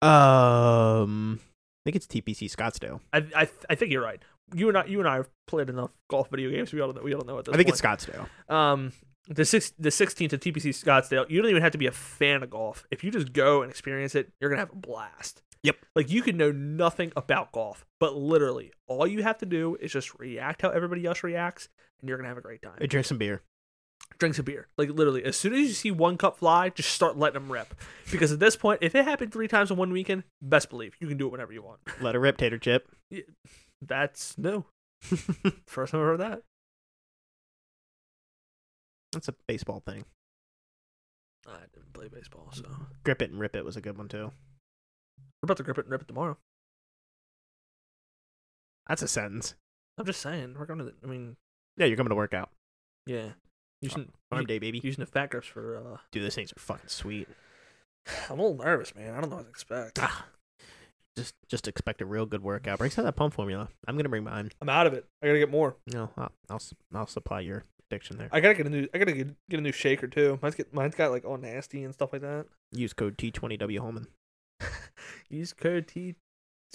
Speaker 2: Um, I think it's TPC Scottsdale.
Speaker 1: I I, I think you're right. You and I, you and I have played enough golf video games. We all know, we all know at this
Speaker 2: I think
Speaker 1: point.
Speaker 2: it's Scottsdale.
Speaker 1: um the six the 16th of TPC Scottsdale. You don't even have to be a fan of golf. If you just go and experience it, you're gonna have a blast.
Speaker 2: Yep.
Speaker 1: Like you could know nothing about golf, but literally all you have to do is just react how everybody else reacts, and you're gonna have a great time.
Speaker 2: I drink some beer.
Speaker 1: drinks a beer. Like literally, as soon as you see one cup fly, just start letting them rip. Because at this point, if it happened three times in one weekend, best believe you can do it whenever you want.
Speaker 2: Let it rip, tater chip.
Speaker 1: That's new. <laughs> First time I heard that.
Speaker 2: That's a baseball thing.
Speaker 1: I didn't play baseball, so we're
Speaker 2: Grip it and rip it was a good one too.
Speaker 1: about to grip it and rip it tomorrow.
Speaker 2: That's a sentence.
Speaker 1: I'm just saying, we're going to. The, I mean,
Speaker 2: Yeah, you're coming to work out.
Speaker 1: yeah, using
Speaker 2: Arm
Speaker 1: u-
Speaker 2: day, baby.
Speaker 1: using the fat grips for. uh
Speaker 2: Dude, those things are fucking sweet.
Speaker 1: <sighs> I'm a little nervous, man. I don't know what to expect.
Speaker 2: Ah, just just expect a real good workout. Bring some of that pump formula. I'm gonna bring mine.
Speaker 1: I'm out of it. I gotta get more.
Speaker 2: No, I'll I'll, su- I'll supply your addiction there.
Speaker 1: I gotta get a new. I gotta get, get a new shaker too. Mine's get mine's got like all nasty and stuff like that.
Speaker 2: Use code T20W Holman.
Speaker 1: Use code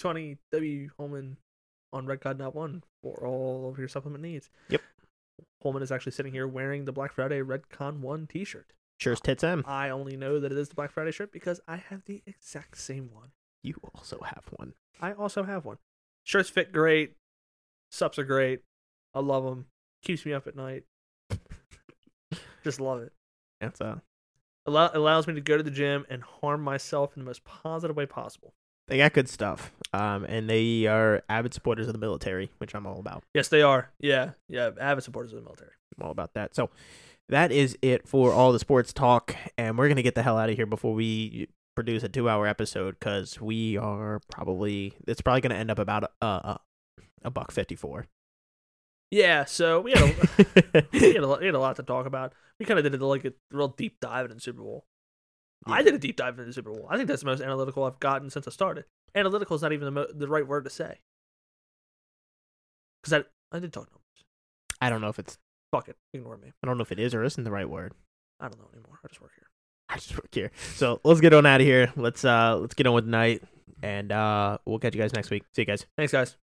Speaker 1: T20W Holman on redcod.one for all of your supplement needs.
Speaker 2: Yep.
Speaker 1: Holman is actually sitting here wearing the Black Friday Redcon 1 t shirt.
Speaker 2: Cheers, tits M.
Speaker 1: I only know that it is the Black Friday shirt because I have the exact same one.
Speaker 2: You also have one.
Speaker 1: I also have one. Shirts fit great. Sups are great. I love them. Keeps me up at night. <laughs> Just love it.
Speaker 2: That's uh
Speaker 1: Allow- allows me to go to the gym and harm myself in the most positive way possible.
Speaker 2: they got good stuff. Um and they are avid supporters of the military, which I'm all about.
Speaker 1: Yes, they are. Yeah. Yeah. Avid supporters of the military.
Speaker 2: I'm all about that. So that is it for all the sports talk, and we're gonna get the hell out of here before we produce a two-hour episode because we are probably it's probably gonna end up about uh, uh a buck fifty four.
Speaker 1: Yeah, so we <laughs> had a, we had a, lot- we had a lot to talk about. We kind of did it like a real deep dive into the Super Bowl. I
Speaker 2: Yeah.
Speaker 1: did a deep dive into the Super Bowl. I think that's the most analytical I've gotten since I started. Analytical is not even the, mo- the right word to say. Because I, I did talk numbers.
Speaker 2: I don't know if it's
Speaker 1: Fuck it. Ignore me.
Speaker 2: I don't know if it is or isn't the right word.
Speaker 1: I don't know anymore. I just work here.
Speaker 2: I just work here. So let's get on out of here. Let's uh let's get on with the night and uh we'll catch you guys next week. See you guys.
Speaker 1: Thanks, guys.